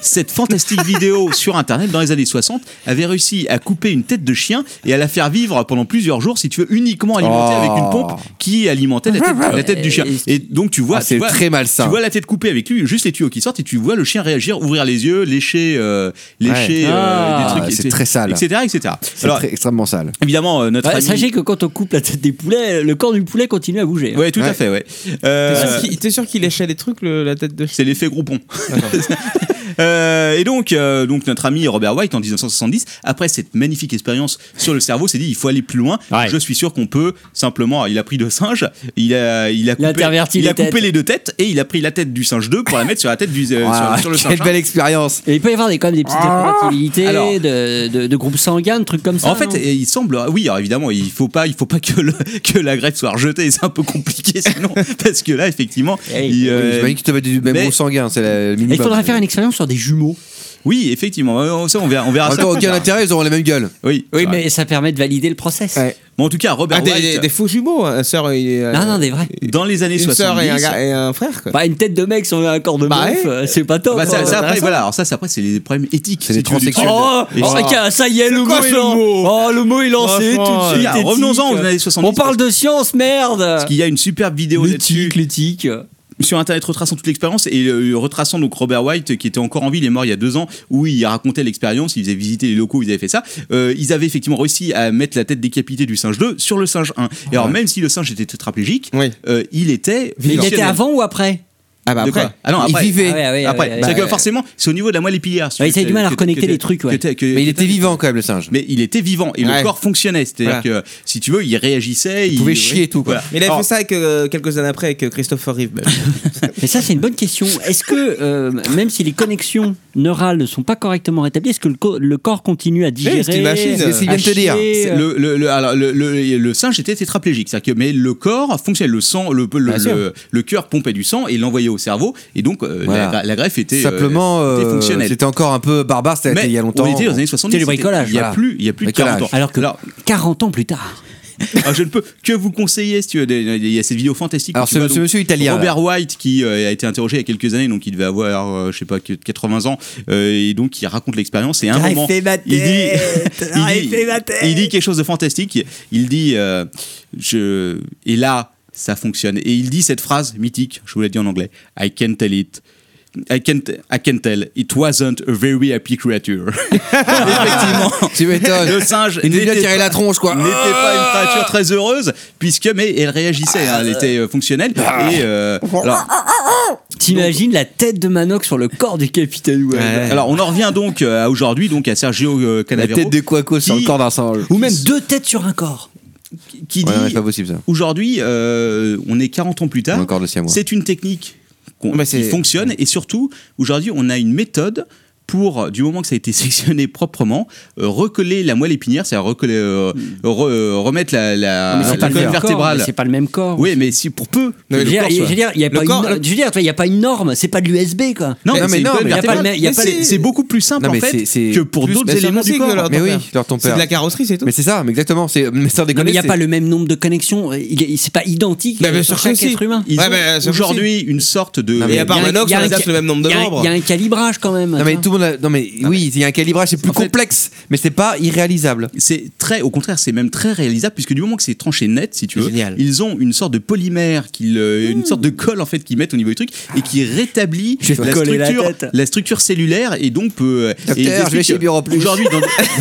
S3: cette fantastique vidéo sur Internet dans les années 60, avait réussi à couper une tête de chien et à la faire vivre pendant plusieurs jours, si tu veux, uniquement alimentée
S6: Oh.
S3: avec une pompe qui alimentait la tête, la tête du chien. Et donc, tu vois.
S6: Ah,
S3: tu
S6: c'est
S3: vois-
S6: très malsain.
S3: Tu vois la tête coupée avec lui, juste les tuyaux qui sortent, et tu vois le chien réagir, ouvrir les yeux, lécher, euh, lécher
S6: Ouais.
S3: euh,
S4: Ah,
S3: des trucs.
S6: c'est
S3: etc.,
S6: très sale.
S3: Etc. etc.
S6: c'est
S3: Alors,
S6: très- extrêmement sale.
S3: évidemment, euh, notre
S4: Ouais,
S3: ami-
S4: Sachez que quand on coupe la tête des poulets, le corps du poulet continue à bouger. hein.
S3: Ouais, tout à
S6: Ouais.
S3: fait, ouais. Euh,
S5: T'es sûr qu'il- T'es sûr qu'il léchait des trucs, le- la tête de
S3: C'est l'effet groupon. Euh, et donc, euh, donc notre ami Robert White en 1970, après cette magnifique expérience sur le cerveau, s'est dit il faut aller plus loin.
S6: Ouais.
S3: Je suis sûr qu'on peut simplement. Il a pris deux singes, il a il a
S4: Il a
S3: coupé,
S4: interverti
S3: il
S4: les
S3: a coupé
S4: têtes.
S3: les deux têtes et il a pris la tête du singe 2 pour la mettre sur la tête du euh,
S6: Ah,
S3: sur, sur le singe.
S6: quelle
S3: un.
S6: belle expérience.
S4: Et il peut y avoir des, quand même des petites compatibilités
S3: Ah. Alors.
S4: de, de, de groupes sanguins, de trucs comme ça.
S3: En fait,
S4: non
S3: il semble, oui, alors évidemment, il faut pas, il faut pas que, le- que la greffe soit rejetée. C'est un peu compliqué sinon, parce que là, effectivement,
S5: Eh
S4: Hey,
S3: il,
S6: Oui,
S3: euh,
S6: J'imagine qu'ils te mettent du même
S3: mais-
S6: gros sanguin, c'est la- le minimum.
S4: Et il faudrait faire une expérience sur des jumeaux.
S3: oui, effectivement, Euh, ça, on verra, on verra ça.
S6: Encore
S3: plus
S6: aucun
S3: tard.
S6: intérêt, ils auront la même gueule.
S3: Oui,
S4: Oui,
S3: c'est vrai.
S4: mais ça permet de valider le process.
S6: Ouais.
S3: Bon, en tout cas, Robert
S5: Ah, des,
S3: White.
S5: des- des faux jumeaux, un sœur et. euh,
S4: Non, non, des vrais.
S3: dans les années
S5: Une
S3: 70
S5: sœur et un, gars- et un frère, quoi.
S4: Bah, une tête de mec sur un corps de
S5: Bah,
S4: meuf,
S5: ouais.
S4: euh, c'est pas top.
S3: Bah, ça,
S4: hein.
S3: ça, après voilà alors ça c'est après c'est les problèmes éthiques
S6: C'est
S3: si
S6: les
S3: tu veux, du
S6: transsexuels.
S3: truc.
S4: Oh,
S3: Et
S4: oh,
S3: ça-
S4: tiens, ça y est, le mot,
S5: quoi
S4: est
S5: le
S4: lan-
S5: mot
S4: Oh, le mot est lancé tout
S5: Franchement,
S4: de suite.
S3: là,
S4: éthique.
S3: euh, revenons-en aux années 70,
S4: On parle de science, merde.
S3: il y a une superbe vidéo là-dessus
S4: L'éthique, l'éthique.
S3: sur internet retraçant toute l'expérience et euh, retraçant donc Robert White qui était encore en vie, il est mort il y a deux ans, où il racontait l'expérience, ils avaient visité les locaux, ils avaient fait ça. Euh, ils avaient effectivement réussi à mettre la tête décapitée du singe 2 sur le singe 1. Et alors même si le singe était tétraplégique,
S5: Oui.
S3: euh, il était
S4: Mais il était
S3: fonctionnel.
S4: avant ou après
S5: Ah, bah
S3: De quoi
S5: après.
S3: Ah non,
S6: Il
S3: après.
S6: vivait.
S4: Ah ouais, ouais,
S3: Après, bah,
S4: ouais,
S3: c'est
S4: ouais.
S3: que forcément, c'est au niveau de la moelle épinière. si
S4: Ouais,
S3: tu
S4: ça a
S3: veux,
S4: du mal à
S3: que-
S4: reconnecter
S3: que-
S4: les trucs, ouais.
S3: que t'as- que-
S6: Mais il
S3: que
S6: était
S3: t'as-
S6: vivant quand même, le singe.
S3: mais il était vivant et
S5: Ouais.
S3: le corps fonctionnait. C'est-à-dire que, si tu veux, il réagissait. Il,
S6: pouvait chier et tout, quoi.
S5: Mais il avait
S3: Alors,
S5: fait ça avec, euh, quelques années après avec euh, Christopher Reeve.
S4: Mais ça, c'est une bonne question. Est-ce que, euh, même si les connexions neurales ne sont pas correctement rétablies, est-ce que le, co- le corps continue à digérer
S5: c'est une machine,
S6: c'est ce qu'il
S4: à
S6: vient de te dire.
S4: chier,
S3: c'est-
S4: euh,
S3: Le, le, le- alors, le- le- le singe était tétraplégique, c'est-à-dire que mais le corps fonctionnait, le sang, le, le,
S5: Bien sûr.
S3: le, le cœur pompait du sang et l'envoyait au cerveau, et donc euh,
S6: Voilà.
S3: la, la greffe était euh,
S6: Simplement, euh,
S3: était fonctionnelle.
S6: c'était encore un peu barbare, c'était
S3: Mais
S6: il y a longtemps.
S3: on était dans les années 70.
S4: C'était le bricolage,
S3: Il y a
S4: voilà.
S3: plus, il y a plus de 40 ans.
S6: Bricolage.
S4: Alors que 40 ans plus tard.
S3: Ah, je ne peux que vous conseiller, si tu veux, des- il y a cette vidéo fantastique. où
S6: Alors,
S3: tu
S6: ce,
S3: vois,
S6: ce
S3: donc,
S6: monsieur italien. là.
S3: Robert White, qui euh, a été interrogé il y a quelques années, donc il devait avoir, euh, je sais pas, que- 80 ans, euh, et donc il raconte l'expérience. Et à un moment, il dit, il, dit, il dit quelque chose de fantastique. Il dit, euh, je, et là, ça fonctionne. Et il dit cette phrase mythique, je vous l'ai dit en anglais, I can tell it. I can't, I can tell, it wasn't a very happy creature. Effectivement,
S6: Tu m'étonnes.
S3: le singe
S6: Il nous a bien
S3: n'était
S6: tiré la tronche, quoi. Ah.
S3: n'était pas une créature très heureuse puisque mais elle réagissait hein,
S6: Ah.
S3: elle était euh, fonctionnelle et euh, alors,
S4: T'imagines la tête de Manoc sur le corps du capitaine Webb
S3: alors, on en revient donc euh, à aujourd'hui donc à Sergio euh,
S6: La
S3: Canavero
S6: tête de Quaco sur
S3: Qui-
S6: le corps d'un singe.
S4: Ou même deux têtes sur un corps.
S3: qui dit
S6: Ouais, ouais, c'est pas possible ça.
S3: aujourd'hui euh, on est 40 ans plus
S6: Ou
S3: tard
S6: encore le siamois.
S3: c'est une technique qu'on-
S5: Mais
S3: qui
S5: c'est-
S3: fonctionne et surtout aujourd'hui on a une méthode pour, du moment que ça a été sectionné proprement, euh, recoller la moelle épinière, c'est-à-dire recoller, euh, re- euh, remettre la,
S5: Ah,
S3: la,
S4: Mm. mais c'est
S3: la
S4: pas,
S3: colonne
S4: le même corps, mais
S3: vertébrale.
S4: c'est pas le même corps.
S3: Oui, mais si, pour peu.
S4: Je veux
S5: le
S4: dire,
S5: corps,
S4: il- je
S5: soit.
S4: veux dire, il y a
S5: Le
S4: pas
S5: corps,
S4: une-
S5: le-
S4: je veux dire, toi, il n'y a pas une norme, c'est pas de l'USB quoi.
S3: Non, mais,
S6: Mais- mais
S3: c'est une
S6: non,
S3: colonne
S6: mais
S4: Il n'y a pas,
S3: vertébrale.
S4: le même- il y a
S5: Mais
S4: pas
S5: c'est-
S4: les-
S3: C'est beaucoup plus simple
S6: Non,
S3: en
S6: mais
S3: fait
S6: c'est- c'est
S3: que pour
S5: plus
S3: d'autres
S5: maçon
S3: éléments du
S5: que
S3: corps.
S5: leur-
S6: Mais
S5: ton
S6: oui,
S5: père.
S6: leur ton
S5: C'est
S6: père.
S5: de la carrosserie, c'est tout.
S6: Mais c'est ça, mais exactement. c'est- Mais sans
S4: Non,
S6: déconner.
S4: mais il n'y a
S6: c'est-
S4: pas le même nombre de connexions. Il, il- c'est pas identique
S5: Bah, bien
S4: euh,
S5: sûr
S4: sur
S5: que
S4: chaque
S5: si.
S4: être humain.
S3: Ils
S5: Ouais,
S3: ont
S5: mais c'est
S3: aujourd'hui une sorte de. Eh
S6: Non, mais
S5: Et à part
S4: Il y a un- il
S5: Manox,
S4: y a
S5: on
S4: un-
S5: les a le même nombre de
S4: il y a un-
S5: membres.
S4: Il y a un calibrage quand même.
S6: Non, mais
S4: tu
S6: Ah, tout le monde a- Non, mais oui, il y a un calibrage, c'est plus
S3: En fait-
S6: complexe, mais c'est pas irréalisable.
S3: c'est très, au contraire, c'est même très réalisable puisque du moment que c'est tranché net, si tu veux,
S5: Génial.
S3: ils ont une sorte de polymère, qu'ils, euh, une sorte de colle en fait qu'ils mettent au niveau du truc et qui rétablit
S4: Je vais
S3: la
S4: te coller la
S3: structure,
S4: tête.
S3: la structure cellulaire et donc peut.
S6: Docteur,
S3: et ils
S6: je vais
S3: expliquent
S6: chez Bureau Plus.
S3: Aujourd'hui, dans,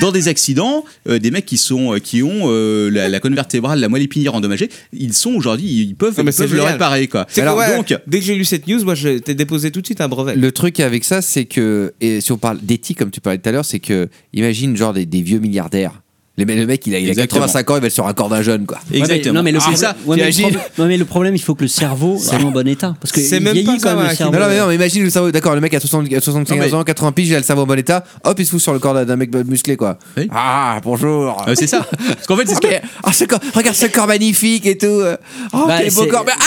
S3: dans des accidents, euh, des mecs qui sont, euh, qui ont euh, la, la colonne vertébrale, la moelle épinière endommagée, ils sont aujourd'hui, ils peuvent,
S5: Non, mais
S3: ils
S5: c'est
S3: peuvent le
S5: génial.
S3: réparer quoi.
S5: C'est que,
S3: Alors,
S5: ouais,
S3: donc, euh,
S5: dès que j'ai lu cette news, moi, je t'ai déposé tout de suite un brevet.
S6: Le truc avec ça, c'est que, et si on parle d'éthique, comme tu parlais tout à l'heure, c'est que, imagine, genre, des, des vieux milliardaires. Le, mec- le mec, il a, il a
S3: Exactement.
S6: 85 ans, il va être sur un corps d'un jeune, quoi.
S3: Exactement.
S4: non, mais le
S5: Ah,
S3: c'est
S4: problème,
S3: ça.
S4: ouais, mais le
S3: t'imagines
S4: problème- non, mais le problème, il faut que le cerveau soit en bon état. Parce que
S5: C'est
S4: il
S5: même
S4: vieillit
S5: pas
S4: quand
S5: ça,
S4: même le
S5: ouais,
S4: cerveau.
S6: Non, non, mais non, mais imagine le cerveau, d'accord, le mec a 60 a 75
S3: Non, mais-
S6: ans, 80 piges, il a le cerveau en bon état, hop, il se fout sur le corps d'un- d'un mec musclé, quoi.
S3: Oui.
S6: Ah, bonjour.
S3: Euh, c'est ça. Parce qu'en fait, c'est
S6: Ah,
S3: ce que-
S6: mais- ah, ce corps- regarde ce corps magnifique et tout. euh. Oh,
S4: Bah,
S6: quel beau
S4: c'est-
S6: corps. mais-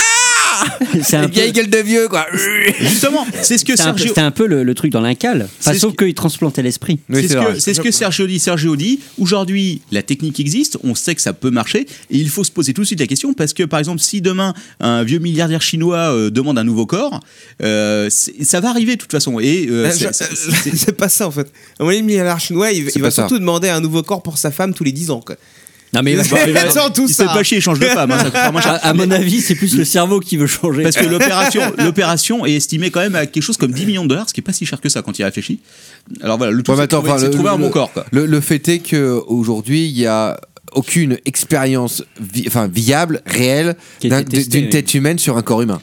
S6: Ah
S4: C'est un
S6: Une vieille
S4: peu-
S6: gueule de vieux, quoi.
S3: justement, c'est ce que
S4: c'est un peu-
S3: Sergio.
S4: C'était un peu le, le truc dans l'incal. Enfin,
S3: C'est ce
S4: sauf
S3: qui-
S4: qu'il transplantait l'esprit.
S6: Oui,
S3: c'est
S6: c'est
S3: ce,
S6: vrai.
S3: que- c'est ce que Sergio dit. Sergio dit aujourd'hui, la technique existe, on sait que ça peut marcher, et il faut se poser tout de suite la question parce que, par exemple, si demain un vieux milliardaire chinois euh, demande un nouveau corps, euh, c'est- ça va arriver de toute façon. Et euh,
S5: Euh,
S3: c'est-
S5: je-
S3: c'est-
S5: euh,
S3: c'est-
S5: C'est pas ça en fait. À mon avis, le milliardaire chinois, il,
S6: C'est
S5: il va
S6: pas ça.
S5: surtout demander un nouveau corps pour sa femme tous les 10 ans. Quoi.
S4: Non, mais
S5: Bah, il va- Sans tout
S3: il se
S5: ça.
S3: fait pas chier, il change de femme. hein, ça coûte vraiment cher.
S4: à, à mon avis, c'est plus le cerveau qui veut changer.
S3: Parce que l'opération, l'opération est estimée quand même à quelque chose comme 10 millions de dollars, ce qui est pas si cher que ça quand il réfléchit. Alors voilà, le tout
S6: Ouais, mais
S3: c'est de
S6: attends,
S3: trouver-
S6: enfin,
S3: c'est de
S6: le-
S3: trouver un
S6: le-
S3: bon corps. Quoi.
S6: Le, le fait est que aujourd'hui, il y a aucune expérience vi- enfin, viable, réelle,
S4: Qui a
S6: d'un-
S4: été testée,
S6: d'une
S4: oui.
S6: tête humaine sur un corps humain.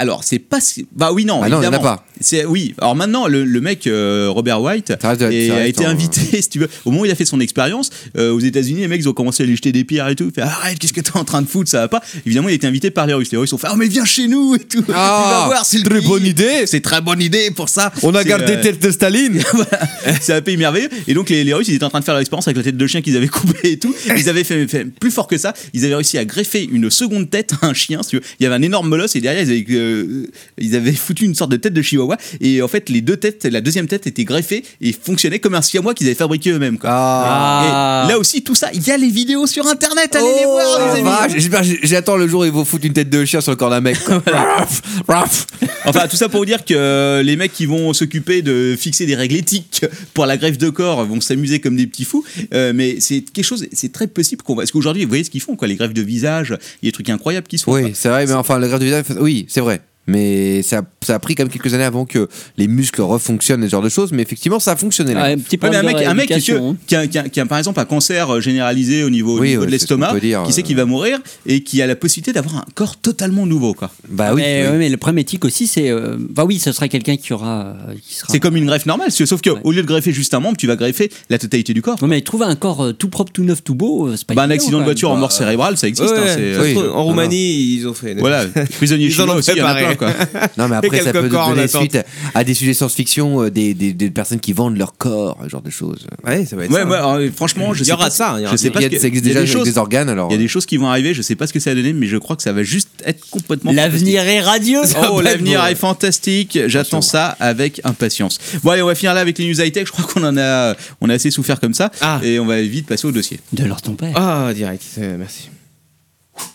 S3: Alors c'est pas si... bah oui non
S6: Ah non, il y en a
S3: évidemment.
S6: pas.
S3: C'est oui. Alors maintenant le, le mec euh, Robert White
S6: Ça reste de la-
S3: est-
S6: ça
S3: a
S6: reste
S3: été
S6: en-
S3: invité si tu veux. Au moment où il a fait son expérience euh, aux États-Unis, les mecs ils ont commencé à lui jeter des pierres et tout. Il fait arrête qu'est-ce que t'es en train de foutre ça va pas. Évidemment il a été invité par les Russes. Les Russes ont fait ah mais viens chez nous et tout.
S6: Ah,
S3: tu vas voir c'est le
S6: très
S3: pays.
S6: bonne idée.
S3: C'est très bonne idée pour ça. C'est, euh,
S6: têtes de Staline.
S3: voilà. C'est un pays merveilleux. Et donc, les, les Russes, ils étaient en train de faire leur expérience avec la tête de chien qu'ils avaient coupée et tout. Ils avaient fait, fait plus fort que ça. Ils avaient réussi à greffer une seconde tête à un chien. si tu veux. Il y avait un énorme molosse et derrière, ils avaient, euh, ils avaient foutu une sorte de tête de chihuahua. Et en fait, les deux têtes, la deuxième tête était greffée et fonctionnait comme un chihuahua qu'ils avaient fabriqué eux-mêmes. quoi.
S4: Ah.
S3: Et là aussi, tout ça, il y a les vidéos sur internet. Allez les voir, Oh, les amis.
S6: J'espère, j'attends le jour où ils vont foutre une tête de chien sur le corps d'un mec. quoi. Raf, raf.
S3: Enfin, tout ça pour vous dire que euh, les mecs qui vont s'occuper de fixer des règles éthiques pour la greffe de corps vont s'amuser comme des petits fous. Euh, mais c'est quelque chose, c'est très possible qu'on va. Parce qu'aujourd'hui, vous voyez ce qu'ils font, quoi, les greffes de visage, il y a des trucs incroyables qui se font.
S6: Oui, c'est vrai, mais enfin, le grade du visage, oui, c'est vrai. Mais ça, ça a pris quand même quelques années avant que les muscles refonctionnent et ce genre de choses. Mais effectivement, ça a fonctionné. là.
S4: Ah, un petit
S3: Ouais, mais un
S4: problème
S3: mec,
S4: de
S3: un mec qui,
S4: rééducation, hein.
S3: qui a, qui a- qui a, par exemple un cancer euh, généralisé au niveau, au
S6: Oui,
S3: niveau
S6: ouais,
S3: de
S6: c'est ce qu'on
S3: l'estomac,
S6: peut dire,
S3: qui sait
S6: euh.
S3: qu'il va mourir et qui a la possibilité d'avoir un corps totalement nouveau. Quoi.
S6: Bah oui.
S4: mais,
S6: oui.
S4: ouais, mais le problème éthique aussi, c'est. euh, bah oui, ce sera quelqu'un qui aura. euh, qui sera-
S3: C'est comme une greffe normale, si- sauf que au lieu de greffer juste un membre, tu vas greffer la totalité du corps.
S4: Ouais, mais trouver un corps euh, tout propre, tout neuf, tout beau, euh, c'est pas
S3: Bah, un
S4: évident,
S3: accident
S4: quand
S3: de
S4: même.
S3: voiture en mort cérébrale, ça existe.
S5: Ouais,
S3: hein, c'est-
S5: ça se
S6: Oui.
S5: trouve, en
S6: Non,
S5: Roumanie, ils ont fait.
S3: Voilà, prisonnier
S5: Ils en
S3: chinois
S5: ont
S3: aussi, il y en a plein,
S5: préparé.
S3: quoi.
S6: Non, mais
S5: Et
S6: après, ça
S5: quelques
S6: peut
S5: corps en
S6: donner
S5: attente.
S6: suite à, à des sujets science-fiction, euh, des, des, des personnes qui vendent leur corps, ce genre de choses.
S5: Ouais, ça va être
S3: Ouais,
S5: ça.
S3: ouais, alors, franchement, je
S5: Il y
S3: sais
S5: aura
S3: pas-
S5: ça, il y aura
S3: je sais
S5: ça.
S3: pas
S6: Il y
S3: ce
S6: a-
S3: que-
S6: ça existe
S3: hein, il y a
S6: déjà
S3: des
S6: avec
S3: choses-
S6: des organes, alors.
S3: Il y a des choses qui vont arriver, je sais pas ce que ça va donner, mais je crois que ça va juste être complètement.
S4: L'avenir est radieux.
S3: fantastique. Oh, l'avenir est fantastique. J'attends ça avec impatience. Bon, allez, on va finir là avec les news high-tech. Je crois qu'on en a, on a assez souffert comme ça.
S5: Ah.
S3: Et on va vite passer au dossier.
S4: De leur ton père.
S5: Ah, direct, euh, merci.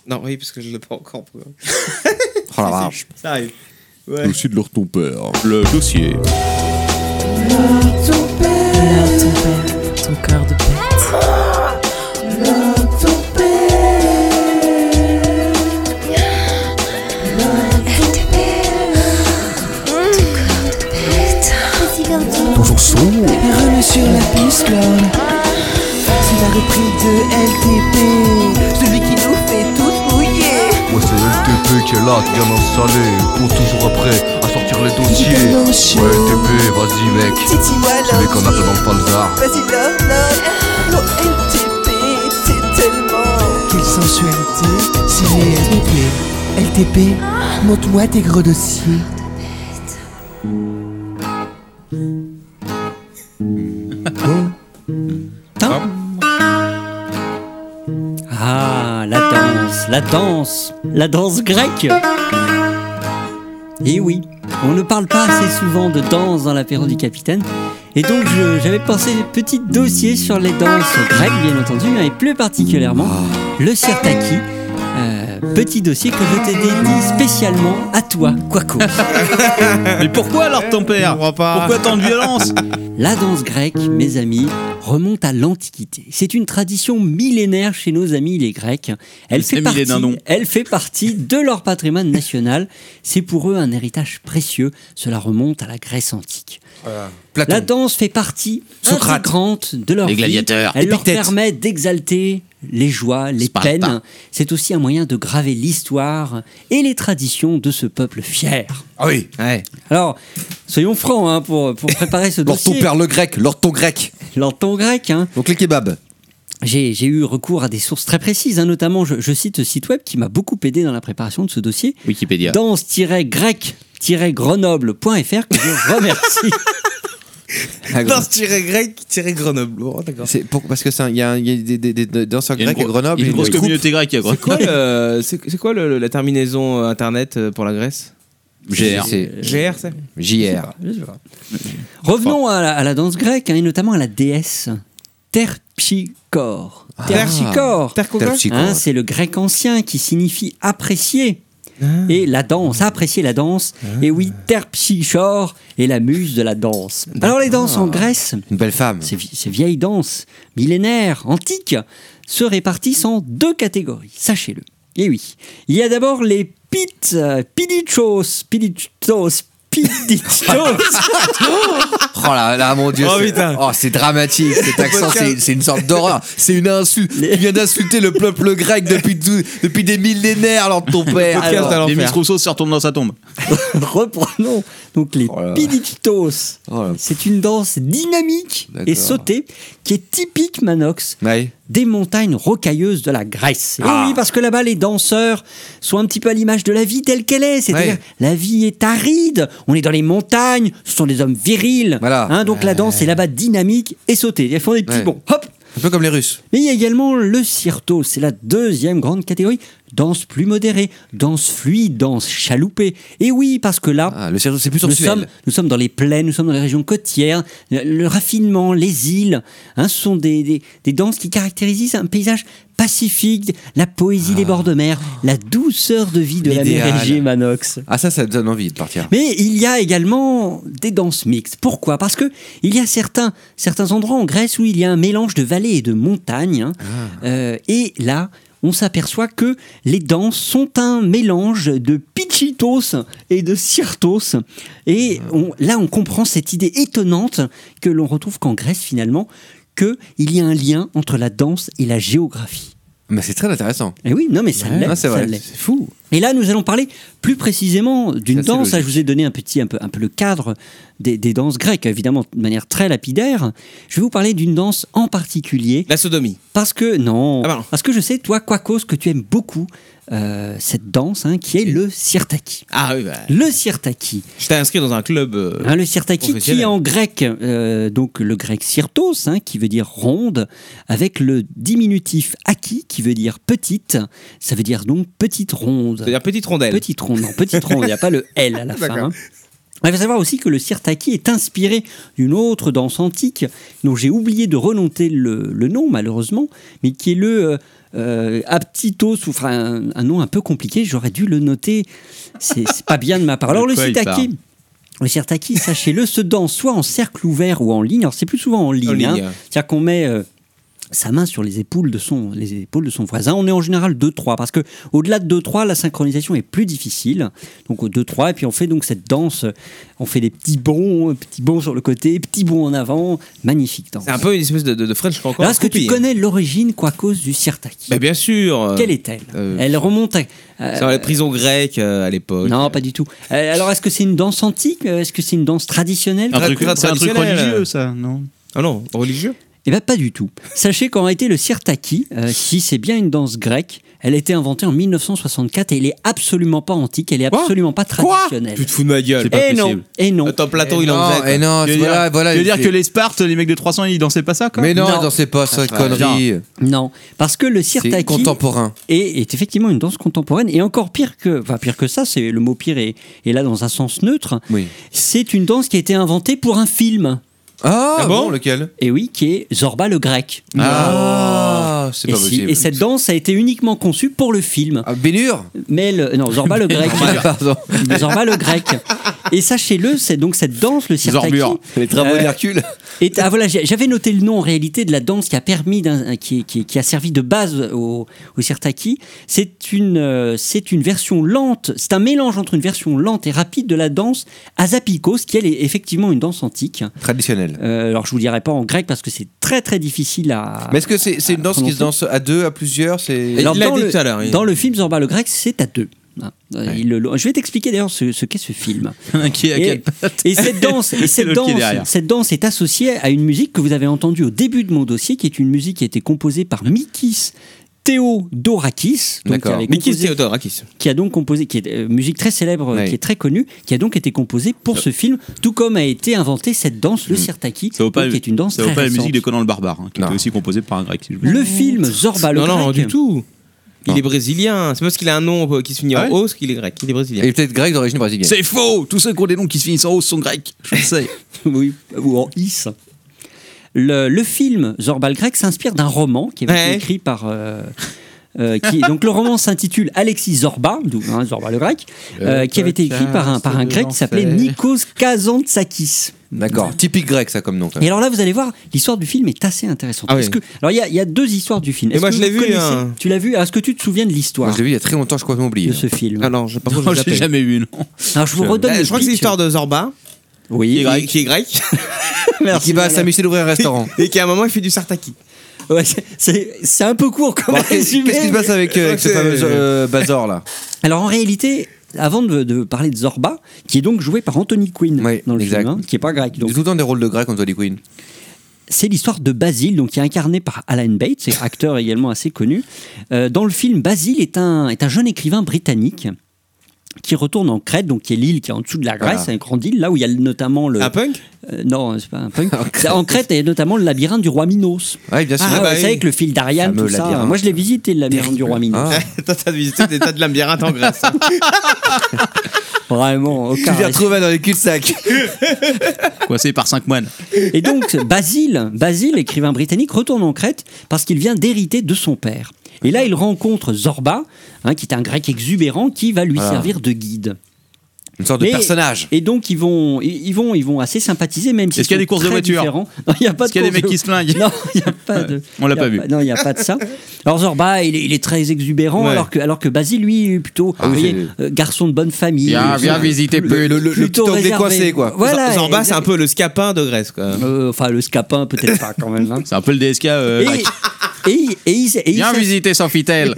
S5: Non, oui, parce que je l'ai pas encore. programmé.
S6: Oh la vache.
S5: Ça arrive.
S3: Le dossier de leur ton père. Le dossier.
S7: Leur ton père, ton cœur de pète.
S8: remets sur la piste, Lord. C'est la reprise de LTP, celui qui nous fait tous mouiller.
S3: ah,
S9: Moi c'est LTP qui est là, bien installé, pour toujours après, à sortir les dossiers.
S8: Dis-le
S9: Ouais
S8: donc, chou.
S9: LTP, vas-y mec,
S8: Titi
S9: tu mets qu'on
S8: Wallon,
S9: appelle dans le Falzar.
S8: vas-y, Lord, Lord. Oh, LTP, c'est tellement. Quelle sensualité, c'est les LTP. LTP, montre-moi tes gros dossiers.
S4: Ah, la danse, la danse, la danse grecque. Et oui, on ne parle pas assez souvent de danse dans l'apéro du capitaine. Et donc je- j'avais pensé un petit dossier sur les danses grecques, bien entendu, mais plus particulièrement le sirtaki. Euh, petit dossier que je t'ai dédié spécialement à toi, Quaco.
S3: Mais pourquoi alors ton père Pourquoi tant de violence
S4: La danse grecque, mes amis, remonte à l'Antiquité. C'est une tradition millénaire chez nos amis les Grecs. Elle
S3: C'est
S4: fait, partie,
S3: millénaire, non
S4: elle fait partie de leur patrimoine national. C'est pour eux un héritage précieux. Cela remonte à la Grèce antique. La
S6: Platon.
S4: danse fait partie
S6: Socrate.
S4: intégrante de leur
S6: Les
S4: vie.
S6: gladiateurs.
S4: Elle leur
S6: Épictète.
S4: permet d'exalter les joies, les
S3: Sparta.
S4: peines. C'est aussi un moyen de graver l'histoire et les traditions de ce peuple fier.
S6: Ah oui.
S4: Alors, soyons francs hein, pour, pour préparer ce
S6: Lord ton
S4: dossier.
S6: père le grec, Lord ton grec.
S4: L'entend grec, hein,
S6: Donc les kebabs.
S4: j'ai j'ai eu recours à des sources très précises, hein, notamment je, je cite ce site web qui m'a beaucoup aidé dans la préparation de ce dossier,
S3: Wikipédia.
S4: danse-grec-grenoble.fr que je remercie.
S6: Ah, gros.
S5: tirer grec, tirer Grenoble. Oh, d'accord.
S6: C'est pour- parce que ça, il y a, il y a des, des- des- des danseurs
S3: Il y a
S6: grecs à
S3: gro-
S6: Grenoble.
S3: il y a
S6: et
S3: une grosse
S6: des troupes.
S3: communauté grecque à
S5: C'est
S3: Grenoble.
S5: quoi, le- c'est- c'est quoi le- le- la terminaison euh, internet euh, pour la Grèce
S3: GR.
S6: C'est
S5: GR, c'est
S6: ah. JR.
S4: Revenons à, la, à la danse grecque hein, et notamment à la déesse Terpsichore. Terpsichore.
S5: Tercoca
S6: Terpsichore.
S4: Hein, c'est le grec ancien qui signifie apprécier. Et la danse, apprécier la danse. Et oui, Terpsichore est la muse de la danse. Alors les danses en Grèce,
S6: Une belle femme.
S4: ces, vi- ces vieilles danses millénaires, antiques, se répartissent en deux catégories, sachez-le. Et oui, il y a d'abord les pit, euh, pidichos, pidichos, pidichos.
S6: Oh là là, mon dieu.
S5: Oh,
S6: c'est-
S5: putain.
S6: Oh, c'est dramatique. Cet accent, c'est c'est une sorte d'horreur. C'est une insulte. Tu viens d'insulter le peuple grec depuis, tout- depuis des millénaires, alors de ton père.
S5: Podcast
S6: Alors.
S5: à l'enfer.
S3: Demis Rousseau se retourne dans sa tombe.
S4: Reprenons donc les
S6: Oh là là.
S4: pidichos.
S6: Oh là.
S4: C'est une danse dynamique et
S6: D'accord.
S4: sautée qui est typique Manox.
S6: Ouais.
S4: des montagnes rocailleuses de la Grèce. Et
S6: Ah.
S4: oui, parce que là-bas, les danseurs sont un petit peu à l'image de la vie telle qu'elle est. C'est-à-dire,
S6: Ouais.
S4: la vie est aride, on est dans les montagnes, ce sont des hommes virils.
S6: Voilà.
S4: Hein, donc la danse est là-bas dynamique et sautée. Ils font des petits
S6: Ouais.
S4: bonds. Hop
S6: Un peu comme les Russes.
S4: Mais il y a également le cirto, c'est la deuxième grande catégorie. Danse plus modérée, danse fluide, danse chaloupée. Et oui, parce que là,
S6: Ah, le cerveau, c'est plus
S4: nous
S6: sensuel.
S4: sommes, nous sommes dans les plaines, nous sommes dans les régions côtières, le, le raffinement, les îles, hein, ce sont des, des- des danses qui caractérisent un paysage pacifique, la poésie des bords de mer, la douceur de vie de la mer
S6: Ah. L'idéal.
S4: Égée Manox.
S6: Ah, ça, ça donne envie de partir.
S4: Mais il y a également des danses mixtes. Pourquoi Parce que il y a certains, certains endroits en Grèce où il y a un mélange de vallées et de montagnes. hein. Euh, et là, on s'aperçoit que les danses sont un mélange de pichitos et de cirtos. Et on- là, on comprend cette idée étonnante que l'on retrouve qu'en Grèce, finalement, qu'il y a un lien entre la danse et la géographie.
S6: Mais c'est très intéressant.
S4: Et Eh oui, non, mais ça
S6: Ouais,
S4: l'est.
S6: non, c'est
S4: ça
S6: vrai.
S4: l'est.
S6: C'est fou.
S4: Et là, nous allons parler plus précisément d'une
S6: Ça, c'est
S4: danse. Là, je
S6: logique.
S4: vous ai donné un petit, un peu, un peu le cadre des, des danses grecques, évidemment de manière très lapidaire. Je vais vous parler d'une danse en particulier
S5: La sodomie.
S4: parce que non,
S5: Ah,
S6: ben.
S5: pardon.
S4: parce que je sais, toi, Quacos, que tu aimes beaucoup euh, cette danse, hein, qui est le sirtaki.
S5: Ah oui, bah,
S4: Le sirtaki.
S5: je t'ai inscrit dans un club. euh,
S6: Ah.
S4: Hein, le sirtaki qui est en grec, euh, donc le grec sirtos, hein, qui veut dire ronde, avec le diminutif aki, qui veut dire petite. Ça veut dire donc petite ronde.
S5: C'est-à-dire petite rondelle.
S4: Petite ronde, non, petite ronde, il n'y a pas le L à la fin. hein. Il faut savoir aussi que le sirtaki est inspiré d'une autre danse antique dont j'ai oublié de renoter le, le nom malheureusement, mais qui est le euh, euh, aptitos, ou enfin, un, un nom un peu compliqué, j'aurais dû le noter, c'est c'est pas bien de ma part. Alors
S3: De
S4: le
S3: quoi il
S4: sirtaki, le sirtaki, sachez-le, se danse soit en cercle ouvert ou en ligne, alors c'est plus souvent en ligne,
S5: En ligne,
S4: hein.
S5: ouais.
S4: c'est-à-dire qu'on met... euh, sa main sur les épaules de son, les épaules de son voisin. On est en général 2-3 parce que au-delà de 2-3, la synchronisation est plus difficile. Donc au 2-3 et puis on fait donc cette danse, on fait des petits bonds, petits bonds sur le côté, petits bonds en avant, magnifique danse.
S5: C'est un peu une espèce de, de, de French encore.
S4: Alors, est-ce que tu connais l'origine quoi cause du sirtaki
S5: bah, Bien sûr. euh,
S4: Quelle est-elle
S5: euh,
S4: Elle remonte à euh,
S5: C'est dans les prisons grecques euh, à l'époque.
S4: non, pas du tout. Euh, Alors, est-ce que c'est une danse antique Euh, Est-ce que c'est une danse traditionnelle
S3: Un truc,
S5: culture
S3: c'est un truc
S5: traditionnelle.
S3: religieux, ça, non
S5: Ah non, religieux
S4: Eh bien, pas du tout. Sachez qu'en réalité, le sirtaki, euh, si c'est bien une danse grecque, elle a été inventée en 1964 et elle est absolument pas antique, elle est
S5: Quoi
S4: absolument pas traditionnelle.
S5: Tu te fous de ma gueule.
S3: C'est pas
S4: et non,
S3: possible.
S4: et non.
S5: Attends, Platon,
S6: et
S5: il en
S6: non,
S5: faisait.
S6: et
S5: quoi.
S6: non,
S3: Tu veux
S6: voilà,
S3: dire,
S6: voilà.
S3: tu veux
S6: il
S3: dire
S6: fait-
S3: que les Spartes, les mecs de 300, ils dansaient pas ça, quoi
S6: Mais non,
S4: Non.
S6: non, c'est pas ça, connerie.
S4: Non, parce que le
S6: C'est
S4: sirtaki
S6: contemporain.
S4: est, est effectivement une danse contemporaine et encore pire que, enfin pire que ça, c'est le mot pire est, est là dans un sens neutre.
S6: Oui.
S4: C'est une danse qui a été inventée pour un film.
S6: Ah,
S5: Ah bon
S6: bon, lequel
S4: Et oui, qui est Zorba le grec.
S6: Ah, c'est
S4: Et,
S6: pas
S4: si-
S6: possible.
S4: et cette danse a été uniquement conçue pour le film.
S6: Ah, Bénur
S4: Mais le, non, Zorba le grec.
S6: Pardon.
S4: Zorba le grec. Et sachez-le, c'est donc cette danse, le sirtaki.
S3: Zorbure.
S6: Les travaux
S4: Euh,
S6: d'Hercule.
S4: Et ah, voilà, j'ai- j'avais noté le nom en réalité de la danse qui a permis, d'un- qui, qui- qui a servi de base au, au sirtaki. C'est une, euh, c'est une version lente, c'est un mélange entre une version lente et rapide de la danse azapikos, qui elle est effectivement une danse antique.
S6: Traditionnel.
S4: Euh, alors je vous dirai pas en grec parce que c'est très très difficile
S5: Ah.
S4: à.
S6: Mais est-ce que c'est c'est une danse qui se danse à deux, à plusieurs C'est
S4: Alors,
S5: Il l'a
S4: dans,
S5: dit
S4: le,
S5: tout à l'heure, il-
S4: dans le film Zorba le grec, c'est à deux. Ah, il le- je vais t'expliquer d'ailleurs ce, ce qu'est ce film.
S3: Qui est à quelle
S4: Et,
S3: patte
S4: et cette danse, et
S3: C'est
S4: cette,
S3: l'autre qui est
S4: danse
S3: derrière.
S4: cette danse est associée à une musique que vous avez entendue au début de mon dossier, qui est une musique qui a été composée par Mikis Theodorakis, donc qui,
S6: D'accord.
S4: avait
S5: Mikis
S4: composé-
S5: Theodorakis.
S4: qui a donc composé, qui est euh, musique très célèbre, euh,
S6: Ouais.
S4: qui est très connue, qui a donc été composée pour ce film, tout comme a été inventée cette danse, le sirtaki,
S3: Mm. Ça vaut pas,
S4: donc qui est une danse
S3: ça
S4: très
S3: vaut pas la
S4: récente.
S3: musique de Conan le Barbare, hein, qui
S6: Non.
S3: était aussi composée par un grec. si je me
S4: Le film Zorba Oh, bah, le
S5: non, non,
S4: grec,
S5: du tout. Il
S6: Non.
S5: est brésilien. C'est parce qu'il a un nom euh, qui se finit
S3: Ah
S5: en
S3: ouais
S5: os qu'il est grec. Il est brésilien.
S6: Et peut-être grec d'origine brésilienne.
S3: C'est faux Tous ceux qui ont des noms qui se finissent en hausse sont grecs. Je le sais.
S4: oui, ou en is. Le, le film Zorba le grec s'inspire d'un roman qui est
S5: Ouais.
S4: écrit par. euh, euh, qui, donc le roman s'intitule Alexis Zorba, d'où hein, Zorba le grec, euh, qui avait été écrit par un, par un grec qui s'appelait Nikos Kazantzakis.
S6: D'accord. Typique grec, ça, comme nom. quand
S4: Et
S6: même.
S4: alors là, vous allez voir, l'histoire du film est assez intéressante.
S5: Ah oui.
S4: Est-ce que, alors il y a- il y, a deux histoires du film.
S5: Et
S4: Est-ce
S5: moi,
S4: que
S5: je l'ai
S4: vous
S5: vu,
S4: connaissez-
S5: hein.
S4: Tu l'as vu Est-ce que tu te souviens de
S6: Moi,
S4: l'histoire
S6: je l'ai hein. vu il y a très longtemps, je crois que je m'oublie.
S4: de ce film
S5: Ah non, je, par contre,
S3: Non,
S5: je
S3: j'ai
S5: l'appelle.
S3: jamais vu, non.
S4: Alors je vous redonne.
S5: Euh,
S4: le
S5: je crois que c'est
S4: pitch.
S5: l'histoire de Zorba, qui
S4: Oui.
S5: est grec, qui est grec,
S6: Et qui va à Saint-Michel ouvrir un restaurant.
S5: et qui à un moment il fait du sartaki.
S4: Ouais, c'est- c'est c'est un peu court comme
S6: Bon, Qu'est-ce
S4: résumé.
S6: qu'est-ce qui se passe avec, euh, avec ce
S5: C'est-
S6: fameux euh, Bazor là
S4: Alors en réalité, avant de, de parler de Zorba, qui est donc joué par Anthony Quinn
S6: Oui,
S4: dans le
S6: exact.
S4: film, hein, qui est pas grec.
S6: Il
S4: donc.
S6: fait tout le temps des rôles de grec on Tolly Queen.
S4: c'est l'histoire de Basile, donc qui est incarné par Alan Bates, c'est un acteur également assez connu. Euh, dans le film, Basile est un, est un jeune écrivain britannique qui retourne en Crète, donc qui est l'île qui est en dessous de la Grèce,
S6: Voilà. Ah.
S4: une grande île, là où il y a le- notamment le...
S5: Un punk
S4: euh, non, c'est pas un punk. C'est en Crète, et notamment le labyrinthe du roi Minos.
S6: Oui, bien sûr.
S4: Ah, ouais,
S5: bah oui.
S4: c'est avec le fil d'Ariane,
S6: Fameux
S4: tout ça. hein.
S6: labyrinthe.
S4: Moi, je l'ai visité, le labyrinthe du roi Minos.
S6: Ah.
S5: Toi, t'as visité des tas de labyrinthes en Grèce. hein.
S4: Vraiment, au
S6: Tu
S4: carré.
S6: t'es retrouvé dans les cul-de-sac.
S3: Coincé par cinq moines.
S4: Et donc, Basile, Basile, écrivain britannique, retourne en Crète parce qu'il vient d'hériter de son père. Et là, il rencontre Zorba, hein, qui est un grec exubérant, qui va lui
S6: Ah.
S4: servir de guide.
S6: Une sorte de
S4: Mais-
S6: personnage.
S4: Et donc, ils vont, ils ils vont, ils vont assez sympathiser, même si.
S3: Est-ce qu'il y a des courses de voiture
S4: Non, il n'y a pas
S3: Est-ce
S4: de
S3: qu'il y a des
S4: courses
S3: mecs
S4: de-
S3: qui se plaignent
S4: Non, il n'y a pas de.
S3: On l'a
S4: il y a
S3: pas vu.
S4: Non, il n'y a pas de ça. Alors, Zorba, il est, il est très exubérant,
S5: Ouais.
S4: alors, que, alors que Basile, lui, est plutôt
S6: Ah oui,
S4: vous voyez, euh, garçon de bonne famille. euh,
S6: visiter
S4: le-
S6: le, le
S4: plutôt
S6: plutôt
S4: réservé.
S6: décoincé quoi.
S4: Voilà,
S5: Zor- Zorba,
S4: exact-
S5: c'est un peu le scapin de Grèce. Quoi.
S4: euh, enfin, le scapin, peut-être pas quand même. hein.
S3: C'est un peu le DSK. euh,
S4: Et,
S3: grec.
S4: et- et il- et il s'a-
S3: visiter Sofitel.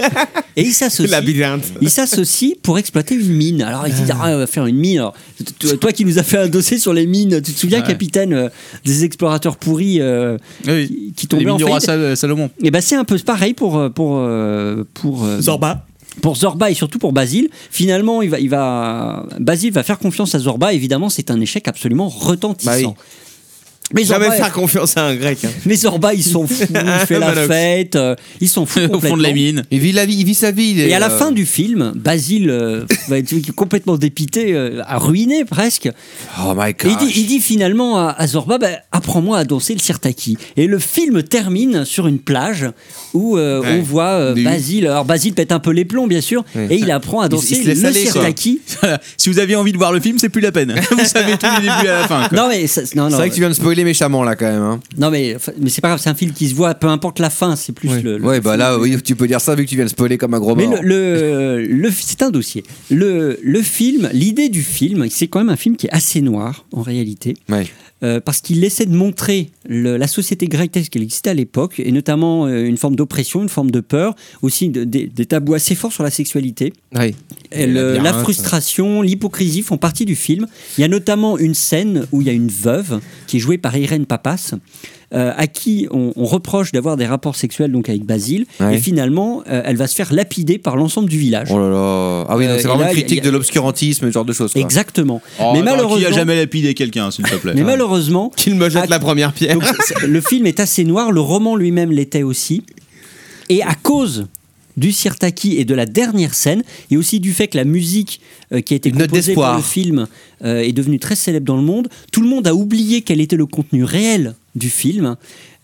S4: et il s'associe.
S5: Labyrinthe.
S4: Il s'associe pour exploiter une mine. Alors il dit ah, on va faire une mine. Alors, toi, toi qui nous as fait un dossier sur les mines, tu te souviens,
S3: Ouais.
S4: capitaine, euh, des explorateurs pourris euh, qui,
S3: Oui.
S4: qui
S3: Les
S4: tombaient en
S3: mines du roi
S4: faillite
S3: Sal- Salomon.
S4: Et ben c'est un peu pareil pour euh, pour euh, pour euh,
S5: Zorba.
S4: pour Zorba et surtout pour Basile. Finalement, il va, il va, Basile va faire confiance à Zorba. Évidemment, c'est un échec absolument retentissant.
S6: Bah oui.
S4: Mais
S5: Jamais
S4: Zorba,
S5: faire confiance à un grec. hein.
S4: mais Zorba, ils s'en foutent, il fait la
S5: Malox.
S4: fête, euh, ils s'en foutent
S3: Au fond de la
S4: complètement.
S3: mine.
S6: Il vit la vie, il vit sa vie. il est,
S4: Et à la
S6: euh,
S4: fin du film, Basile euh, va être complètement dépité, euh, ruiné presque.
S6: Oh my
S4: Et
S6: god.
S4: il, dit, il dit finalement à, à Zorba bah, Apprends-moi à danser le sirtaki. Et le film termine sur une plage où euh,
S5: Ouais.
S4: on voit euh, Basile. Alors Basile pète un peu les plombs, bien sûr, et il apprend à danser
S6: il se laisse
S4: le
S6: aller, quoi.
S4: sirtaki.
S3: si vous aviez envie de voir le film, c'est plus la peine. Vous savez tout du début à la fin. quoi.
S4: Non mais ça- non
S6: C'est
S4: non,
S6: vrai que tu viens de spoiler méchamment là quand même. hein.
S4: non mais, enfin, mais c'est pas grave c'est un film qui se voit peu importe la fin c'est plus le, le-
S6: Ouais bah là oui, tu peux dire ça vu que tu viens de spoiler comme un gros
S4: Mais
S6: mort.
S4: le, le, le- c'est un dossier. Le, le film, l'idée du film, c'est quand même un film qui est assez noir en réalité,
S6: Ouais.
S4: euh, parce qu'il essaie de montrer le- la société grecque telle qu'elle existait à l'époque, et notamment euh, une forme d'oppression, une forme de peur, aussi de- des- des tabous assez forts sur la sexualité.
S5: Ouais.
S4: Et le-
S5: Le
S4: la
S5: labyrinthe.
S4: frustration, l'hypocrisie font partie du film. Il y a notamment une scène où il y a une veuve qui est jouée par Irène Papas, euh, à qui on, on reproche d'avoir des rapports sexuels donc avec Basile.
S6: Ouais.
S4: Et finalement, euh, elle va se faire lapider par l'ensemble du village.
S6: Oh là là. Ah oui, non,
S4: Euh, et
S6: c'est vraiment
S4: là,
S6: une
S4: y a-
S6: critique
S4: y a-
S6: de l'obscurantisme, ce genre de choses. quoi.
S4: Exactement.
S3: Oh,
S4: mais
S3: attends, Qui a
S4: malheureusement,
S3: jamais lapidé quelqu'un, s'il te plaît
S4: mais malheureusement,
S5: Qu'il me jette
S4: Ah.
S5: la première pierre.
S4: donc, c'est- le film est assez noir. Le roman lui-même l'était aussi. Et à cause du Sirtaki et de la dernière scène, et aussi du fait que la musique euh, qui a été
S6: Une note
S4: composée pour
S6: d'espoir.
S4: le film euh, est devenue très célèbre dans le monde, tout le monde a oublié quel était le contenu réel du film.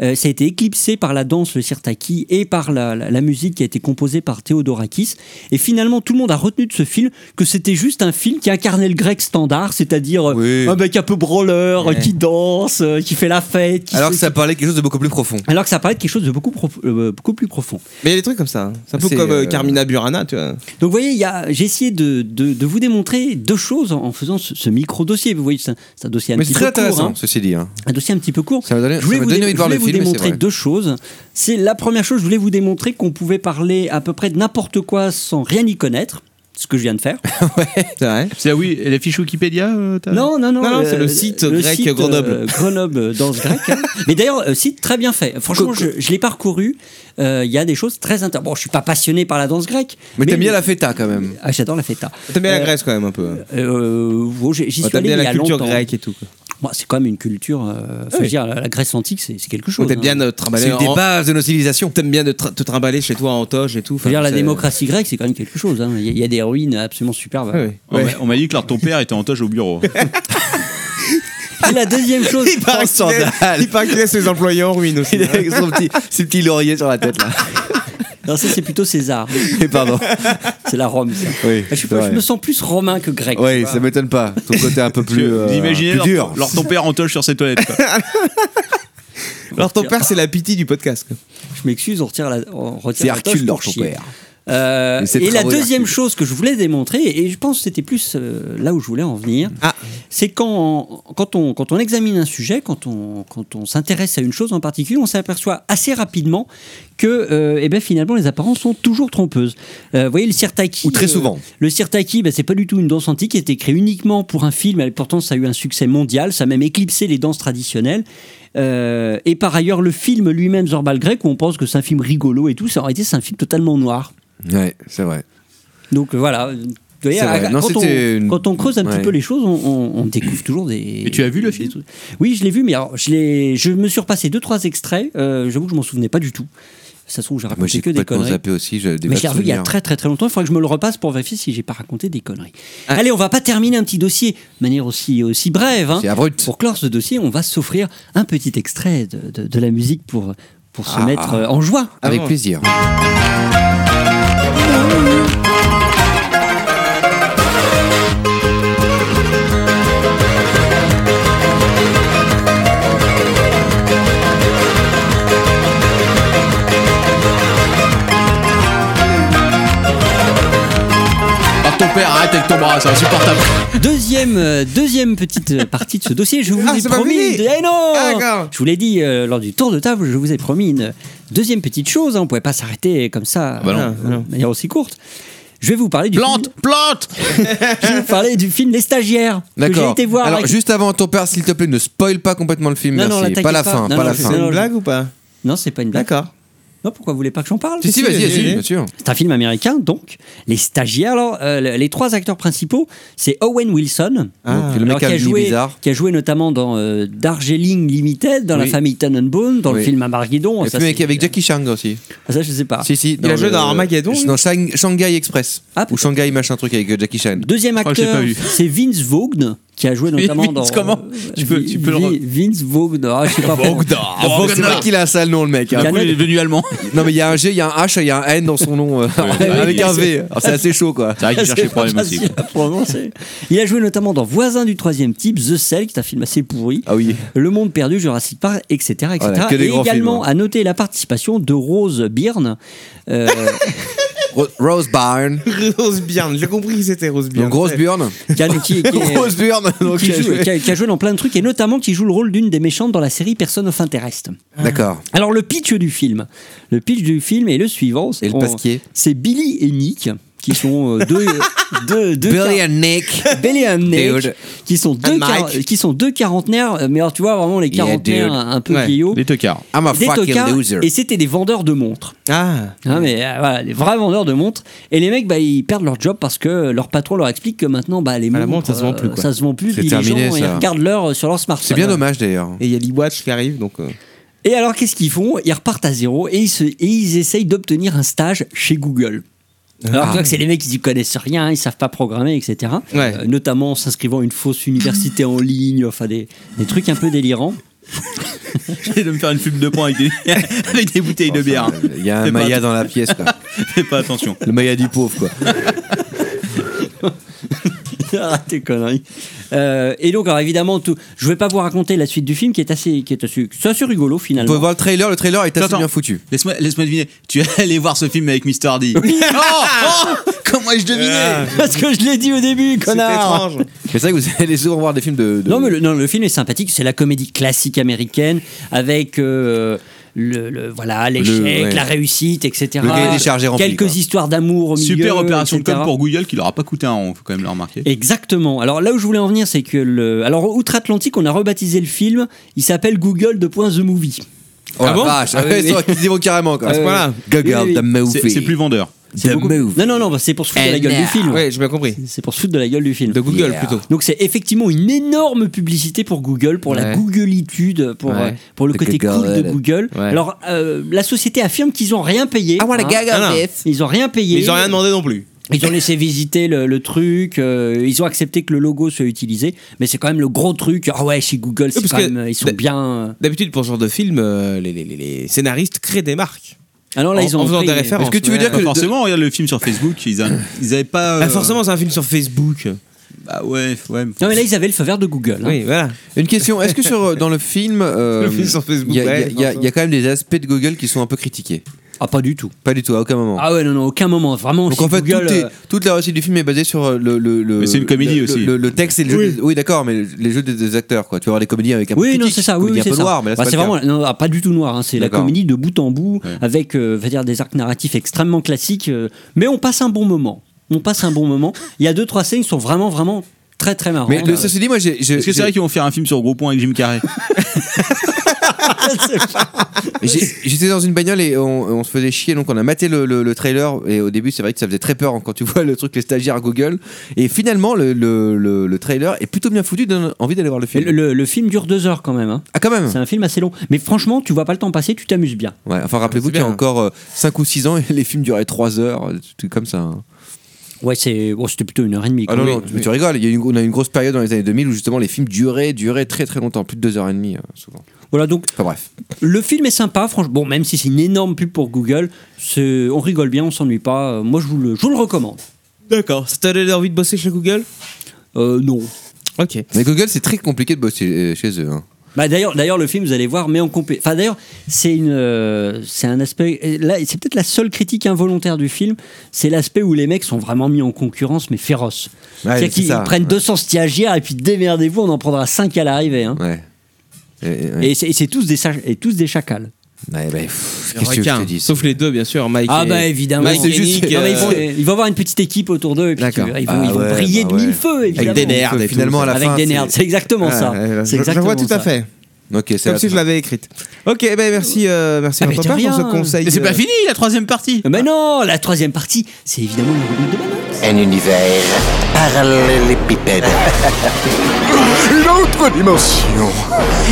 S4: Euh, ça a été éclipsé par la danse, le Sirtaki, et par la, la- la musique qui a été composée par Théodorakis. Et finalement, tout le monde a retenu de ce film que c'était juste un film qui incarnait le grec standard, c'est-à-dire euh,
S6: Oui.
S4: un mec un peu branleur, euh, qui danse, euh, qui fait la fête, qui
S6: Alors que
S4: se-
S6: ça parlait de quelque chose de beaucoup plus profond.
S4: alors que ça paraît être quelque chose de beaucoup, prof- euh, beaucoup plus profond.
S5: Mais il y a des trucs comme ça. hein. C'est un peu
S6: C'est,
S5: comme euh,
S6: euh,
S5: Carmina Burana, tu vois.
S4: Donc vous voyez, il y a- j'ai essayé de, de- de vous démontrer deux choses en, en faisant ce, ce micro-dossier. Vous voyez, c'est un, c'est un dossier un
S6: Mais c'est
S4: petit
S6: très
S4: peu court.
S6: intéressant,
S4: hein.
S6: ceci dit. hein.
S4: un dossier un petit peu court.
S6: Ça m'a donné-
S4: je voulais
S6: ça m'a
S4: vous,
S6: donné
S4: dé-
S6: envie de voir
S4: je voulais vous
S6: le film, mais c'est
S4: démontrer
S6: vrai.
S4: deux choses. C'est la première chose, je voulais vous démontrer qu'on pouvait parler à peu près de n'importe quoi sans rien y connaître. ce que je viens de faire.
S5: C'est vrai.
S3: C'est ah oui, et la fiche Wikipédia euh, t'as-
S4: Non, non, non.
S5: Non, non, c'est le site grec
S4: euh,
S5: Grenoble.
S4: Grenoble, danse grecque. hein. Mais d'ailleurs, euh, site très bien fait. Franchement, je, je l'ai parcouru. Euh, Il y a des choses très intéressantes. Bon, je suis pas passionné par la danse grecque.
S6: Mais t'aimes bien la feta quand même.
S4: Ah, j'adore la feta.
S5: T'aimes bien la
S4: Euh,
S5: Grèce quand même un peu.
S4: Euh, bon, j'ai- J'y
S5: Ouais,
S4: suis
S5: Oh, T'aimes
S4: allé
S5: bien
S4: il y
S5: la
S4: a
S5: culture
S4: longtemps.
S5: grecque et tout. quoi.
S4: Bon, c'est quand même une culture. euh, faut dire, la, la Grèce antique, c'est c'est quelque chose.
S5: Oh, T'aimes
S4: hein.
S5: bien de trimballer
S6: C'est une des
S5: en-
S6: bases de nos civilisations.
S5: T'aimes bien de tra- te trimballer chez toi en toge et tout.
S4: Faut dire, la
S5: c'est-
S4: démocratie grecque, c'est quand même quelque chose. hein. Il y, a- il y a des ruines absolument superbes.
S5: Ah oui.
S3: On m'a- On m'a dit que leur ton père était en toge au bureau.
S4: Et la deuxième chose.
S5: Il paraît qu'il laisse- il paraît qu'il laisse ses employés en ruine aussi.
S6: Avec son petit, ses petits lauriers sur la tête là.
S4: Non, ça, c'est plutôt César.
S6: Et pardon.
S4: C'est la Rome, ça.
S6: Oui,
S4: je, suis
S6: c'est
S4: pas- je
S6: vrai.
S4: me sens plus romain que grec.
S6: Oui, ça m'étonne pas. Ton côté un peu plus, euh,
S3: Vous imaginez
S6: plus
S3: leur,
S6: dur.
S3: leur ton père en toge sur ses toilettes. quoi.
S5: Alors ton père, c'est la pitié du podcast. quoi.
S4: Je m'excuse, on retire la, on retire
S6: C'est
S4: la
S6: Hercule
S4: toge pour
S6: dans ton
S4: chier.
S6: père.
S4: Euh,
S6: Mais c'est
S4: et la
S6: travaux
S4: deuxième
S6: d'Hercule.
S4: chose que je voulais démontrer, et je pense que c'était plus euh, là où je voulais en venir,
S5: Ah.
S4: c'est quand, quand, on, quand on examine un sujet, quand on, quand on s'intéresse à une chose en particulier, on s'aperçoit assez rapidement que euh, eh ben, finalement les apparences sont toujours trompeuses. Euh, vous voyez, le sirtaki.
S6: Ou très
S4: euh,
S6: souvent.
S4: le sirtaki, ben, c'est pas du tout une danse antique, qui a été créée uniquement pour un film, et pourtant ça a eu un succès mondial, ça a même éclipsé les danses traditionnelles. Euh, et par ailleurs, le film lui-même, Zorbal grec, où on pense que c'est un film rigolo et tout, ça aurait été c'est un film totalement noir.
S6: Ouais, c'est vrai.
S4: Donc euh, voilà. Vous voyez,
S6: C'est vrai.
S4: à-
S6: Non,
S4: quand, on,
S6: c'était une-
S4: quand on creuse un
S6: Ouais.
S4: petit peu les choses, on, on- on découvre toujours des.
S3: Et tu as vu le
S4: des
S3: film
S4: trucs. Oui, je l'ai vu, mais alors, je, l'ai- je me suis repassé deux trois extraits. euh, J'avoue que je m'en souvenais pas du tout. Ça se trouve, j'ai
S6: Moi
S4: raconté
S6: j'ai
S4: que des
S6: complètement
S4: conneries.
S6: zappé aussi. J'ai des
S4: Mais
S6: vagues
S4: je l'ai revu il y a
S6: souvenirs.
S4: très très très longtemps. Il faudrait que je me le repasse pour vérifier si j'ai pas raconté des conneries.
S6: Ah.
S4: Allez, on va pas terminer un petit dossier de manière aussi, aussi brève. hein.
S6: C'est abrupt.
S4: Pour clore ce dossier, on va s'offrir un petit extrait de, de- de la musique pour, pour se
S6: Ah.
S4: mettre euh, en joie.
S6: Avec
S5: bon
S6: plaisir.
S3: Ah, ton père, arrête avec ton bras, c'est insupportable.
S4: Deuxième, euh, deuxième petite euh, partie de ce dossier, je vous
S5: Ah,
S4: ai
S5: c'est pas
S4: promis.
S5: fini
S4: de- Eh non
S5: Ah, d'accord.
S4: Je vous l'ai dit euh, lors du tour de table, je vous ai promis une deuxième petite chose. hein, on ne pouvait pas s'arrêter comme ça,
S3: bah non.
S4: euh,
S5: Ah
S4: de manière aussi courte. Je vais vous parler du
S3: Plante, plante
S4: film, je vais vous parler du film Les Stagiaires que j'ai
S6: D'accord.
S4: été voir.
S6: Alors,
S4: avec-
S6: juste avant, ton père, s'il te plaît, ne spoil pas complètement le film.
S4: Non, non,
S6: merci.
S4: l'attaquez
S6: pas la
S4: pas.
S6: fin,
S4: Non,
S6: pas
S4: non,
S6: la
S4: c'est-
S6: fin.
S5: C'est
S4: non,
S5: une
S4: je-
S5: blague ou pas
S4: Non, c'est pas une blague.
S5: D'accord.
S4: Non, pourquoi vous voulez pas que j'en parle
S6: Si, si, vas-y,
S5: si,
S6: vas-y,
S5: si.
S6: bien sûr.
S4: C'est un film américain, donc les stagiaires. Alors, euh, le- les trois acteurs principaux, c'est Owen Wilson,
S3: Ah,
S6: Donc, le
S4: alors,
S6: mec
S4: qui,
S6: a
S4: a
S6: mis
S4: joué,
S6: bizarre.
S4: qui a joué notamment dans euh, Darjeeling Limited, dans
S6: Oui.
S4: La famille Tannenbaum, dans le
S6: Oui.
S4: film Armageddon.
S6: Et
S4: ça,
S6: puis avec,
S4: c'est-
S6: avec Jackie Chang aussi.
S4: Ah, ça, je sais pas.
S6: Si, si,
S5: a joué dans Armageddon, lui
S6: Dans Shang- Shanghai Express.
S4: Ah,
S6: ou Shanghai machin truc avec euh, Jackie Chan.
S4: Deuxième
S3: crois que je l'ai
S4: acteur,
S3: pas vu.
S4: c'est Vince Vaughn qui a joué notamment
S3: Vince,
S4: dans. euh,
S3: comment Tu peux- tu peux le re-
S4: Vince Vaughn, ah, je sais pas.
S6: Ah, bon, c'est vrai qu'il a un sale nom, le mec.
S4: Il
S6: hein.
S4: y
S3: Du
S4: a-
S3: coup, Ah, il est devenu allemand.
S6: Non, mais il y a un G, il y a un H, il y a un N dans son nom. euh, avec un V. Alors, C'est assez chaud, quoi.
S3: C'est vrai qu'il cherche les problèmes aussi. quoi.
S4: Il a joué notamment dans Voisin du troisième type, The Cell, qui est un film assez pourri.
S6: Ah oui.
S4: Le Monde Perdu, Jurassic Park, etc. etc.
S6: Voilà, que des
S4: et
S6: grands
S4: également
S6: films, hein.
S4: à noter la participation de Rose Byrne. Euh,
S6: Ro- Rose Byrne.
S5: Rose Byrne, j'ai compris que c'était Rose Byrne.
S6: Donc, Rose Byrne.
S4: qui a- qui- qui est-
S6: Rose Byrne. donc,
S4: qui
S6: elle
S4: joue-
S6: jouait.
S4: qui a- qui a joué dans plein de trucs et notamment qui joue le rôle d'une des méchantes dans la série Personne of Interest.
S6: D'accord.
S4: Alors le pitch du film, le pitch du film est le suivant.
S6: Et le
S4: On-
S6: pasquier.
S4: C'est Billy et Nick qui sont euh, deux, deux, deux
S6: Billy and Nick.
S4: quar- Billy and Nick,
S6: Dude.
S4: qui sont deux
S6: And
S4: quar-
S6: Mike.
S4: qui sont deux quarantenaires, euh, mais alors tu vois vraiment les
S6: Yeah,
S4: quarantenaires
S6: dude.
S4: un un peu
S5: Ouais.
S4: vieillots.
S3: Les tocards.
S6: I'm a
S4: Des tocards,
S6: fucking loser.
S4: et c'était des vendeurs de montres.
S5: Ah,
S4: Hein, mais euh, voilà, les vrais vendeurs de montres. Et les mecs, bah, ils perdent leur job parce que leur patron leur explique que maintenant, bah, les
S5: Ah, la
S4: montres,
S5: montre, ça se vend plus, quoi.
S4: ça se vend plus.
S6: C'est
S4: puis
S6: terminé,
S4: les gens, ils
S6: ça.
S4: regardent l'heure euh, sur leur smartphone.
S6: C'est bien dommage, d'ailleurs.
S5: Ah, et il y a l'e-watch qui arrive donc. euh,
S4: Et alors, qu'est-ce qu'ils font Ils repartent à zéro et ils, se- et ils essayent d'obtenir un stage chez Google. Alors, tu vois que c'est les mecs qui y connaissent rien, ils savent pas programmer, etc.
S5: Ouais.
S4: Euh, notamment en s'inscrivant à une fausse université en ligne, enfin des, des trucs un peu délirants.
S3: J'allais de me faire une fume de poing avec des, avec des bouteilles de bière. hein.
S6: Il y a un
S3: Fais pas
S6: Maya
S3: attention.
S6: dans la pièce, quoi.
S3: Fais pas attention.
S6: Le Maya du pauvre, quoi.
S4: Arrête Ah, tes conneries. Euh, et donc, alors évidemment, tout, je vais pas vous raconter la suite du film qui est assez, qui est assez, c'est assez rigolo
S6: Vous
S4: finalement.
S6: pouvez voir le trailer, le trailer est assez
S3: Attends.
S6: bien foutu.
S3: Laisse-moi laisse deviner. Tu es allé voir ce film avec Mr. D. oh, oh Comment ai-je deviné
S4: Parce que je l'ai dit au début, connard.
S5: étrange.
S6: Mais c'est vrai que vous allez souvent voir des films de. de-
S4: Non, mais le, non, le film est sympathique. C'est la comédie classique américaine avec. euh, le, le- voilà l'échec,
S6: Le- ouais.
S4: la réussite, etc.
S6: Le cahier des charges est rempli,
S4: Quelques
S6: quoi.
S4: histoires d'amour au milieu.
S3: Super opération de
S4: etc.
S3: com pour Google qui leur a pas coûté un rond, faut quand même le remarquer.
S4: Exactement. Alors là où je voulais en venir, c'est que le... alors outre-Atlantique, on a rebaptisé le film. Il s'appelle Google de The Movie.
S6: Oh la
S5: bon
S6: vache,
S5: Ah oui,
S6: ouais,
S5: oui.
S6: ça, ils y vont carrément quoi.
S5: À ce point-là.
S6: Google,
S4: Oui, oui.
S6: the movie.
S3: C'est c'est plus vendeur.
S4: C'est
S6: The
S4: beaucoup-
S6: Move.
S4: Non non non, c'est pour se foutre de la
S6: And
S4: gueule du
S6: now.
S4: film.
S5: Ouais, j'ai bien compris.
S4: C'est pour se foutre de la gueule du film.
S5: De Google
S6: Yeah.
S5: plutôt.
S4: Donc c'est effectivement une énorme publicité pour Google, pour la
S5: Ouais.
S4: Googleitude, pour,
S5: Ouais.
S4: euh, pour le
S6: The
S4: côté
S6: Google.
S4: cool de Google.
S5: Ouais.
S4: Alors euh, la société affirme qu'ils ont rien payé.
S6: I wanna
S4: hein.
S6: Google
S5: Ah, non.
S6: this.
S4: Ils ont rien payé.
S5: Mais ils ont rien demandé non plus.
S4: Ils ont laissé visiter le, le truc. euh, ils ont accepté que le logo soit utilisé. Mais c'est quand même le gros truc. Ah ouais, chez Google, c'est
S5: parce
S4: quand
S5: que-
S4: même, euh, ils sont
S5: d'a-
S4: bien. euh.
S5: D'habitude, pour ce genre de film, euh, les, les- les- les scénaristes créent des marques.
S4: Ah
S6: Oh,
S4: non, là
S5: En-
S4: ils ont
S5: en faisant
S4: pris-
S5: des références.
S6: Est-ce que tu veux
S5: Ouais.
S6: dire
S3: Pas
S6: que
S3: bah, forcément, regarde le film sur Facebook, ils, a- ils avaient pas. euh,
S5: Ah, forcément, c'est un film sur Facebook.
S3: Bah ouais, ouais.
S4: Non mais là ils avaient le feu vert de Google. hein.
S5: Oui, voilà.
S6: Une question, est-ce que sur, dans le film, euh,
S5: Le film sur Facebook,
S6: il y, a-
S5: ouais,
S6: il y a- il y a quand même des aspects de Google qui sont un peu critiqués
S4: Ah pas du tout.
S6: Pas du tout, à aucun moment.
S4: Ah ouais non non aucun moment vraiment.
S6: Donc
S4: chez
S6: en fait,
S4: Google,
S6: tout est-
S4: euh,
S6: toute la réussite du film est basée sur euh, le. le, le-
S3: Mais c'est une comédie
S6: le-
S3: aussi.
S6: Le, le texte et le jeu. des- Oui, d'accord, mais les jeux des, des acteurs, quoi. Tu vas voir les comédies avec un peu
S4: Oui, non,
S6: critique,
S4: c'est ça. Oui,
S6: comédie
S4: oui,
S6: un
S4: c'est
S6: peu
S4: ça.
S6: noire, mais là,
S4: Bah,
S6: c'est
S4: c'est
S6: pas le
S4: vraiment
S6: cas.
S4: non, ah, pas du tout noir. hein. C'est la
S6: D'accord.
S4: comédie de bout en bout
S3: Ouais.
S4: avec, euh, va dire, des arcs narratifs extrêmement classiques. euh, mais on passe un bon moment. On passe un bon moment. Il y a deux trois scènes qui sont vraiment vraiment très très marrantes.
S6: Mais le, ceci dit, moi, j'ai. j'ai-
S3: Est-ce que c'est
S6: j'ai-
S3: vrai qu'ils vont faire un film sur Gros Pont avec Jim Carrey
S6: J'ai- J'étais dans une bagnole et on, on se faisait chier, donc on a maté le, le- le trailer. Et au début, c'est vrai que ça faisait très peur hein, quand tu vois le truc, les stagiaires Google. Et finalement, le, le- le- le trailer est plutôt bien foutu, donne envie d'aller voir le
S4: Mais
S6: film.
S4: le, le- le film dure deux heures quand même. hein.
S6: Ah, quand même
S4: C'est un film assez long. Mais franchement, tu vois pas le temps passer, tu t'amuses bien.
S6: Ouais, enfin, rappelez-vous
S5: C'est
S6: qu'il y a
S5: bien.
S6: encore 5 ou 6 ans, et les films duraient 3 heures, euh, tout comme ça. hein.
S4: Ouais, c'est bon, c'était plutôt une heure et demie.
S6: Ah
S4: quoi.
S6: non,
S4: Oui.
S6: non, tu, tu rigoles, il y a eu une- on a eu une grosse période dans les années 2000 où justement les films duraient, duraient très très longtemps, plus de 2h30 euh, souvent.
S4: Voilà donc
S6: Enfin bref.
S4: le film est sympa. Franchement, bon même si c'est une énorme pub pour Google, c'est- on rigole bien, on s'ennuie pas. Euh, Moi je vous le, je vous le recommande.
S5: D'accord. Ça t'a donné envie de bosser chez Google
S4: Euh, non.
S5: Ok.
S6: Mais Google, c'est très compliqué de bosser euh, chez eux. hein.
S4: Bah d'ailleurs, d'ailleurs le film vous allez voir, mais en compé. Enfin d'ailleurs c'est une, euh, c'est un aspect. et Là c'est peut-être la seule critique involontaire du film, c'est l'aspect où les mecs sont vraiment mis en concurrence mais féroce.
S6: Ouais,
S4: C'est-à-dire
S6: c'est
S4: qu'ils
S6: ça,
S4: ils prennent
S6: ouais.
S4: 200 stagiaires et puis démerdez-vous, on en prendra 5 à l'arrivée. hein.
S6: Ouais. Et, et- ouais.
S4: Et c'est et c'est tous des sach- et tous des chacals.
S6: Ouais, bah, pff,
S5: Qu'est-ce
S6: Qu'est-ce que je te dis
S5: Sauf les deux, bien sûr, Mike.
S4: Ah
S5: et-
S4: bah évidemment.
S5: Mike
S4: Non,
S5: et Nick,
S4: mais ils, vont,
S5: euh,
S4: ils vont avoir une petite équipe autour d'eux et puis tu
S6: D'accord.
S4: verras, ils vont,
S6: Ah
S4: ils vont
S6: ouais,
S4: briller
S6: bah
S4: de mille
S6: ouais.
S4: feux évidemment.
S6: Avec des nerds, et finalement à la
S4: Avec
S6: fin.
S4: des
S6: c'est-
S4: nerds, c'est exactement ça.
S5: ouais, ouais,
S4: C'est
S5: je- je
S4: exactement
S5: vois tout
S4: ça.
S5: à fait.
S6: Ok, c'est
S5: Comme
S6: la
S5: si je
S6: fin.
S5: l'avais écrite. Ok, ben merci, euh, merci
S4: Ah, mais
S5: mon
S4: de
S5: papa pour
S4: rien.
S5: ce conseil.
S3: Mais c'est
S5: euh,
S3: pas fini la troisième partie
S4: Mais non, la troisième partie, c'est évidemment le reboot de Manon.
S2: Un univers parallélépipède.
S9: Une autre dimension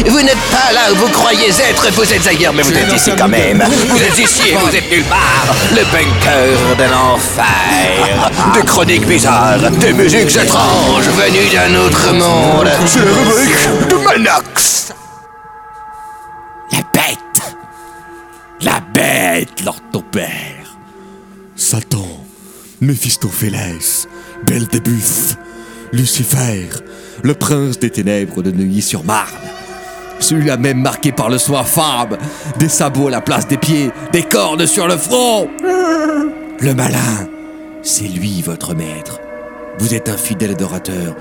S2: Vous n'êtes pas là où vous croyez être, vous êtes ailleurs, mais vous êtes ici quand même. Vous êtes ici et vous êtes nulle part. Le bunker de l'enfer. De chroniques bizarres, de musiques étranges venues d'un autre monde.
S9: C'est la rubrique de Manox
S2: La bête La bête, Lord ton père
S9: Satan, Méphistophélès, Belzébuth, Lucifer, le prince des ténèbres de Neuilly-sur-Marne.
S6: Celui-là même marqué par le soin infâme, des sabots à la place des pieds, des cornes sur le front. Le malin, c'est lui votre maître. Vous êtes un fidèle adorateur,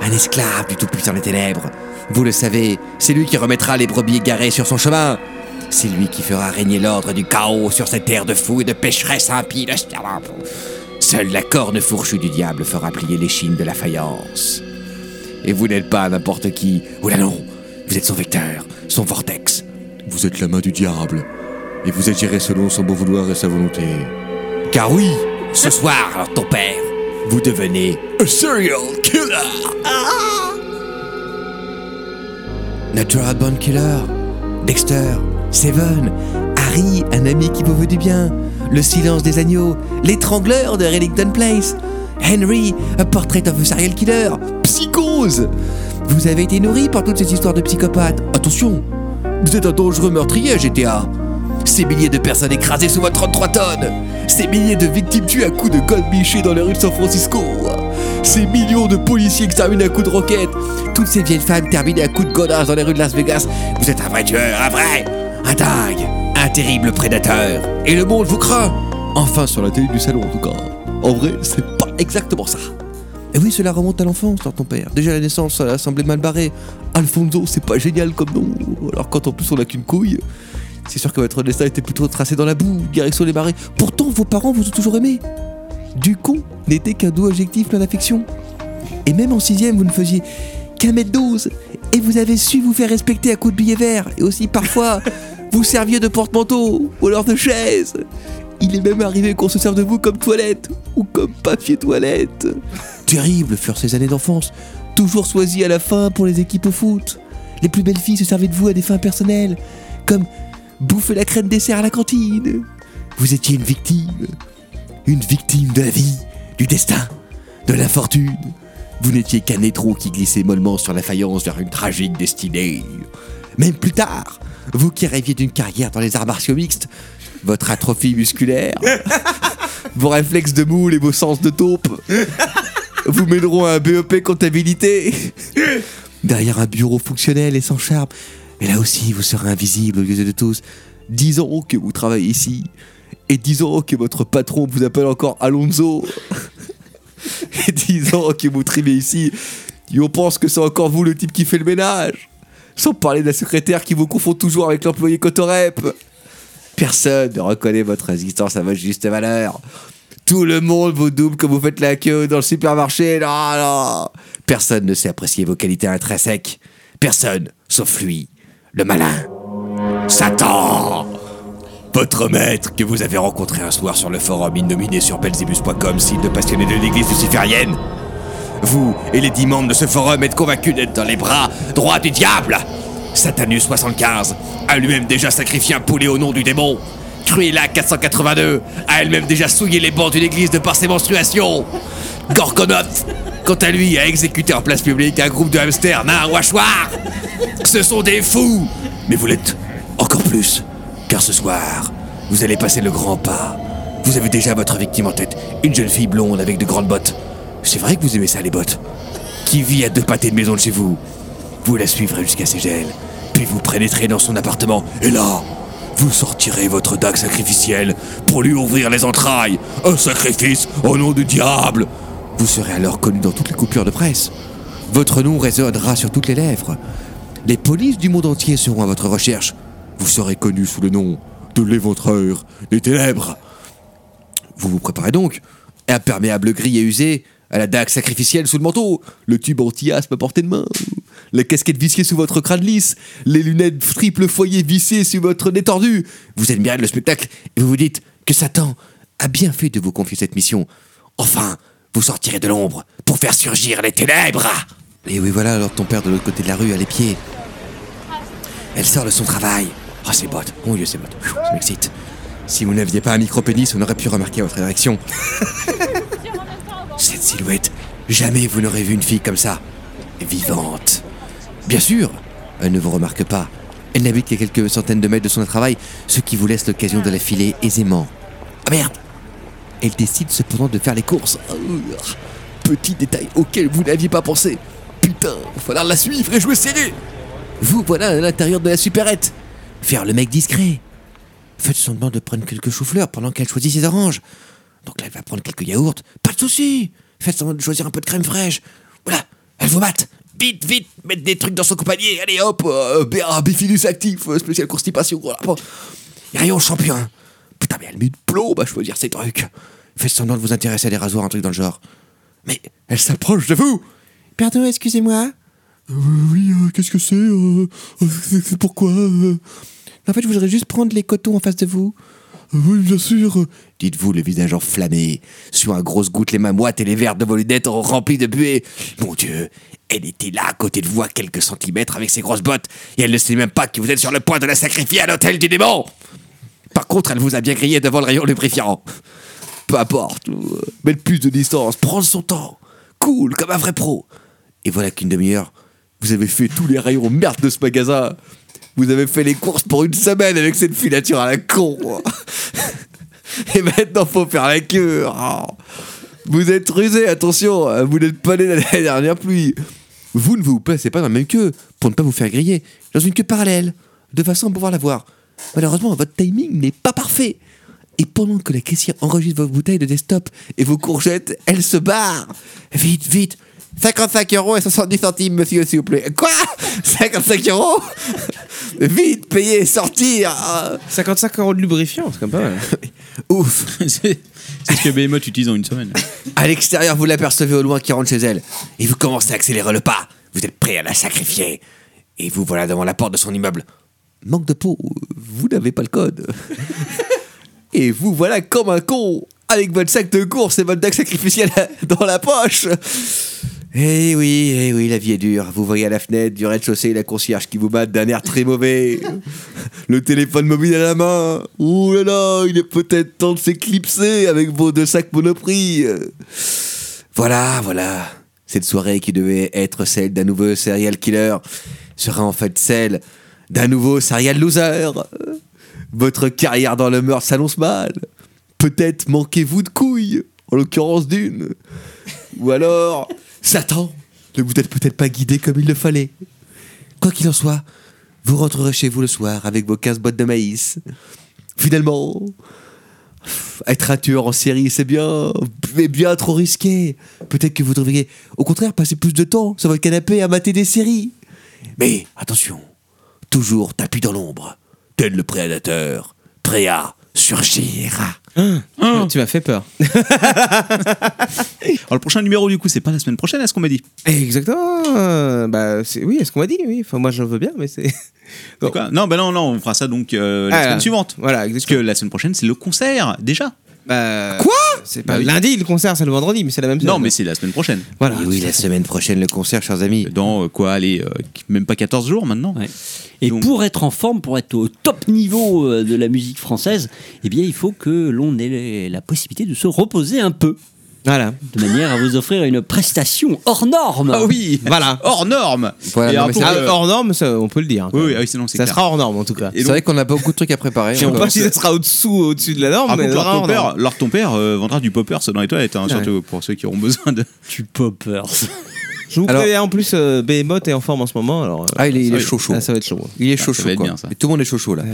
S6: un esclave du Tout-Puissant des Ténèbres. Vous le savez, c'est lui qui remettra les brebis égarées sur son chemin. C'est lui qui fera régner l'ordre du chaos sur cette terre de fous et de pécheresses impies. de Scarab. Seule la corne fourchue du diable fera plier l'échine de la faïence. Et vous n'êtes pas n'importe qui. Oh là non, vous êtes son vecteur, son vortex.
S9: Vous êtes la main du diable, et vous agirez selon son bon vouloir et sa volonté.
S6: Car oui, ce soir, alors ton père, vous devenez un serial killer. Ah Natural Born Killer, Dexter, Seven, Harry, un ami qui vous veut du bien, Le silence des agneaux, L'étrangleur de Reddington Place, Henry, A Portrait of a Serial Killer, Psychose. Vous avez été nourri par toutes ces histoires de psychopathes. Attention, vous êtes un dangereux meurtrier, GTA. Ces milliers de personnes écrasées sous votre 33 tonnes Ces milliers de victimes tuées à coups de gold biché dans les rues de San Francisco Ces millions de policiers exterminés à coups de roquettes Toutes ces vieilles femmes terminées à coups de godasse dans les rues de Las Vegas Vous êtes un vrai tueur, un vrai Un dingue Un terrible prédateur Et le monde vous craint Enfin sur la télé du salon en tout cas En vrai, c'est pas exactement ça
S2: Eh
S6: et oui, cela remonte à l'enfance, dans ton père. Déjà à la naissance, ça a semblé mal barré. Alfonso, c'est pas génial comme nom. Alors quand en plus on a qu'une couille,
S2: C'est sûr que votre destin était plutôt tracé dans la boue, direction les marais. Pourtant, vos parents vous ont toujours aimé. Ducon n'était qu'un doux objectif plein d'affection. Et même en sixième, vous ne faisiez qu'un mètre 12 et vous avez su vous faire respecter à coups de billets verts et aussi parfois vous serviez de porte-manteau ou alors de chaise. Il est même arrivé qu'on se serve de vous comme toilette ou comme papier toilette. Terrible furent ces années d'enfance, toujours choisies à la fin pour les équipes au foot. Les plus belles filles se servaient de vous à des fins personnelles, comme bouffer la crème dessert à la cantine. Vous étiez une victime, une victime de la vie, du destin, de la fortune. Vous n'étiez qu'un étron qui glissait mollement sur la faïence vers une tragique destinée. Même plus tard, vous qui rêviez d'une carrière dans les arts martiaux mixtes, votre atrophie musculaire, vos réflexes de moule et vos sens de taupe vous mèneront à un BEP comptabilité. Derrière un bureau fonctionnel et sans charme, et là aussi vous serez invisible aux yeux de tous. Disons que vous travaillez ici, et disons que votre patron vous appelle encore Alonso et 10 ans que vous trivez ici, et on pense que c'est encore vous le type qui fait le ménage. Sans parler de la secrétaire qui vous confond toujours avec l'employé Cotorep. Personne ne reconnaît votre résistance à votre juste valeur. Tout le monde vous double quand vous faites la queue dans le supermarché. Non, non. Personne ne sait apprécier vos qualités intrinsèques. Personne, sauf lui, le malin. Satan votre maître que vous avez rencontré un soir sur le forum innominé sur belzebus.com, site de passionnés de l'église luciférienne. Vous et les dix membres de ce forum êtes convaincus d'être dans les bras droits du diable Satanus 75 a lui-même déjà sacrifié un poulet au nom du démon. Cruella 482 a elle-même déjà souillé les bancs d'une église de par ses menstruations. Gorgonoth, quant à lui, a exécuté en place publique un groupe de hamsters nains ouachoirs. Ce sont des fous Mais vous l'êtes encore plus, car ce soir, vous allez passer le grand pas. Vous avez déjà votre victime en tête, une jeune fille blonde avec de grandes bottes. C'est vrai que vous aimez ça, les bottes Qui vit à deux pâtés de maison de chez vous. Vous la suivrez jusqu'à ses gels, puis vous pénétrez dans son appartement, et là, vous sortirez votre dague sacrificielle pour lui ouvrir les entrailles. Un sacrifice au nom du diable Vous serez alors connu dans toutes les coupures de presse. Votre nom résonnera sur toutes les lèvres. Les polices du monde entier seront à votre recherche. Vous serez connu sous le nom de l'éventreur des ténèbres. Vous vous préparez donc. Imperméable gris et usé, à la dague sacrificielle sous le manteau, le tube anti-asthme à portée de main, la casquette vissée sous votre crâne lisse, les lunettes triple foyer vissées sous votre nez tordu. Vous admirez le spectacle et vous vous dites que Satan a bien fait de vous confier cette mission. Enfin, vous sortirez de l'ombre pour faire surgir les ténèbres. Et oui, voilà, alors ton père de l'autre côté de la rue a les pieds. Elle sort de son travail. Oh, c'est bottes. Mon dieu, c'est bottes. Pfiou, Ça m'excite. Si vous n'aviez pas un micro-pénis, on aurait pu remarquer votre érection. Cette silhouette, jamais vous n'aurez vu une fille comme ça. Vivante. Bien sûr, elle ne vous remarque pas. Elle n'habite qu'à quelques centaines de mètres de son travail, ce qui vous laisse l'occasion de la filer aisément. Ah merde Elle décide cependant de faire les courses. Urgh. Petit détail auquel vous n'aviez pas pensé. Putain, il falloir la suivre et jouer serré vous voilà à l'intérieur de la supérette. Faire le mec discret. Faites semblant de prendre quelques choux-fleurs pendant qu'elle choisit ses oranges. Donc là, elle va prendre quelques yaourts. Pas de souci. Faites semblant de choisir un peu de crème fraîche. Voilà, elle vous mate. Vite, vite, mettre des trucs dans son compagnie. Allez, hop, euh, BA, bifidus actif, euh, spécial constipation. Voilà. Bon. Et rayon champion. Putain, mais elle met une plombe à choisir ces trucs. Faites semblant de vous intéresser à des rasoirs, un truc dans le genre. Mais elle s'approche de vous. Pardon, excusez-moi. Euh, oui, euh, qu'est-ce que c'est euh, euh, c'est- c'est Pourquoi euh En fait, je voudrais juste prendre les cotons en face de vous. Euh, oui, bien sûr. Dites-vous, le visage enflammé, sur un grosse goutte, les mains moites et les verres de vos lunettes remplis de buée. Mon Dieu, elle était là à côté de vous à quelques centimètres avec ses grosses bottes, et elle ne sait même pas que vous êtes sur le point de la sacrifier à l'hôtel du démon. Par contre, elle vous a bien grillé devant le rayon lubrifiant. Peu importe, euh, mettre plus de distance, prendre son temps. Cool, comme un vrai pro. Et voilà qu'une demi-heure, vous avez fait tous les rayons merde de ce magasin. Vous avez fait les courses pour une semaine avec cette filature à la con. Et maintenant, faut faire la queue. Oh. Vous êtes rusé, attention, hein, vous n'êtes pas né dans la dernière pluie. Vous ne vous placez pas dans la même queue pour ne pas vous faire griller, dans une queue parallèle, de façon à pouvoir la voir. Malheureusement, votre timing n'est pas parfait. Et pendant que la caissière enregistre vos bouteilles de desktop et vos courgettes, elle se barre. Vite, vite,
S6: 55 euros et 70 centimes, monsieur, s'il vous plaît. Quoi 55 euros Vite, payez, sortir Ah,
S5: 55 euros de lubrifiant, c'est comme pas mal.
S6: Ouf
S3: c'est c'est ce que Behemoth utilise en une semaine.
S6: À l'extérieur, vous l'apercevez au loin qui rentre chez elle. Et vous commencez à accélérer le pas. Vous êtes prêt à la sacrifier. Et vous voilà devant la porte de son immeuble. Manque de peau, vous n'avez pas le code. et vous voilà comme un con, avec votre sac de course et votre dague sacrificielle dans la poche. Eh oui, eh oui, la vie est dure. Vous voyez à la fenêtre du rez-de-chaussée la concierge qui vous bat d'un air très mauvais. Le téléphone mobile à la main. Ouh là là, il est peut-être temps de s'éclipser avec vos deux sacs monoprix. Voilà, voilà. Cette soirée qui devait être celle d'un nouveau serial killer sera en fait celle d'un nouveau serial loser. Votre carrière dans le meurtre s'annonce mal. Peut-être manquez-vous de couilles, en l'occurrence d'une. Ou alors, Satan ne vous êtes peut-être pas guidé comme il le fallait. Quoi qu'il en soit, vous rentrerez chez vous le soir avec vos 15 boîtes de maïs. Finalement, être un tueur en série, c'est bien, mais bien trop risqué. Peut-être que vous devriez, au contraire, passer plus de temps sur votre canapé à mater des séries. Mais attention, toujours tapis dans l'ombre, tel le prédateur, prêt à surgir.
S5: Tu m'as fait peur.
S3: Alors, le prochain numéro, du coup, c'est pas la semaine prochaine, est-ce qu'on m'a dit
S5: Exactement. euh, Bah, c'est- oui, est-ce qu'on m'a dit Oui, enfin, moi je veux bien, mais c'est.
S3: C'est quoi Non, bah non, non, on fera ça donc euh, la
S5: Ah,
S3: semaine
S5: là.
S3: suivante.
S5: Voilà,
S3: Parce que
S5: exactement.
S3: la semaine prochaine, c'est le concert, déjà.
S5: Quoi C'est pas
S3: Bah oui.
S5: lundi le concert, c'est le vendredi, mais c'est la même chose.
S3: Non, mais c'est la semaine prochaine.
S5: Voilà.
S6: Et oui, la semaine prochaine, le concert, chers amis.
S3: Dans euh, quoi, allez, euh, même pas 14 jours maintenant.
S4: Ouais. Et
S3: Donc-
S4: pour être en forme, pour être au top niveau euh, de la musique française, eh bien, il faut que l'on ait les- la possibilité de se reposer un peu,
S5: Voilà.
S4: de manière à vous offrir une prestation hors norme.
S3: Ah oui
S5: Voilà.
S3: Hors norme
S6: Voilà,
S3: Et
S6: non,
S3: alors,
S6: mais
S3: pour,
S5: Ah,
S3: euh,
S5: hors norme, ça, on peut le dire. hein.
S3: Oui, oui, ah oui, c'est non, c'est
S5: ça
S3: clair.
S5: sera hors norme en tout cas.
S6: C'est
S3: donc-
S6: vrai qu'on n'a pas beaucoup de trucs à préparer. euh,
S5: Je sais
S6: encore.
S5: pas si ça sera au-dessous ou au-dessus de la norme,
S3: Ah,
S5: mais
S3: donc,
S5: ça
S3: leur
S5: sera
S3: ton
S5: hors norme.
S3: père, leur ton père euh, vendra du popper dans les toilettes, hein, surtout pour ceux qui auront besoin de.
S4: Tu poppers.
S5: Je vous
S6: Alors-
S5: préviens en plus, euh, Behemoth est en forme en ce moment, alors. euh,
S6: Ah, il est, il est
S3: Ah,
S6: chaud chaud.
S5: ah, ça va être chaud.
S6: Il est
S3: Ah,
S6: chaud
S3: ça
S6: chaud.
S3: va être
S6: quoi.
S3: bien, ça.
S6: Et tout le monde est chaud chaud là.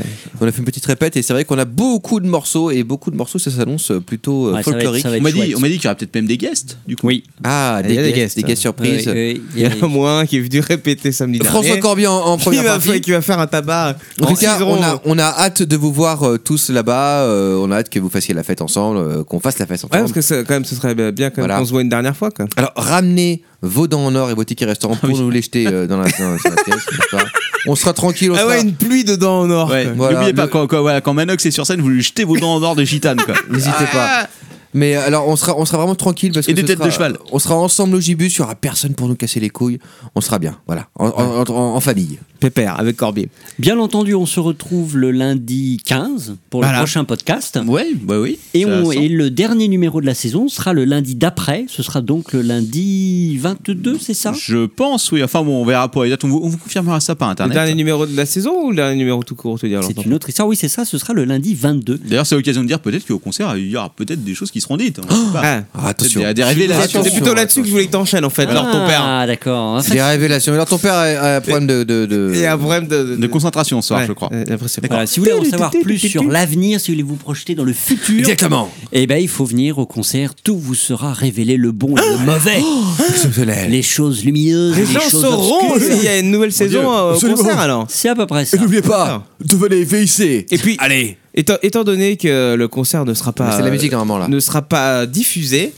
S6: On a fait une petite répète et c'est vrai qu'on a beaucoup de morceaux et beaucoup de morceaux ça s'annonce plutôt
S4: Ouais,
S6: euh,
S4: ça va être-
S6: folklorique.
S4: ça va être
S3: On m'a
S4: chouette.
S3: dit, on m'a dit qu'il y aura peut-être même des guests, du coup.
S4: Oui.
S6: Ah,
S5: Il
S6: des
S5: y a des
S6: guests,
S5: guests.
S6: des guests surprises. Euh,
S4: Ouais, ouais,
S5: Il y en a moins qui est venu répéter samedi
S6: François
S5: dernier.
S6: Corbian en, en
S5: qui
S6: première
S5: va, faire,
S6: partie.
S5: qui va faire un tabac
S6: En
S5: en
S6: tout cas,
S5: six
S6: on
S5: rondes.
S6: a, on a hâte de vous voir euh, tous là-bas. euh, on a hâte que vous fassiez la fête ensemble, euh, qu'on fasse la fête
S5: Ouais,
S6: ensemble.
S5: parce que ça- quand même, ce serait bien quand même
S6: Voilà.
S5: qu'on se voit une dernière fois. Quoi.
S6: Alors, ramenez vos dents en or et vos tickets restaurants
S5: Ah
S6: pour nous les jeter euh, dans la, dans, dans la pièce, n'est-ce pas On sera tranquille. On
S5: Ah
S6: sera...
S5: ouais, une pluie dedans en or.
S3: Ouais,
S5: quoi.
S6: Voilà,
S3: N'oubliez pas,
S6: le-
S3: quand, quand, voilà, quand Manox est sur scène, vous lui jetez vos dents en or de gitane, quoi.
S6: N'hésitez pas. Mais euh, alors, on sera, on sera vraiment tranquille parce que
S3: Et des
S6: ce
S3: têtes
S6: sera- euh,
S3: de cheval.
S6: On sera ensemble au gibus, il y aura personne pour nous casser les couilles. On sera bien, voilà, en, en- en- en famille.
S5: Pépère avec Corbier.
S4: Bien entendu, on se retrouve le lundi 15 pour
S5: Voilà.
S4: le prochain podcast.
S3: Ouais, bah oui.
S4: Et,
S3: ça
S4: on-
S3: sent.
S4: et le dernier numéro de la saison sera le lundi d'après. Ce sera donc le lundi 22, c'est ça
S3: Je pense, oui. Enfin bon, on verra pour les dates. On vous, on vous confirmera ça par
S5: Le
S3: internet.
S5: dernier numéro de la saison ou le dernier numéro tout court, te dire
S4: C'est
S5: Laurent
S4: une autre histoire. Oui, c'est ça. Ce sera le lundi 22.
S3: D'ailleurs, c'est l'occasion de dire peut-être qu'au concert, il y aura peut-être des choses qui seront dites. hein,
S4: Oh
S3: je sais pas.
S5: Ah,
S6: Ah, attention.
S3: Peut-être Des, des révélations.
S5: C'était plutôt là-dessus que je voulais que t'enchaînes en fait, alors ton père.
S4: Ah, d'accord.
S6: Des révélations. Alors, ton père a, a un problème de. de, de-
S5: Et un problème de.
S4: Ah.
S3: De concentration ce soir,
S5: Ouais,
S3: je crois.
S5: euh, l'impression.
S4: Voilà, si vous voulez en savoir plus sur l'avenir, si vous voulez vous projeter dans le futur,
S6: Exactement.
S4: eh ben, il faut venir au concert. Tout vous sera révélé, le bon et le mauvais. Ah
S6: Exceptionnel.
S4: Les choses lumineuses, les,
S5: Les gens
S4: choses
S5: sauront
S4: obscures.
S5: s'il y a une nouvelle saison
S3: Dieu,
S5: euh, au
S6: absolument.
S5: concert alors.
S4: C'est à peu près ça.
S6: Et n'oubliez pas, devenez VIC.
S5: Et
S2: Ah,
S5: puis,
S6: Allez.
S5: étant, étant donné que le concert ne sera pas.
S6: C'est de la musique normalement là.
S5: ne sera pas diffusé,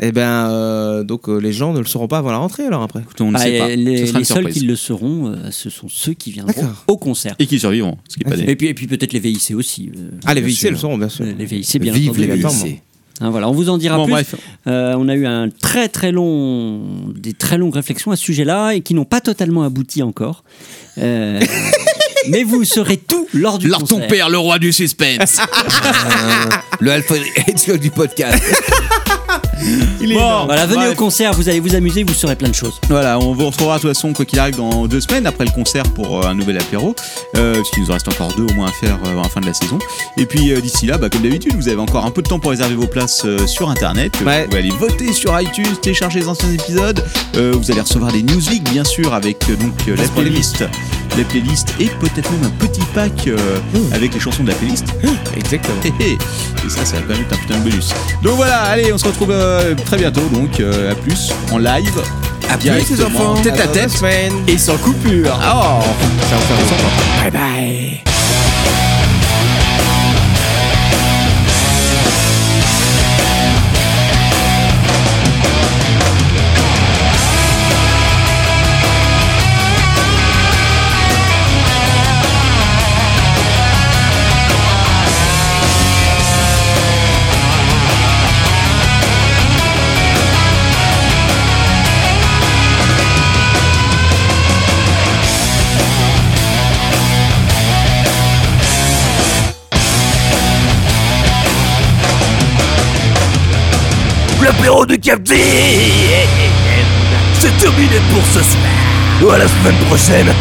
S5: et ben euh, donc euh, les gens ne le sauront pas avant la rentrée alors après.
S3: On ne
S4: Ah,
S3: sait
S4: et
S3: pas. ce
S4: Les,
S3: sera
S4: les
S3: une
S4: seuls
S3: surprise.
S4: qui le sauront, euh, ce sont ceux qui viendront
S5: D'accord.
S4: au concert.
S3: Et qui survivront, ce qui n'est pas des.
S4: Et puis, et puis peut-être les VIC aussi. euh,
S5: Ah les
S4: bien
S5: VIC
S4: sûr.
S5: le sauront bien sûr.
S4: Euh, Les VIC, bien
S6: Vive
S4: entendu.
S6: les
S5: évidemment.
S6: VIC.
S4: Hein, voilà, on vous en dira
S3: Bon,
S4: plus.
S3: bref.
S4: Euh, on a eu un très très long, des très longues réflexions à ce sujet-là et qui n'ont pas totalement abouti encore. Euh, mais vous saurez tout lors du
S3: Lord
S4: concert.
S3: ton père, le roi du suspense.
S6: Le Alfred Hitchcock du podcast.
S3: Bon,
S4: Voilà, venez
S3: bref.
S4: au concert, vous allez vous amuser, vous saurez plein de choses.
S3: Voilà, on vous retrouvera de toute façon, quoi qu'il arrive, dans deux semaines après le concert pour euh, un nouvel apéro. Euh, puisqu'il nous en reste encore deux au moins à faire euh, avant la fin de la saison. Et puis euh, d'ici là, bah, comme d'habitude, vous avez encore un peu de temps pour réserver vos places euh, sur internet. Euh,
S5: Ouais.
S3: Vous pouvez aller voter sur iTunes, télécharger les anciens épisodes. Euh, vous allez recevoir des newsleaks, bien sûr, avec euh, donc euh, la playlist. La playlist et peut-être même un petit pack euh, avec les chansons de la playlist.
S5: Exactement.
S3: Hé, hé. Et ça, ça va quand même être un putain de bonus. Donc voilà, allez, on se retrouve euh, très bientôt. Donc euh, à plus en live
S6: À plus les enfants.
S3: tête à tête et sans coupure. Oh,
S5: Ça va faire
S4: Bye
S5: ensemble.
S4: bye.
S2: L'apéro de Captain C'est terminé pour ce soir. À la semaine prochaine.